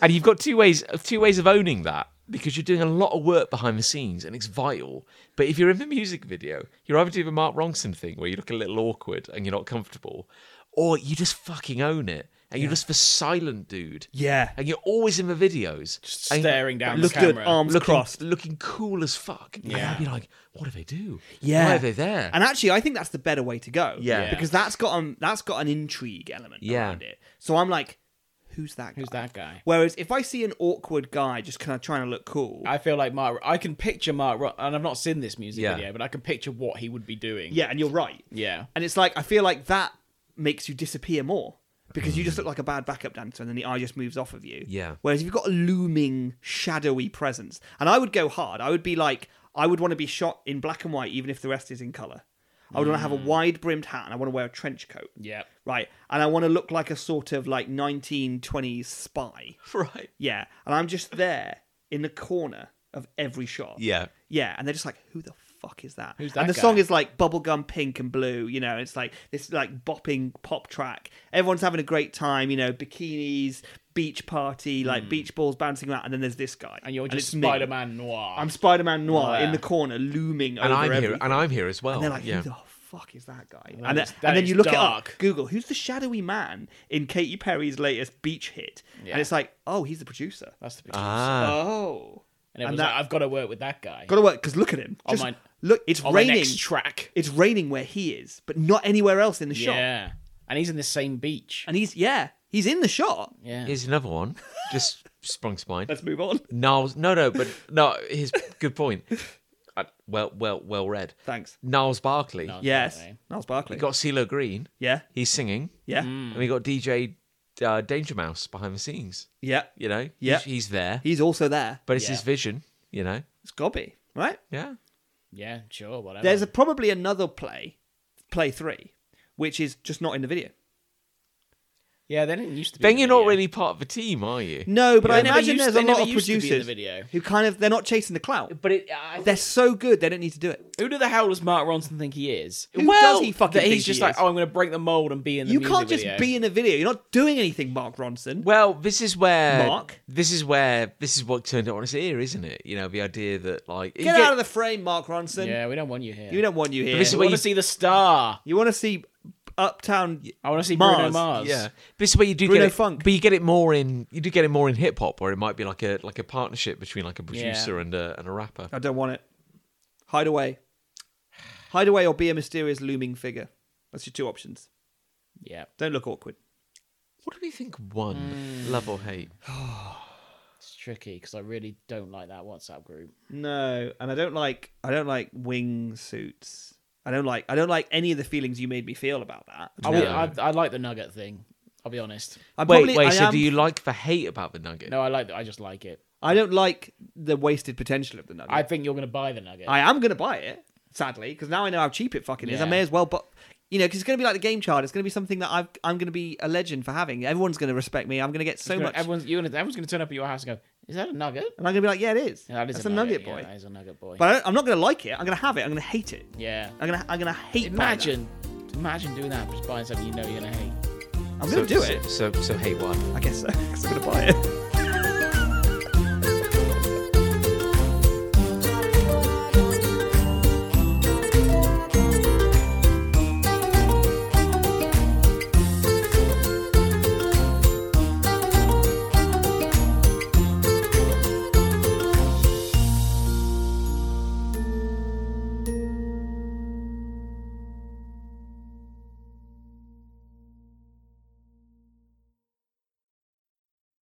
Speaker 1: and you've got two ways two ways of owning that because you're doing a lot of work behind the scenes and it's vital. But if you're in the music video, you're either doing the Mark Ronson thing where you look a little awkward and you're not comfortable, or you just fucking own it and you're just the silent dude.
Speaker 3: Yeah.
Speaker 1: And you're alys in the videos,
Speaker 2: Just
Speaker 1: and
Speaker 2: staring down the
Speaker 3: Look um, good,
Speaker 2: camera.
Speaker 3: arms
Speaker 1: looking,
Speaker 3: crossed.
Speaker 1: looking cool as fuck.
Speaker 2: Yeah.
Speaker 1: and I'd be like, what do they do?
Speaker 3: Yeah.
Speaker 1: why are they there?
Speaker 3: And actually, I think that's the better way to go.
Speaker 1: Yeah. Yeah.
Speaker 3: Because that's got um, that's got an intrigue element
Speaker 1: Yeah.
Speaker 3: around it. So I'm like, who's that? Guy?
Speaker 2: Who's that guy?
Speaker 3: Whereas if I see an awkward guy just kind of trying to look cool,
Speaker 2: I feel like Mark. I can picture Mark, Ro- and I've not seen this music
Speaker 1: Yeah.
Speaker 2: video, but I can picture what he would be doing.
Speaker 3: yeah, and you're right.
Speaker 2: yeah.
Speaker 3: And it's like I feel like that makes you disappear more because you just look like a bad backup dancer, and then the eye just moves off of you.
Speaker 1: Yeah.
Speaker 3: Whereas if you've got a looming, shadowy presence, and I would go hard. I would be like, I would want to be shot in black and white, even if the rest is in color. I would want to have a
Speaker 1: Mm.
Speaker 3: wide brimmed hat, and I want to wear a trench coat.
Speaker 2: Yeah.
Speaker 3: Right, and I want to look like a sort of like 1920s spy.
Speaker 1: right.
Speaker 3: Yeah, and I'm just there in the corner of every shot.
Speaker 1: Yeah.
Speaker 3: Yeah, and they're just like, who the fuck is that?
Speaker 2: Who's that
Speaker 3: and the
Speaker 2: guy?
Speaker 3: song is like bubblegum pink and blue, you know, it's like this like bopping pop track. Everyone's having a great time, you know, bikinis, beach party, like beach balls bouncing around, and then there's this guy.
Speaker 2: Hmm. And you're just
Speaker 3: it's me.
Speaker 2: Spider Man Noir.
Speaker 3: I'm Spider Man Noir
Speaker 2: Yeah.
Speaker 3: in the corner looming
Speaker 1: And
Speaker 3: over
Speaker 1: I'm
Speaker 3: everything.
Speaker 1: here. And I'm here as well.
Speaker 3: And they're like,
Speaker 1: yeah.
Speaker 3: who the fuck is that guy?
Speaker 2: That
Speaker 3: and,
Speaker 2: is-
Speaker 3: then,
Speaker 2: that
Speaker 3: and then
Speaker 2: is
Speaker 3: you look it
Speaker 2: dark.
Speaker 3: up, Google, who's the shadowy man in Katy Perry's latest beach hit?
Speaker 2: Yeah.
Speaker 3: And it's like, oh, he's the producer.
Speaker 2: That's the picture.
Speaker 1: ah.
Speaker 3: oh.
Speaker 2: and everyone's
Speaker 3: that-
Speaker 2: like, I've got to work with that guy.
Speaker 3: Gotta work, because look at him.
Speaker 2: On
Speaker 3: Just,
Speaker 2: my-
Speaker 3: look, it's
Speaker 2: on the
Speaker 3: raining.
Speaker 2: next track.
Speaker 3: It's raining where he is, but not anywhere else in the shot.
Speaker 2: Yeah. And he's in the same beach.
Speaker 3: And he's, yeah, he's in the shot.
Speaker 2: Yeah.
Speaker 1: Here's another one. Just sprung to mind.
Speaker 3: Let's move on.
Speaker 1: Niles, no, no, but no. Here's good point. I, well, well, well read.
Speaker 3: Thanks.
Speaker 1: Niles Barkley.
Speaker 2: Niles.
Speaker 3: Yes.
Speaker 2: Okay.
Speaker 3: Niles Barkley.
Speaker 1: We got CeeLo Green.
Speaker 3: yeah,
Speaker 1: He's singing,
Speaker 3: yeah,
Speaker 2: Mm.
Speaker 1: and we got DJ uh, Danger Mouse behind the scenes.
Speaker 3: yeah.
Speaker 1: You know,
Speaker 3: Yeah.
Speaker 1: he's, he's there,
Speaker 3: He's also there.
Speaker 1: but it's his
Speaker 2: Yeah.
Speaker 1: vision. You know,
Speaker 3: It's Gobby, right?
Speaker 1: yeah,
Speaker 2: yeah, sure, whatever.
Speaker 3: There's a, probably another play, play three, which is just not in the video.
Speaker 2: yeah, they didn't used to be. in
Speaker 1: then
Speaker 2: the
Speaker 1: you're not
Speaker 2: video.
Speaker 1: really part of the team, are you?
Speaker 3: No, but I
Speaker 2: They never
Speaker 3: imagine
Speaker 2: used-
Speaker 3: there's
Speaker 2: they
Speaker 3: a
Speaker 2: never
Speaker 3: lot of
Speaker 2: used to be in the
Speaker 3: producers
Speaker 2: video.
Speaker 3: who kind of they're not chasing the clout.
Speaker 2: But it, I,
Speaker 3: They're so good they don't need to do it.
Speaker 2: who the hell does Mark Ronson think he is?
Speaker 3: Who does he fucking
Speaker 2: that he's
Speaker 3: think
Speaker 2: just
Speaker 3: he
Speaker 2: like,
Speaker 3: is?
Speaker 2: oh, I'm going to break the mold and be in the
Speaker 3: You
Speaker 2: music
Speaker 3: can't just
Speaker 2: video.
Speaker 3: be in a video. You're not doing anything, Mark Ronson.
Speaker 1: Well, this is where
Speaker 3: Mark?
Speaker 1: This is where this is what turned it on its ear, isn't it? You know, the idea that like
Speaker 3: Get, out of the frame, Mark Ronson.
Speaker 2: Yeah, we don't want you here.
Speaker 3: You don't want you here.
Speaker 1: this is
Speaker 2: we
Speaker 1: where
Speaker 2: want
Speaker 1: you-
Speaker 2: to see the star.
Speaker 3: You want to see Uptown?
Speaker 2: I want to see Bruno
Speaker 3: Mars.
Speaker 2: Mars.
Speaker 1: Yeah, this way you do
Speaker 3: Bruno
Speaker 1: get it,
Speaker 3: Funk.
Speaker 1: but you get it more in you do get it more in hip hop, where it might be like a like a partnership between like a producer and a and a rapper.
Speaker 3: I don't want it. Hide away. Hide away or be a mysterious looming figure. That's your two options.
Speaker 2: Yeah.
Speaker 3: Don't look awkward.
Speaker 1: What do we think? of One
Speaker 3: Hmm.
Speaker 1: love or hate?
Speaker 2: It's tricky because I really don't like that WhatsApp group.
Speaker 3: No, and I don't like I don't like wingsuits. I don't like I don't like any of the feelings you made me feel about that.
Speaker 2: I,
Speaker 1: No.
Speaker 2: would- I, I like the Nugget thing. I'll be honest.
Speaker 3: I'm
Speaker 1: wait,
Speaker 3: probably-
Speaker 1: wait.
Speaker 3: I
Speaker 1: so
Speaker 3: am-
Speaker 1: do you like the hate about the nugget?
Speaker 2: No, I like that. I just like it.
Speaker 3: I don't like the wasted potential of the nugget.
Speaker 2: I
Speaker 3: I,
Speaker 2: think you're going to buy the Nugget.
Speaker 3: am going to buy it, sadly, because now I know how cheap it fucking is. I
Speaker 2: Yeah.
Speaker 3: may as well, but you know, because it's going to be like the game chart. It's going to be something that I've, I'm going to be a legend for having. Everyone's going to respect me. I'm going to get so
Speaker 2: You're gonna-
Speaker 3: much,
Speaker 2: Everyone's, you're gonna, everyone's going to turn up at your house and go, "Is that a Nugget?"
Speaker 3: and I'm going to be like, yeah, it is.
Speaker 2: Yeah, that is
Speaker 3: That's a nugget, boy.
Speaker 2: Yeah, that is a Nugget boy.
Speaker 3: But I don't, I'm not going to like it. I'm going to have it. I'm going to hate it.
Speaker 2: yeah.
Speaker 3: I'm going to, I'm going to hate. buying that.
Speaker 2: Imagine, imagine doing that, just buying something you know you're going to hate.
Speaker 3: I'm going to do it.
Speaker 1: So so hate one.
Speaker 3: I guess so. 'cause I'm going to buy it.